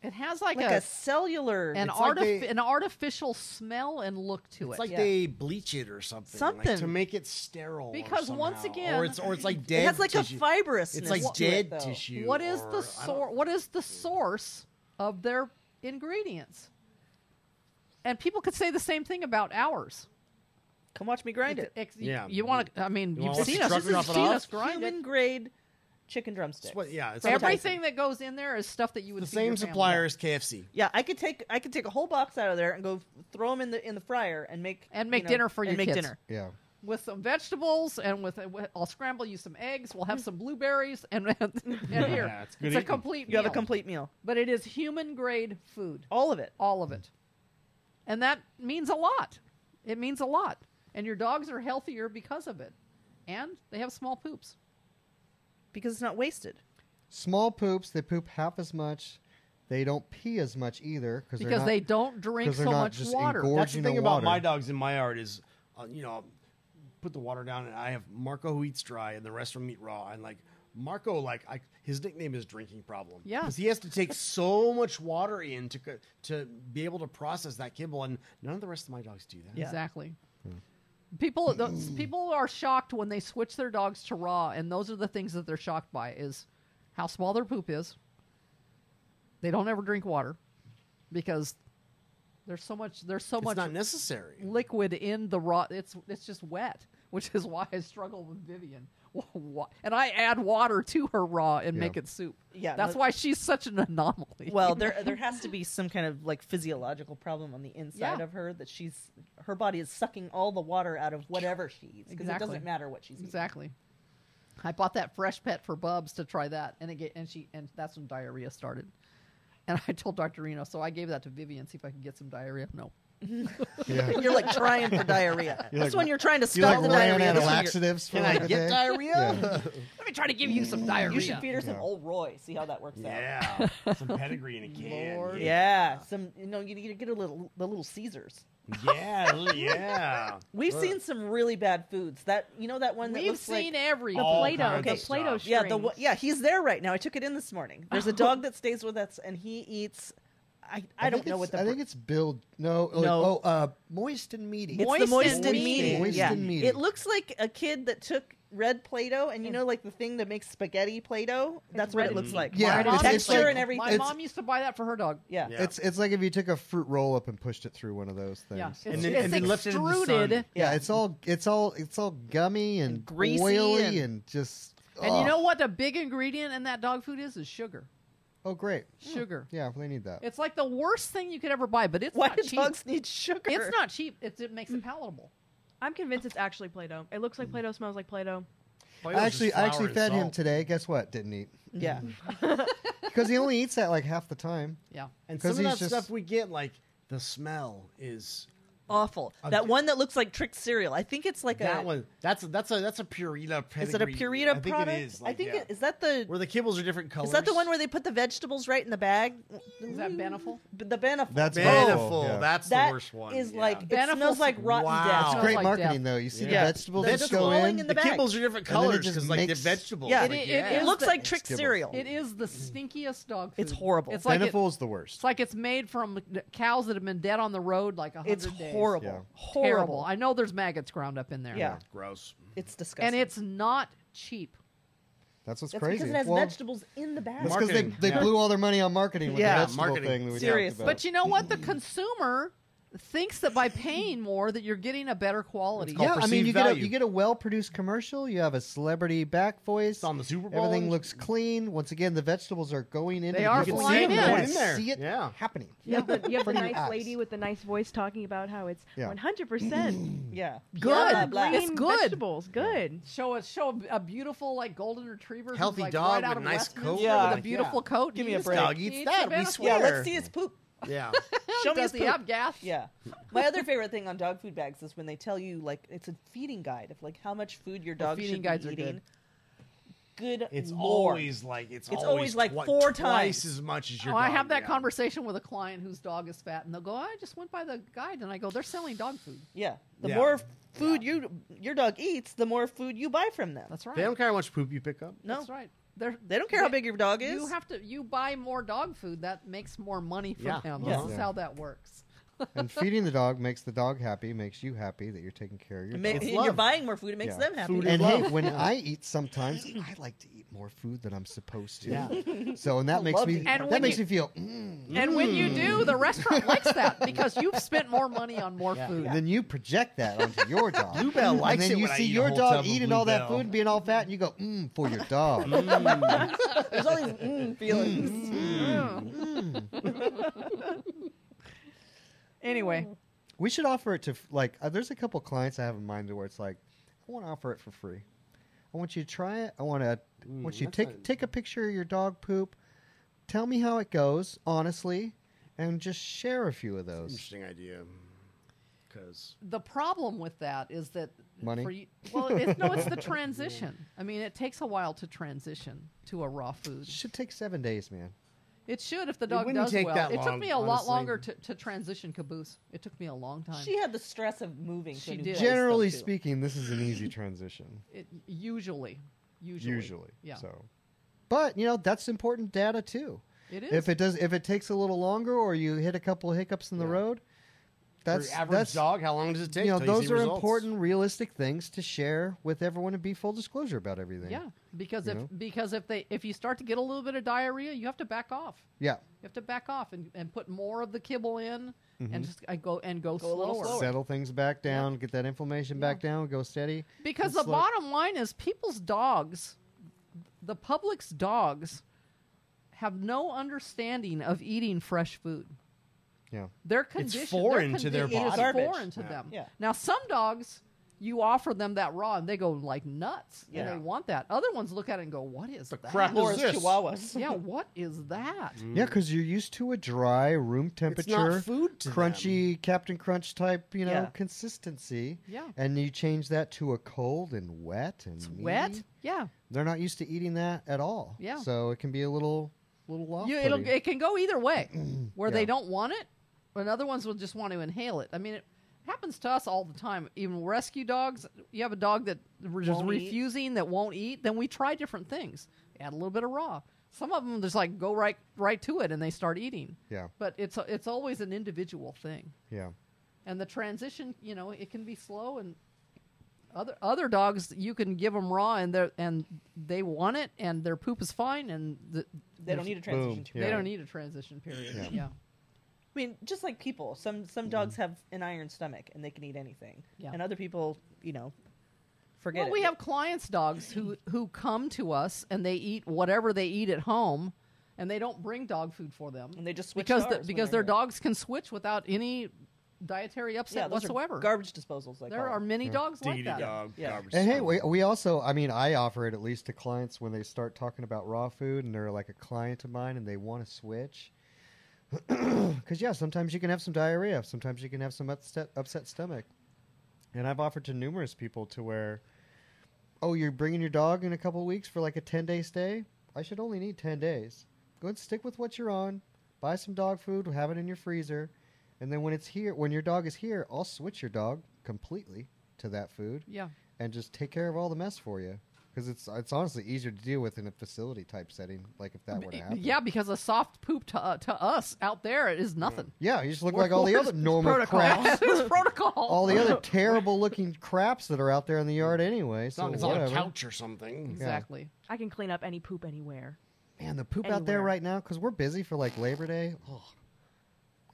D: it has like,
C: like a,
D: a,
C: cellular
D: an
B: like
D: artif-
B: they-
D: an artificial smell and look to
B: It's
D: it.
B: like
C: Yeah.
B: they bleach it or something, like,
C: Something.
B: to make it sterile. or
D: Because once
B: somehow.
D: again-
B: or it's or it's like dead.
C: It has like
B: tissue.
C: a fibrousness.
B: It's like
C: to
B: dead
C: it, though.
B: tissue.
D: what is
B: or-
D: the
B: I don't-
D: sor- What is the source of their ingredients? And people could say the same thing about ours.
C: Come watch me grind it.
D: Ex-
B: Yeah.
D: You, want to? I mean,
B: wanna
D: you've
B: watch
D: seen
B: the
D: us.
B: truck
D: You've seen
B: drop it off?
D: us grind it.
C: Human grade chicken drumsticks.
B: It's what, yeah, it's
C: Every-
B: like-
D: Everything that goes in there is stuff that you would
B: the
D: feed
B: same
D: your family.
B: supplier as KFC.
C: Yeah, I could take I could take a whole box out of there and go throw them in the in the fryer and make
D: And make
C: you know,
D: dinner for
C: and
D: your
C: make
D: kids.
C: dinner.
A: Yeah.
D: with some vegetables and with, uh, with I'll scramble you some eggs. We'll have some blueberries and, and here
B: Yeah, it's
D: it's,
B: good
D: a
B: eating.
D: complete
C: You have a
D: meal.
C: complete meal,
D: but it is human grade food,
C: all of it.
D: all of it, and that means a lot. It means a lot, and your dogs are healthier because of it, and they have small poops.
C: because it's not wasted.
A: Small poops, they poop half as much They don't pee as much either because
D: because they don't drink
A: 'cause they're
D: so
A: not
D: much
A: just
D: water.
A: engorged.
B: That's the
A: Gorging the
B: thing about
A: water.
B: my dogs in my art is, uh, you know, I'll put the water down, and I have Marco who eats dry, and the rest of them eat raw, and like. Marco, like I, his nickname is "drinking problem,"
D: Yeah.
B: because he has to take so much water in to co- to be able to process that kibble, and none of the rest of my dogs do that.
D: Exactly. People those, people are shocked when they switch their dogs to raw, and those are the things that they're shocked by: is how small their poop is. They don't ever drink water because there's so much there's so
B: it's
D: much
B: not necessary.
D: liquid in the raw. It's it's just wet, which is why I struggle with Vivian. Wa- And I add water to her raw and
A: Yeah.
D: make it soup.
C: Yeah,
D: that's
C: no-
D: why she's such an anomaly.
C: Well, there there has to be some kind of like physiological problem on the inside
D: Yeah.
C: of her that she's her body is sucking all the water out of whatever she eats because it
D: Exactly.
C: doesn't matter what she's
D: Exactly. I bought that fresh pet for Bubs to try that, and it get, and she and that's when diarrhea started. And I told Dr. Reno, so I gave that to Vivian, see if I could get some diarrhea. No,
A: yeah.
C: eating. You're like trying for diarrhea.
A: You're
C: this
A: like-
C: one you're trying to
A: you
C: stop
A: like
C: the
A: ran
C: diarrhea.
A: out
C: This
A: of
C: one you're-
A: laxatives for
B: Can I
A: like a
B: get
A: day.
B: diarrhea?
D: let me try to give you some diarrhea.
C: you should feed her some
A: Yeah.
C: old Roy. See how that works out.
B: Yeah, some pedigree in a can.
C: Lord.
B: Yeah,
C: Yeah, some you know you need to get a little the little Caesars.
B: yeah, li- yeah.
C: We've seen some really bad foods. That you know that one that
D: We've
C: looks like-
D: seen everything.
B: All
G: Play-Doh,
B: kinds
G: the
B: of
G: Play-Doh
B: stuff.
G: strings.
C: Yeah, the one- yeah, he's there right now. I took it in this morning. There's a dog that stays with us, and he eats. I, I, don't
A: think
C: know
A: it's-
C: what the
A: I think
C: br-
A: it's Bill. No, like,
C: No.
A: oh, uh, moist and meaty.
C: it's
D: moist
C: the moist
D: and
C: and
D: meaty.
C: meaty.
A: Moist
C: yeah,
A: and meaty.
C: it looks like a kid that took red Play-Doh, and you know, like the thing that makes spaghetti Play-Dow. That's what
G: red
C: it looks
G: meat.
C: like.
A: Yeah,
C: My
A: it's-
C: mom-
A: it's
C: texture
A: like-
C: and everything.
D: My
A: it's-
D: mom used to buy that for her dog.
C: yeah,
B: Yeah.
A: It's it's like if you took a fruit roll up and pushed it through one of those things.
D: Yeah, it's,
B: And then-
D: it's
B: and then left it in the sun.
D: extruded.
A: Yeah, it's all it's all it's all gummy and,
C: greasy
A: oily
C: and-
A: and, just.
D: And
A: oh.
D: you know what? The big ingredient in that dog food is is sugar.
A: Oh, great.
C: Hmm.
D: Sugar.
A: Yeah, they need that.
D: It's like the worst thing you could ever buy, but it's
C: Why
D: not
C: do
D: cheap.
C: dogs need sugar?
D: It's not cheap. It's, it makes it palatable.
G: I'm convinced it's actually Play-Doh. It looks like Play-Doh, smells like Play-Doh.
A: I actually I actually fed him
B: today.
A: today. Guess what? Didn't eat
C: Yeah,
A: because he only eats that like half the time.
D: Yeah.
B: And some
A: 'Cause
B: of that
A: he's just-
B: stuff we get, like the smell is
C: awful. That one that looks like trick cereal. I think it's like
B: that
C: a.
B: one. That's a, that's a that's a Purita. Pedigree.
C: Is it a
B: I
C: Purita
B: think
C: product?
B: it is. Like,
C: I think
B: yeah.
C: it, is that the
B: where the kibbles are different colors.
C: Is that the one where they put the vegetables right in the bag?
D: Is that Beneful?
C: B- The Beneful.
A: That's
B: Beautiful.
A: Oh, yeah.
B: That's
C: That
B: the worst one.
C: is
B: yeah.
C: like it
D: Beneful's-
C: smells like rotten
B: Wow.
C: death.
A: It's
D: Smells
A: great
D: like
A: marketing
D: death.
A: though. You see
B: Yeah.
A: the vegetables
C: They're
A: just
C: just
A: go
C: rolling
A: in.
C: in
B: the
C: the bag.
B: kibbles are different
A: And then it
B: colors
A: just
B: because like the
A: makes-
B: vegetables.
C: Yeah.
B: like,
D: It- it
B: yeah.
D: is-
C: It looks like
A: It's
C: trick
A: kibble.
C: cereal.
D: It is the stinkiest dog food.
C: It's horrible.
D: It's like it-
A: Beneful's the worst.
D: it's like it's made from cows that have been dead on the road like a hundred
C: It's
D: days.
C: horrible.
A: Yeah.
C: Horrible.
D: Terrible. I know there's maggots ground up in there.
C: Yeah.
B: gross.
C: It's disgusting.
D: And it's not cheap.
A: That's what's
C: That's
A: crazy.
C: because it has
A: Well,
C: vegetables in the bag.
A: That's because they,
B: Marketing,
A: they
B: yeah.
A: blew all their money on marketing with
C: Yeah,
A: the vegetable
B: marketing.
A: thing that we
C: Seriously.
A: talked about.
D: But you know what? The consumer thinks that by paying more that you're getting a better quality.
B: It's called
A: yeah, I mean,
B: perceived
A: you get, a,
B: value.
A: you get a well-produced commercial. You have a celebrity back voice.
B: It's on the Super Bowl.
A: Everything looks clean. Once again, the vegetables are going in.
D: They are
B: You can
D: flying
B: see
D: in.
B: it
A: I
B: going in there.
A: see it
B: Yeah.
A: happening.
G: You have the, you have the
A: Pretty
G: nice
A: eyes.
G: lady with the nice voice talking about how it's
A: Yeah.
G: 100%
C: yeah.
D: Good.
C: Blah,
G: pure
C: blah, blah.
G: green
D: It's good.
G: vegetables. Good.
D: Show a show a beautiful like golden retriever, who's,
B: Healthy
D: like,
B: dog
D: right out
B: with
D: of
B: nice
D: Westminster
B: coat.
C: Yeah.
D: with a beautiful coat.
C: Give me a
D: He's
C: break.
D: got-
B: Dog eats
D: he's
B: that,
D: a
B: we
D: benefit.
B: swear.
C: Yeah,
B: Where?
C: let's see his poop.
B: Yeah.
C: Show me
D: Does
C: his
D: he
C: poop.
D: have gas?
C: Yeah. My other favorite thing on dog food bags is when they tell you like it's a feeding guide of like how much food your dog
D: feeding
C: should
D: guides
C: be
D: are
C: eating.
D: good.
C: Good.
B: It's
C: lord.
B: always like it's,
C: It's always like
B: twi-
C: four
B: twice
C: times.
B: as much as your.
D: Oh, I
B: dog,
D: have that
B: yeah.
D: conversation with a client whose dog is fat, and they'll go, "I just went by the guide," and I go, "They're selling dog food."
C: Yeah. The
B: Yeah.
C: more food you your dog eats, the more food you buy from them.
D: That's right.
B: They don't care how much poop you pick up.
C: no,
D: That's right. They're,
C: they don't care how big your dog is.
D: You have to. You buy more dog food. That makes more money for
B: Yeah.
D: them.
C: Yeah.
D: This is
A: Yeah.
D: how that works.
A: and feeding the dog makes the dog happy, makes you happy that you're taking care of your
C: It ma-
A: dog.
C: and you're
B: love.
C: buying more food. It makes
A: Yeah.
C: them happy.
B: Food
A: And
B: love.
A: hey, when I eat, sometimes I like to eat more food than I'm supposed to. So, and that makes
C: Love to
A: me
C: eat
D: And
A: that
D: when
A: makes
D: you-
A: me feel. Mm.
D: And when you do, the restaurant likes that because you've spent more money on more food.
A: And then you project that onto your dog.
B: Bluebell likes
A: and
B: it
A: then you
B: when I
A: see
B: eat a
A: your
B: whole tub
A: dog
B: of
A: eating all that
B: Bluebell.
A: food, and being all fat, and you go, mmm, for your dog.
C: There's all these mm feelings.
D: Anyway,
A: We should offer it to like. Uh, there's a couple clients I have in mind where it's like, I want to offer it for free. I want you to try it. I want to. I want you to
B: that's
A: take
B: a-
A: take a picture of your dog poop. Tell me how it goes, honestly, and just share a few of those.
B: Interesting idea. Because
D: the problem with that is that
A: Money?
D: For you, well, it's, no, it's the transition. I mean, it takes a while to transition to a raw food.
A: Should take seven days, man.
D: It should if the dog
B: wouldn't
D: does
B: take
D: well.
B: that
D: it took
B: long,
D: me a lot
B: honestly.
D: longer to, to transition caboose. It took me a long time.
C: She had the stress of moving. to a
D: She
C: new
D: did.
C: place, though,
A: Generally
C: too.
A: speaking, this is an easy transition.
D: It, usually, usually,
A: usually.
D: yeah,
A: So, but you know that's important data too.
D: it is.
A: If it does, if it takes a little longer, or you hit a couple hiccups in the
B: Yeah.
A: road, that's
B: For your average
A: that's
B: dog. How long does it take?
A: you know
B: till you see
A: those are
B: results?
A: important, realistic things to share with everyone and be full disclosure about everything.
D: yeah, because
A: you
D: if
A: know?
D: because if they if you start to get a little bit of diarrhea, you have to back off.
A: yeah.
D: You have to back off and, and put more of the kibble in, and just and go and go,
C: a little slower.
A: Settle things back down, get that inflammation back down, go steady.
D: Because
A: It's
D: the
A: like-
D: bottom line is people's dogs, the public's dogs, have no understanding of eating fresh food.
A: Yeah.
D: They're conditioned.
B: foreign
D: they're
B: to their
D: condi- it is
C: body. Garbage.
D: foreign to
B: Yeah.
D: them.
C: Yeah.
D: Now some dogs, you offer them that raw and they go like nuts and
C: Yeah.
D: they want that. Other ones look at it and go, "What is that?"
B: crap
C: Or
B: Who's
C: as
B: this?
C: chihuahuas.
D: yeah, what is that?
B: Mm. Hmm.
A: Yeah, because you're used to a dry room temperature,
B: food to
A: crunchy Captain Crunch type, you know,
C: Yeah.
A: consistency.
D: Yeah.
A: and you change that to a cold and wet and
D: It's wet.
A: meaty.
D: Yeah.
A: They're not used to eating that at all.
D: Yeah.
A: so it can be a little, little off.
D: You, it'll,
A: putting.
D: it can go either way, where
A: Yeah.
D: they don't want it, and other ones will just want to inhale it. I mean, it happens to us all the time. Even rescue dogs. You have a dog that re- is
C: Won't eat.
D: refusing, that won't eat. Then we try different things. Add a little bit of raw. Some of them just like go right right to it, and they start eating.
A: Yeah.
D: But it's a, it's always an individual thing,
A: yeah,
D: and the transition. You know, it can be slow and. Other other dogs, you can give them raw, and they and they want it, and their poop is fine, and the,
C: They don't need a transition
A: Boom.
C: period.
A: Yeah.
D: they don't need a transition period.
A: Yeah.
D: Yeah.
C: I mean, just like people, some some dogs
A: Mm-hmm.
C: have an iron stomach and they can eat anything,
D: Yeah.
C: and other people, you know, forget.
D: Well,
C: it.
D: we have clients' dogs who who come to us and they eat whatever they eat at home, and they don't bring dog food for them
C: and they just switch
D: because
C: to
D: the-
C: ours when
D: because
C: they're
D: their
C: here.
D: dogs can switch without any dietary upset
C: yeah, those are
D: whatsoever.
C: garbage disposals. I
D: there
C: call
D: are
C: them.
D: many dogs like
B: Diggity
D: that.
B: dog. um,
C: Yeah.
B: garbage
A: and hey,
B: disposal.
A: we, we also, I mean, I offer it at least to clients when they start talking about raw food and they're like a client of mine and they want to switch. Because yeah, sometimes you can have some diarrhea, sometimes you can have some upset, upset stomach, and I've offered to numerous people to where, oh, you're bringing your dog in a couple of weeks for like a ten day stay. I should only need ten days. Go and stick with what you're on. Buy some dog food, have it in your freezer, and then when it's here, when your dog is here, I'll switch your dog completely to that food
D: Yeah,
A: and just take care of all the mess for you. Because it's it's honestly easier to deal with in a facility type setting, like if that were to happen.
D: yeah, because a soft poop to uh, to us out there is nothing.
A: Yeah, you just look
D: We're-
A: like all the
D: we're
A: other
D: just
A: normal
D: protocol.
A: craps,
D: It's protocol.
A: all the other terrible looking craps that are out there in the yard anyway.
B: It's
A: So
B: on, it's on
A: whatever.
B: a couch or something.
D: exactly.
G: I can clean up any poop anywhere.
A: Man, the poop out there
G: Anywhere.
A: right now because we're busy for like Labor Day. Oh,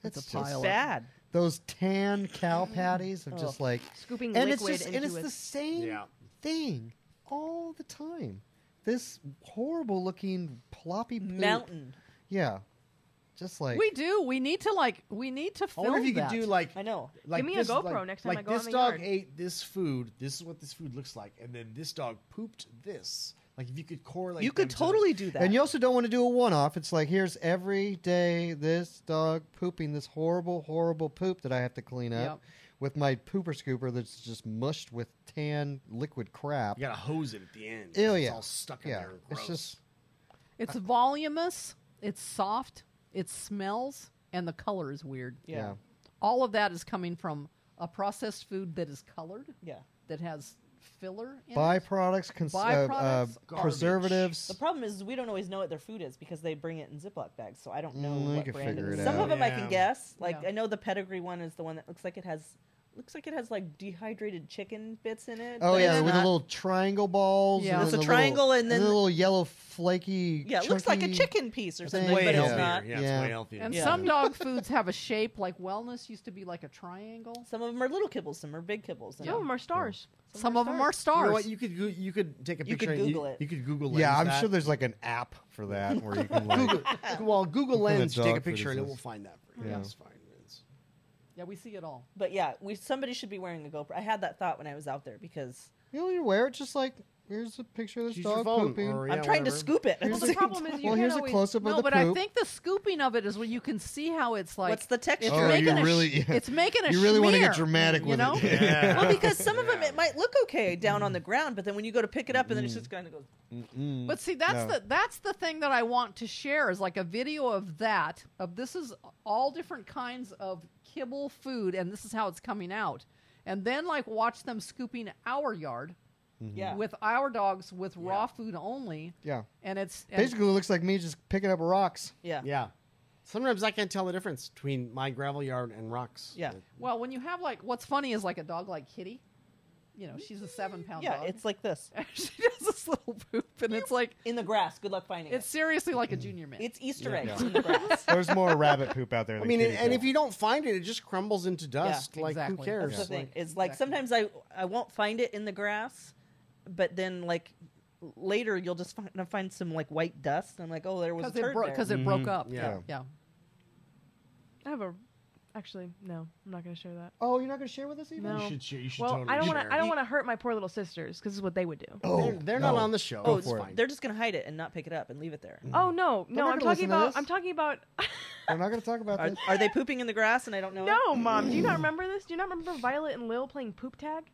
D: It's
A: it's,
D: a
A: just
D: pile of-
C: bad.
A: Those tan cow patties of just like,
G: Scooping
A: and it's
G: liquid
A: just
G: into
A: and it's
G: a
A: the same
B: Yeah.
A: thing all the time. This horrible looking ploppy poop.
C: Mountain.
A: Yeah, just like
D: We do. We need to like. We need to
B: I
D: film
B: wonder if you
D: that.
B: could do like
C: I know.
B: like
G: Give me a
B: this,
G: GoPro
B: like-
G: next time
B: like
G: I go out
B: this
G: in the
B: dog
G: yard.
B: ate this food. This is what this food looks like, and then this dog pooped this. Like if you could correlate,
C: you could
B: them to-
C: totally do that.
A: And you also don't want to do a one off. It's like, here's every day this dog pooping this horrible, horrible poop that I have to clean up with my pooper scooper that's just mushed with tan liquid crap.
B: You gotta hose it at the end.
A: Ew,
B: It's
A: Oh, yeah.
B: all stuck in
A: Yeah.
B: there.
A: It's
B: Gross.
A: just-
D: It's voluminous. It's soft. It smells, and the color is weird.
C: yeah. yeah,
D: all of that is coming from a processed food that is colored, that has filler in it.
A: Byproducts, cons- uh, uh,
D: Byproducts,
B: garbage.
A: preservatives.
C: The problem is we don't always know what their food is because they bring it in Ziploc bags, so I don't know
A: Mm, we
C: what
A: could
C: brand
A: figure
C: it is.
A: it
C: Some
A: out.
C: of them I
B: Yeah.
C: can guess. Like
D: Yeah.
C: I know the pedigree one is the one that looks like it has looks like it has like dehydrated chicken bits in it.
A: Oh
C: but
A: yeah,
C: it's
A: with the
C: not.
A: little triangle balls.
D: Yeah.
A: and
D: It's
A: then
C: a
A: the
C: triangle
A: little,
C: and then-
A: the little yellow flaky.
C: Yeah, it looks like a
A: chunky-
C: chicken piece or
A: It's
C: something,
A: way
C: but it's
A: healthier.
C: not.
B: Yeah, it's
A: Yeah.
B: way healthier.
D: And
C: Yeah.
D: some dog foods have a shape like wellness used to be like a triangle.
C: Some of them are little kibbles, some are big kibbles. and
G: Some of them are stars.
D: Some of them are
B: You
D: stars.
B: know what? You could go- you could take a
C: You
B: picture.
C: could
B: and
C: Google it.
B: You could Google. Lens
A: Yeah, I'm
B: that.
A: sure there's like an app for that where you can like.
B: Google, well, Google
A: What kind of
B: Lens. you Take a
A: dog food
B: picture,
A: is
B: and it
A: this?
B: will find that for you.
A: Yeah.
B: It's fine. It's-
D: yeah, we see it all.
C: But yeah, we somebody should be wearing a GoPro. I had that thought when I was out there because
A: You know, you wear it just like here's a picture of this
B: She's your
A: dog
B: phone,
A: pooping.
B: or-
C: I'm
B: Yeah,
C: trying
B: whatever.
C: to scoop it.
A: Well,
F: Well, the problem is you
A: well,
F: can't
A: here's a
F: always-
A: close up
D: No,
A: of the
D: but I
A: poop.
D: think the scooping of it is where you can see how it's like.
C: What's the texture?
D: it's making
A: Oh, you
D: a sh-
A: really-
D: it's making a
A: you really want to
D: schmear,
A: get dramatic
D: you
A: with
D: know?
A: it.
C: well, because some of them it might look okay down on the ground, but then when you go to pick it up, and then it's just kind of goes.
A: Mm-mm.
D: But see, that's
A: No.
D: the that's the thing that I want to share is like a video of that. Of this is all different kinds of kibble food, and this is how it's coming out. And then like watch them scooping our yard
C: Yeah.
D: with our dogs with
B: Yeah.
D: raw food only,
A: yeah,
D: and it's and
A: basically, it looks like me just picking up rocks.
C: yeah.
B: Yeah. Sometimes I can't tell the difference between my gravel yard and rocks.
C: Yeah.
D: well when you have like what's funny is like a dog like Kitty, you know she's a seven pound
C: Yeah,
D: dog.
C: it's like this
D: she does this little poop, and it's like
C: in the grass. Good luck finding
D: it's seriously like a junior
C: it.
D: mint.
C: It's Easter eggs in the grass.
A: There's more rabbit poop out there.
B: I
A: than
B: mean, and,
A: kitty
B: and
A: poop.
B: if you don't find it, it just crumbles into dust. like who
D: exactly.
B: cares?
C: That's the thing.
B: Like,
C: It's like
D: exactly.
C: sometimes I I won't find it in the grass, but then like later you'll just find, find some like white dust. And I'm like, oh, there was a
D: because
C: turd
D: it, bro-
C: there.
D: 'cause it broke up.
B: Yeah.
D: yeah.
G: I have a. Actually, no, I'm not going to share that.
A: oh, you're not going to share with us even.
G: No.
B: you should, share- you should
G: Well,
B: totally
G: I don't
B: share.
G: want to. I don't want to hurt my poor little sisters because this is what they would do.
A: Oh,
B: they're they're
A: no.
B: not on the show.
C: Oh,
B: it's
C: it's-
A: for it. Mm.
B: fine.
C: they're just gonna hide it and not pick it up and leave it there.
G: Oh no,
A: They're
G: no!
A: not
G: I'm
A: gonna listen
G: talking
A: to
G: about.
A: this.
G: I'm talking about.
A: We're not going to talk about
C: Are,
A: this.
C: are they pooping in the grass and I don't know? it?
G: no, mom. Do you not remember this? Do you not remember Violet and Lil playing poop tag?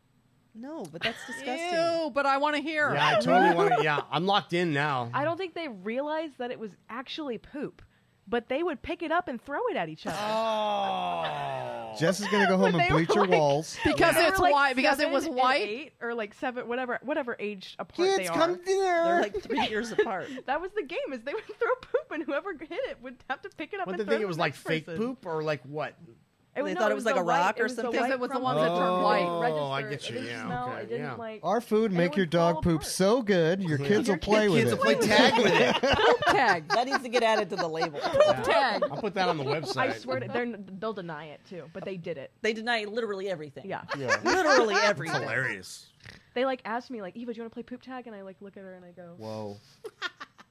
C: no, but that's disgusting.
D: Ew, but I want to hear.
B: Yeah, I totally want to. Yeah, I'm locked in now.
G: I don't think they realized that it was actually poop, but they would pick it up and throw it at each other.
B: Oh.
A: Jess is going to go home
G: When
A: and
G: they
A: bleach
G: were
A: your
G: like-
A: walls.
D: because
G: They were
D: it's
G: like
D: white. Because it
G: seven
D: was
G: and
D: white.
G: eight or like seven, whatever, whatever age apart
A: Kids,
G: they are.
A: come dinner.
C: They're like three years apart.
G: that was the game. Is they would throw poop and whoever hit it would have to pick it up.
B: What
G: and
B: they
G: throw
B: think
G: to
B: it was
G: the
B: like
G: next
B: fake
G: person.
B: poop or like what?
G: It
C: They thought it was like
G: the
C: a
G: white-
C: rock or
G: was the
C: something?
G: white
D: Because it was the
G: crumb
D: ones that
G: on
D: turned
G: it.
D: white.
B: Oh, I
G: Registered.
B: get you,
G: It didn't
B: yeah,
G: smell,
B: okay,
G: it didn't,
B: yeah.
G: like-
A: Our food
G: They
A: make your
G: would fall
A: dog poop
G: apart.
A: so good, your kids will play with
B: Kids
A: it.
B: will play tag with it.
D: Poop tag.
C: That needs to get added to the label.
D: Tag.
B: I'll put that on the website.
G: I swear to, they're, they'll deny it too, but they did it.
C: They deny literally everything.
G: Yeah,
C: Literally
B: It's
C: everything.
B: hilarious.
G: they like asked me like Eva, do you want to play poop tag? And I like look at her and I go,
A: Whoa.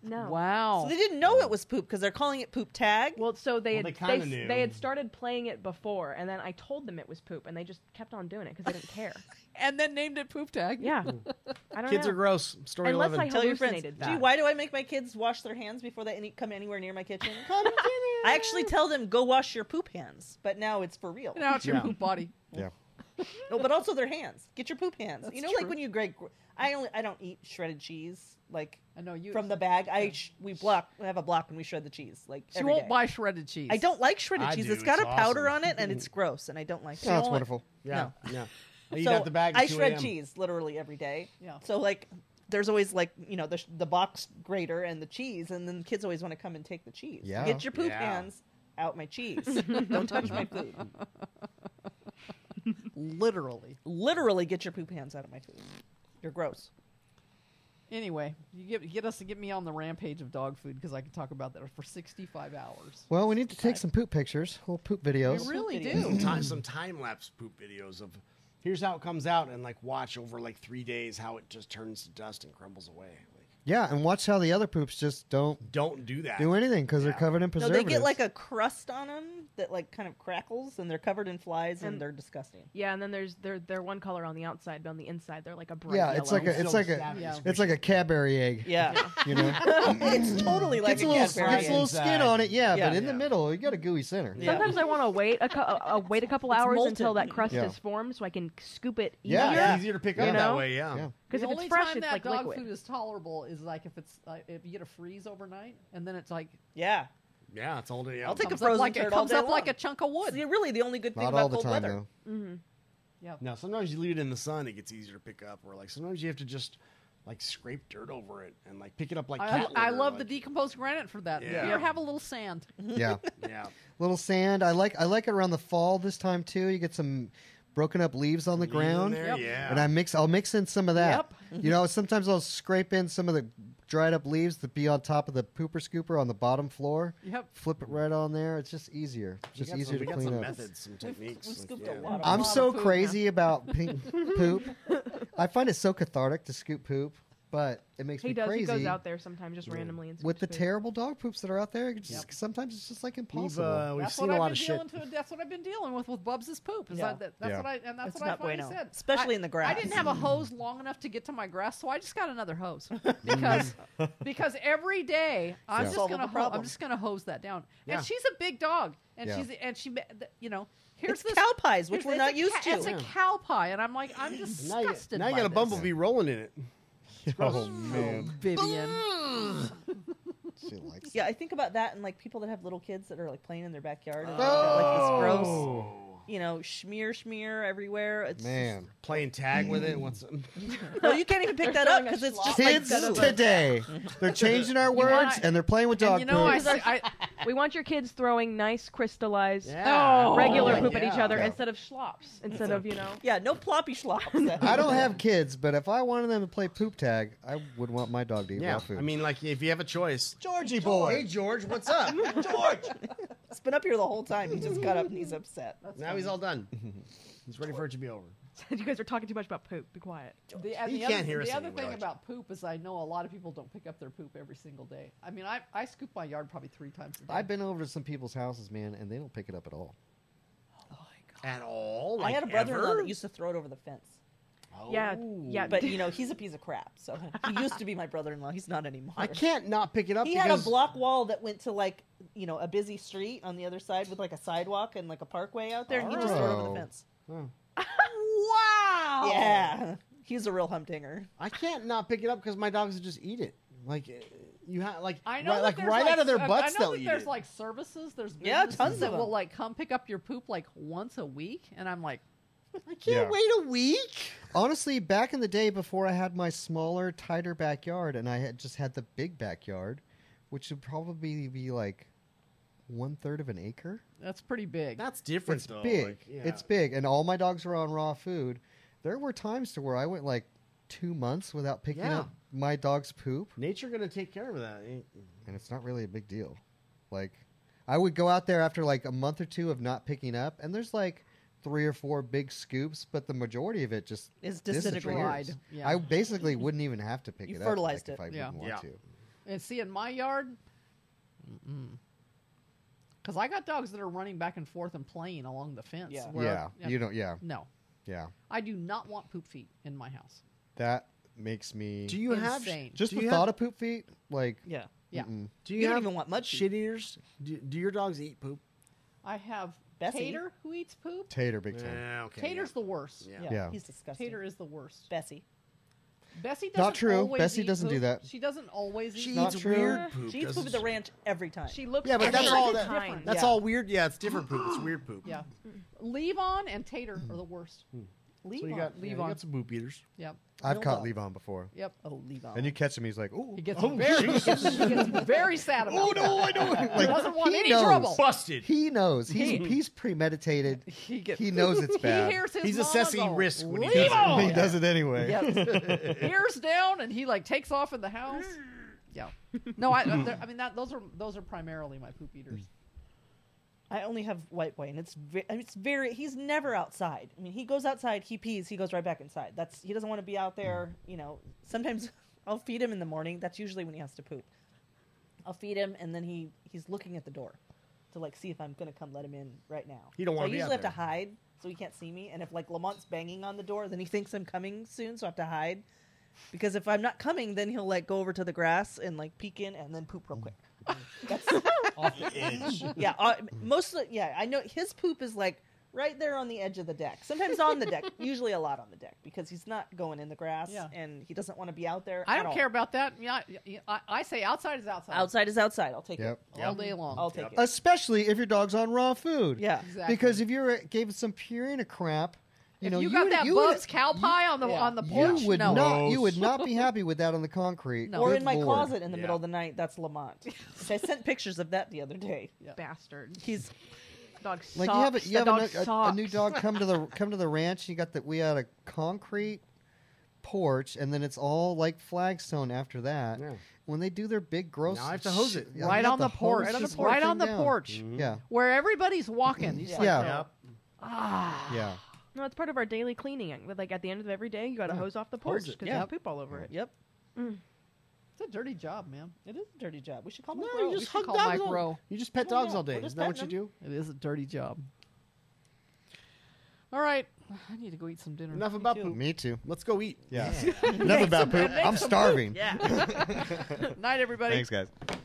G: no.
C: Oh.
D: Wow.
C: So they didn't know it was poop because they're calling it poop tag.
G: Well, so they
B: Well,
G: had
B: they
G: they,
B: kinda
G: s-
B: knew.
G: they had started playing it before, and then I told them it was poop, and they just kept on doing it because they didn't care.
D: and then named it poop tag.
G: Yeah, I don't
B: Kids
G: know.
B: are gross. Story
G: Unless
B: 11.
G: I
C: Tell your friends.
G: hallucinated
C: Gee,
G: that.
C: why do I make my kids wash their hands before they any- come anywhere near my kitchen? I actually tell them go wash your poop hands, but now it's for real.
D: Now it's your
B: Yeah.
D: poop body.
A: Yeah. Oh,
C: No, but also their hands. Get your poop hands.
D: That's
C: you know, like
D: true.
C: when you Greg, I only I don't eat shredded cheese like
D: I know you.
C: from the bag. I sh- we block we have a block when we shred the cheese like
D: She
C: every
D: won't
C: day.
D: buy shredded cheese.
C: I don't like shredded
B: I
C: cheese.
B: do.
C: It's got
B: It's
C: a powder
B: awesome.
C: on it and it's gross and I don't like it.
A: Oh, that's
C: So
A: wonderful.
B: Yeah, yeah. You
C: so
B: got the bag. at
C: I
B: 2
C: shred
B: a.m.
C: cheese literally every day.
D: Yeah.
C: So like, there's always like you know the sh- the box grater and the cheese, and then the kids always want to come and take the cheese.
A: Yeah.
C: Get your poop
B: Yeah.
C: hands out my cheese. Don't touch my food.
D: literally.
C: Literally, get your poop hands out of my food. You're gross.
D: Anyway, you get get us to get me on the rampage of dog food because I could talk about that for sixty five hours.
A: Well, we need to take some poop pictures, little poop
D: I
A: videos.
D: really
B: Some
D: do.
A: Mm-hmm.
B: time, some time lapse poop videos of here's how it comes out and like watch over like three days how it just turns to dust and crumbles away. Like,
A: Yeah, and watch how the other poops just don't
B: don't do that.
A: do anything because
B: Yeah.
A: they're covered in
C: No,
A: preservatives.
C: they get like a crust on them that like kind of crackles, and they're covered in flies, and,
G: And-
C: they're disgusting.
G: Yeah, and then there's they're they're one color on the outside, but on the inside they're like a bright
A: yeah,
G: yellow.
A: it's like a, it's like a,
D: Yeah.
A: it's like a Cadbury egg.
C: Yeah,
A: You know,
C: it's totally like
A: gets a little, gets
C: Cadbury
A: a little
C: egg.
A: skin on it. Yeah,
C: Yeah.
A: but in the
B: Yeah.
A: middle, you got a gooey center.
C: Yeah.
G: Sometimes I want to wait a cou- uh, wait a couple hours
C: molten.
G: until that crust
A: Yeah.
G: is formed, so I can scoop it
A: Yeah.
G: easier.
B: It's easier to pick
A: Yeah.
B: up that
G: Yeah.
B: way. Yeah.
A: Yeah.
G: Because
D: the
G: if
D: only
G: it's fresh,
D: time
G: it's
D: that
G: like
D: dog
G: liquid.
D: food is tolerable is like if it's like if you get a freeze overnight and then it's like
C: Yeah,
B: Yeah, it's all day. Yeah.
C: I'll take a
D: comes up
C: frozen
D: like it
C: turd all
D: comes
C: day
D: up like
C: long.
D: a chunk of wood.
C: See, really the only good thing
A: Not
C: about
A: all the
C: cold
A: time
C: weather.
A: though.
D: Yeah.
B: Now sometimes you leave it in the sun, it gets easier to pick up, or like sometimes you have to just like scrape dirt over it and like pick it up like
D: I,
B: cat
D: I
B: litter,
D: love
B: like-
D: the decomposed granite for that.
B: Yeah.
D: You ever have a little sand?
A: Yeah,
B: Yeah,
A: little sand. I like I like it around the fall this time too. You get some broken up leaves on the
B: Leave it in
A: ground.
B: there,
D: Yep.
B: Yeah,
A: And I mix, I'll mix in some of that.
D: Yep.
A: You know, sometimes I'll scrape in some of the dried up leaves that be on top of the pooper scooper on the bottom floor.
D: Yep.
A: Flip it right on there. It's just easier. It's
B: We
A: just
B: got
A: easier
B: some, we
A: to
B: got
A: clean
B: some
A: up.
B: methods, some techniques.
C: we've
B: like,
C: scooped
B: yeah.
C: a lot of
A: I'm
C: lot of
A: so
C: poop.
A: crazy about pink poop. I find it so cathartic to scoop poop. But it makes
G: He
A: me
G: does.
A: crazy.
G: He goes out there sometimes just randomly and
A: with the
G: scoops food.
A: terrible dog poops that are out there, it just,
D: Yep.
A: sometimes it's just like
B: We've,
A: impossible.
B: uh, we've
D: that's
B: seen
D: what
B: a
D: I've
B: lot
D: been
B: of shit.
D: dealing to. That's what I've been dealing with with Bubs's poop. Is
C: Yeah.
D: that, that that's
A: Yeah.
D: what I and that's
C: It's
D: what I
C: not
D: finally
C: bueno,
D: said. I-
C: especially in the grass.
D: I didn't have a hose long enough to get to my grass, so I just got another hose because
B: Mm-hmm.
D: because every day I'm
A: Yeah.
D: just
C: Solve
D: gonna
C: the
D: ho- I'm
C: problem.
D: just gonna hose that down.
B: Yeah.
D: And she's a big dog, and
A: Yeah.
D: she's and she ma- th- you know here's
C: It's
D: this
C: cow pies, which
D: here's-
C: we're
D: it's
C: not
D: a
C: used
D: ca-
C: to.
D: It's a cow pie, and I'm like I'm
B: Now you,
D: disgusted.
B: now you
D: by
B: got a
D: this.
B: bumblebee rolling in it.
A: oh man,
D: Vivian.
A: she likes.
C: yeah, I think about that and like people that have little kids that are like playing in their backyard and
B: Oh.
C: they've got, like this gross, you know, schmear schmear everywhere. It's
A: man.
B: Playing tag with it. What's
A: Mm.
C: just- no, you can't even pick that up because it's just like
A: Kids
C: done with-
A: today, they're changing our words
F: wanna-
A: and they're playing with
D: And
A: dog
D: you know I,
A: poop.
D: s- I-
G: We want your kids throwing nice crystallized
B: Yeah.
D: Oh,
G: regular poop at
B: yeah.
G: each other
A: Yeah.
G: instead of schlops, instead of you know.
C: Yeah, no ploppy schlops.
A: I don't have kids, but if I wanted them to play poop tag, I would want my dog to eat
B: Yeah,
A: raw food.
B: I mean, like if you have a choice,
A: Georgie
B: Hey George, what's up?
C: It's been up here the whole time. He just got up and he's upset.
B: now he's all done. He's ready for it to be over.
G: you guys are talking too much about poop. Be quiet.
D: The, and
B: He
D: the
B: can't
D: other,
B: hear us
D: the other
B: anyway,
D: thing
B: Archie.
D: about poop is I know a lot of people don't pick up their poop every single day. I mean, I, I scoop my yard probably three times a day.
A: I've been over to some people's houses, man, and they don't pick it up at all.
B: At all?
C: I
B: Like,
C: had a brother-in-law
B: ever?
C: that used to throw it over the fence.
G: Yeah,
B: Oh.
G: yeah.
C: But you know, he's a piece of crap. So he used to be my brother-in-law. He's not anymore.
B: I can't not pick it up.
C: He
B: because
C: had a block wall that went to like you know a busy street on the other side with like a sidewalk and like a parkway out there, and he just threw it over
A: Oh.
C: the fence.
B: Wow.
C: Yeah, he's a real humdinger.
B: I can't not pick it up because my dogs would just eat it. Like uh, you have like
D: I know
B: right,
D: that
B: like
D: there's,
B: right out of their
D: I-
B: butts
D: I know
B: they'll
D: that
B: eat
D: there's
B: it.
D: like services, there's
C: Yeah,
D: businesses
C: tons of
D: that will
C: them.
D: like come pick up your poop like once a week, and I'm like,
B: I can't
A: Yeah.
B: wait a week.
A: Honestly, back in the day before I had my smaller, tighter backyard and I had just had the big backyard, which would probably be like one third of an acre.
D: that's pretty big.
B: That's different
A: it's
B: though.
A: big.
B: Like, yeah.
A: It's big. And all my dogs were on raw food. There were times to where I went like two months without picking
B: Yeah.
A: up my dog's poop.
B: Nature gonna take care of that. It-
A: and it's not really a big deal. Like, I would go out there after like a month or two of not picking up, and there's like three or four big scoops, but the majority of it just
C: Is
A: disappears.
C: disintegrated.
D: Yeah.
A: I basically wouldn't even have to pick
C: You
A: it
C: fertilized
A: up like, if
C: it.
A: I
D: Yeah.
A: didn't want
B: Yeah.
A: to.
D: and see, in my yard, because I got dogs that are running back and forth and playing along the fence.
C: Yeah.
D: where-
A: yeah, you don't. Yeah,
D: no,
A: yeah.
D: I do not want poop feet in my house.
A: That makes me
B: Do you
D: Insane.
B: have
A: just
B: do
A: the
B: you
A: thought
B: have,
A: of poop feet. Like,
C: Yeah,
D: Yeah,
A: mm-mm.
B: do
C: you,
B: you,
C: don't
B: have
C: even want much
B: shit eaters? Do, do your dogs eat poop?
D: I have
C: Bessie?
D: Tater who eats poop.
A: tater big time.
B: okay.
D: Tater's the worst.
B: Yeah.
C: Yeah,
A: Yeah.
C: he's disgusting.
D: Tater is the worst.
C: Bessie.
D: Bessie doesn't
A: Not true.
D: always
A: Bessie
D: eat
A: doesn't do
D: poop.
A: that.
D: She doesn't always
B: She
D: eat
A: Not
B: eats
A: true.
B: weird poop.
C: she eats
B: doesn't
C: poop at the ranch every time.
G: She looks.
B: Yeah, but that's
G: every
B: all that-
G: time.
B: That's
D: Yeah.
B: all weird. Yeah, it's different poop. It's weird poop.
D: Yeah. Levon and Tater are the worst.
C: leave
B: Hmm. So you
C: on.
B: got, yeah, you
D: Levon.
B: got some poop eaters.
D: Yep.
A: I've
C: No
A: caught
C: love.
A: Levon before,
D: Yep.
C: oh, leave on.
A: and you catch him, he's like, "Ooh,
D: He gets
B: Oh,
D: very he gets, he gets very sad about
A: oh no,
D: that.
A: I know." Like,
D: doesn't want
A: he
D: any
A: knows.
D: trouble.
B: Busted.
A: He knows. He's he's premeditated.
D: He gets
A: He knows it's bad.
D: He hears his
B: He's
D: mama
B: assessing
D: go,
B: risk when he
D: "Leave
B: does it.
A: But he
D: him!"
A: does it anyway.
D: Ears down, and he like takes off in the house. Yeah. No, I. I- there- I mean, that those are those are primarily my poop eaters.
C: I only have white boy, and it's ve- and it's very. He's never outside. I mean, he goes outside, he pees, he goes right back inside. That's he doesn't want to be out there. You know, sometimes I'll feed him in the morning. That's usually when he has to poop. I'll feed him, and then he he's looking at the door to like see if I'm gonna come let him in right now.
B: He don't
C: So I
B: wanna be
C: usually
B: out
C: have
B: there.
C: to hide so he can't see me. And if like Lamont's banging on the door, then he thinks I'm coming soon, so I have to hide. Because if I'm not coming, then he'll like go over to the grass and like peek in and then poop real
B: Mm.
C: quick. That's
B: Off the edge.
C: yeah, uh, mostly. Yeah, I know his poop is like right there on the edge of the deck. Sometimes on the deck, usually a lot on the deck because he's not going in the grass
D: Yeah.
C: and he doesn't want to be out there.
D: I
C: at
D: don't
C: all.
D: care about that. Yeah, I- I, I say outside is outside.
C: Outside is outside. I'll take
A: Yep.
C: it.
D: all day long.
C: I'll take
B: Yep.
C: it.
A: Especially if your dog's on raw food.
C: Yeah.
D: Exactly.
A: Because if you were gave it some purina crap, you
D: if
A: know
D: you, got
A: would,
D: that
A: you
D: Bub's
A: would,
D: cow pie on the
C: yeah.
D: on the
A: you
D: porch,
A: would
D: no.
A: not you would not be happy with that on the concrete.
D: No.
C: Or
A: Good
C: in my
A: Lord.
C: closet in the
B: Yeah.
C: middle of the night. That's Lamont. I sent pictures of that the other day.
G: bastard.
C: He's
G: Dog
A: Like
G: sucks.
A: you have a, you
G: That
A: have
G: dog
A: a, a, a
G: sucks.
A: new dog come to the come to the ranch. You got that we had a concrete porch, and then it's all like flagstone after that.
B: Yeah.
A: When they do their big gross,
B: Now I have to hose it. Mm-hmm.
A: Yeah,
D: right
A: you
D: on the
A: have to hose
D: porch,
A: this
D: just
A: whole
D: right
A: thing
D: on the
A: down.
D: porch,
A: Yeah,
D: where everybody's walking. He's like, ah,
A: Yeah.
B: Yep.
A: yeah.
G: No, it's part of our daily cleaning. But like at the end of every day, you got to hose off the porch
B: it,
G: because
B: yeah.
G: there's poop all over it.
C: yep.
D: It's a dirty job, man.
C: It is a dirty job. We should call
B: No,
C: Mike
B: you
C: Rowe.
B: just
D: should
B: hug
D: call
B: dogs.
D: Mike
B: all-
D: Rowe.
B: You just pet
C: Well,
B: dogs
C: yeah,
B: all day.
C: we're just
B: Isn't that what you
C: petting
B: do?
D: It is a dirty job. All right, I need to go eat some dinner.
B: Enough about
C: too.
B: poop.
A: Me too.
B: Let's go eat.
A: Yeah. Nothing about poop. I'm starving.
C: Yeah.
D: Night, everybody.
A: Thanks, guys.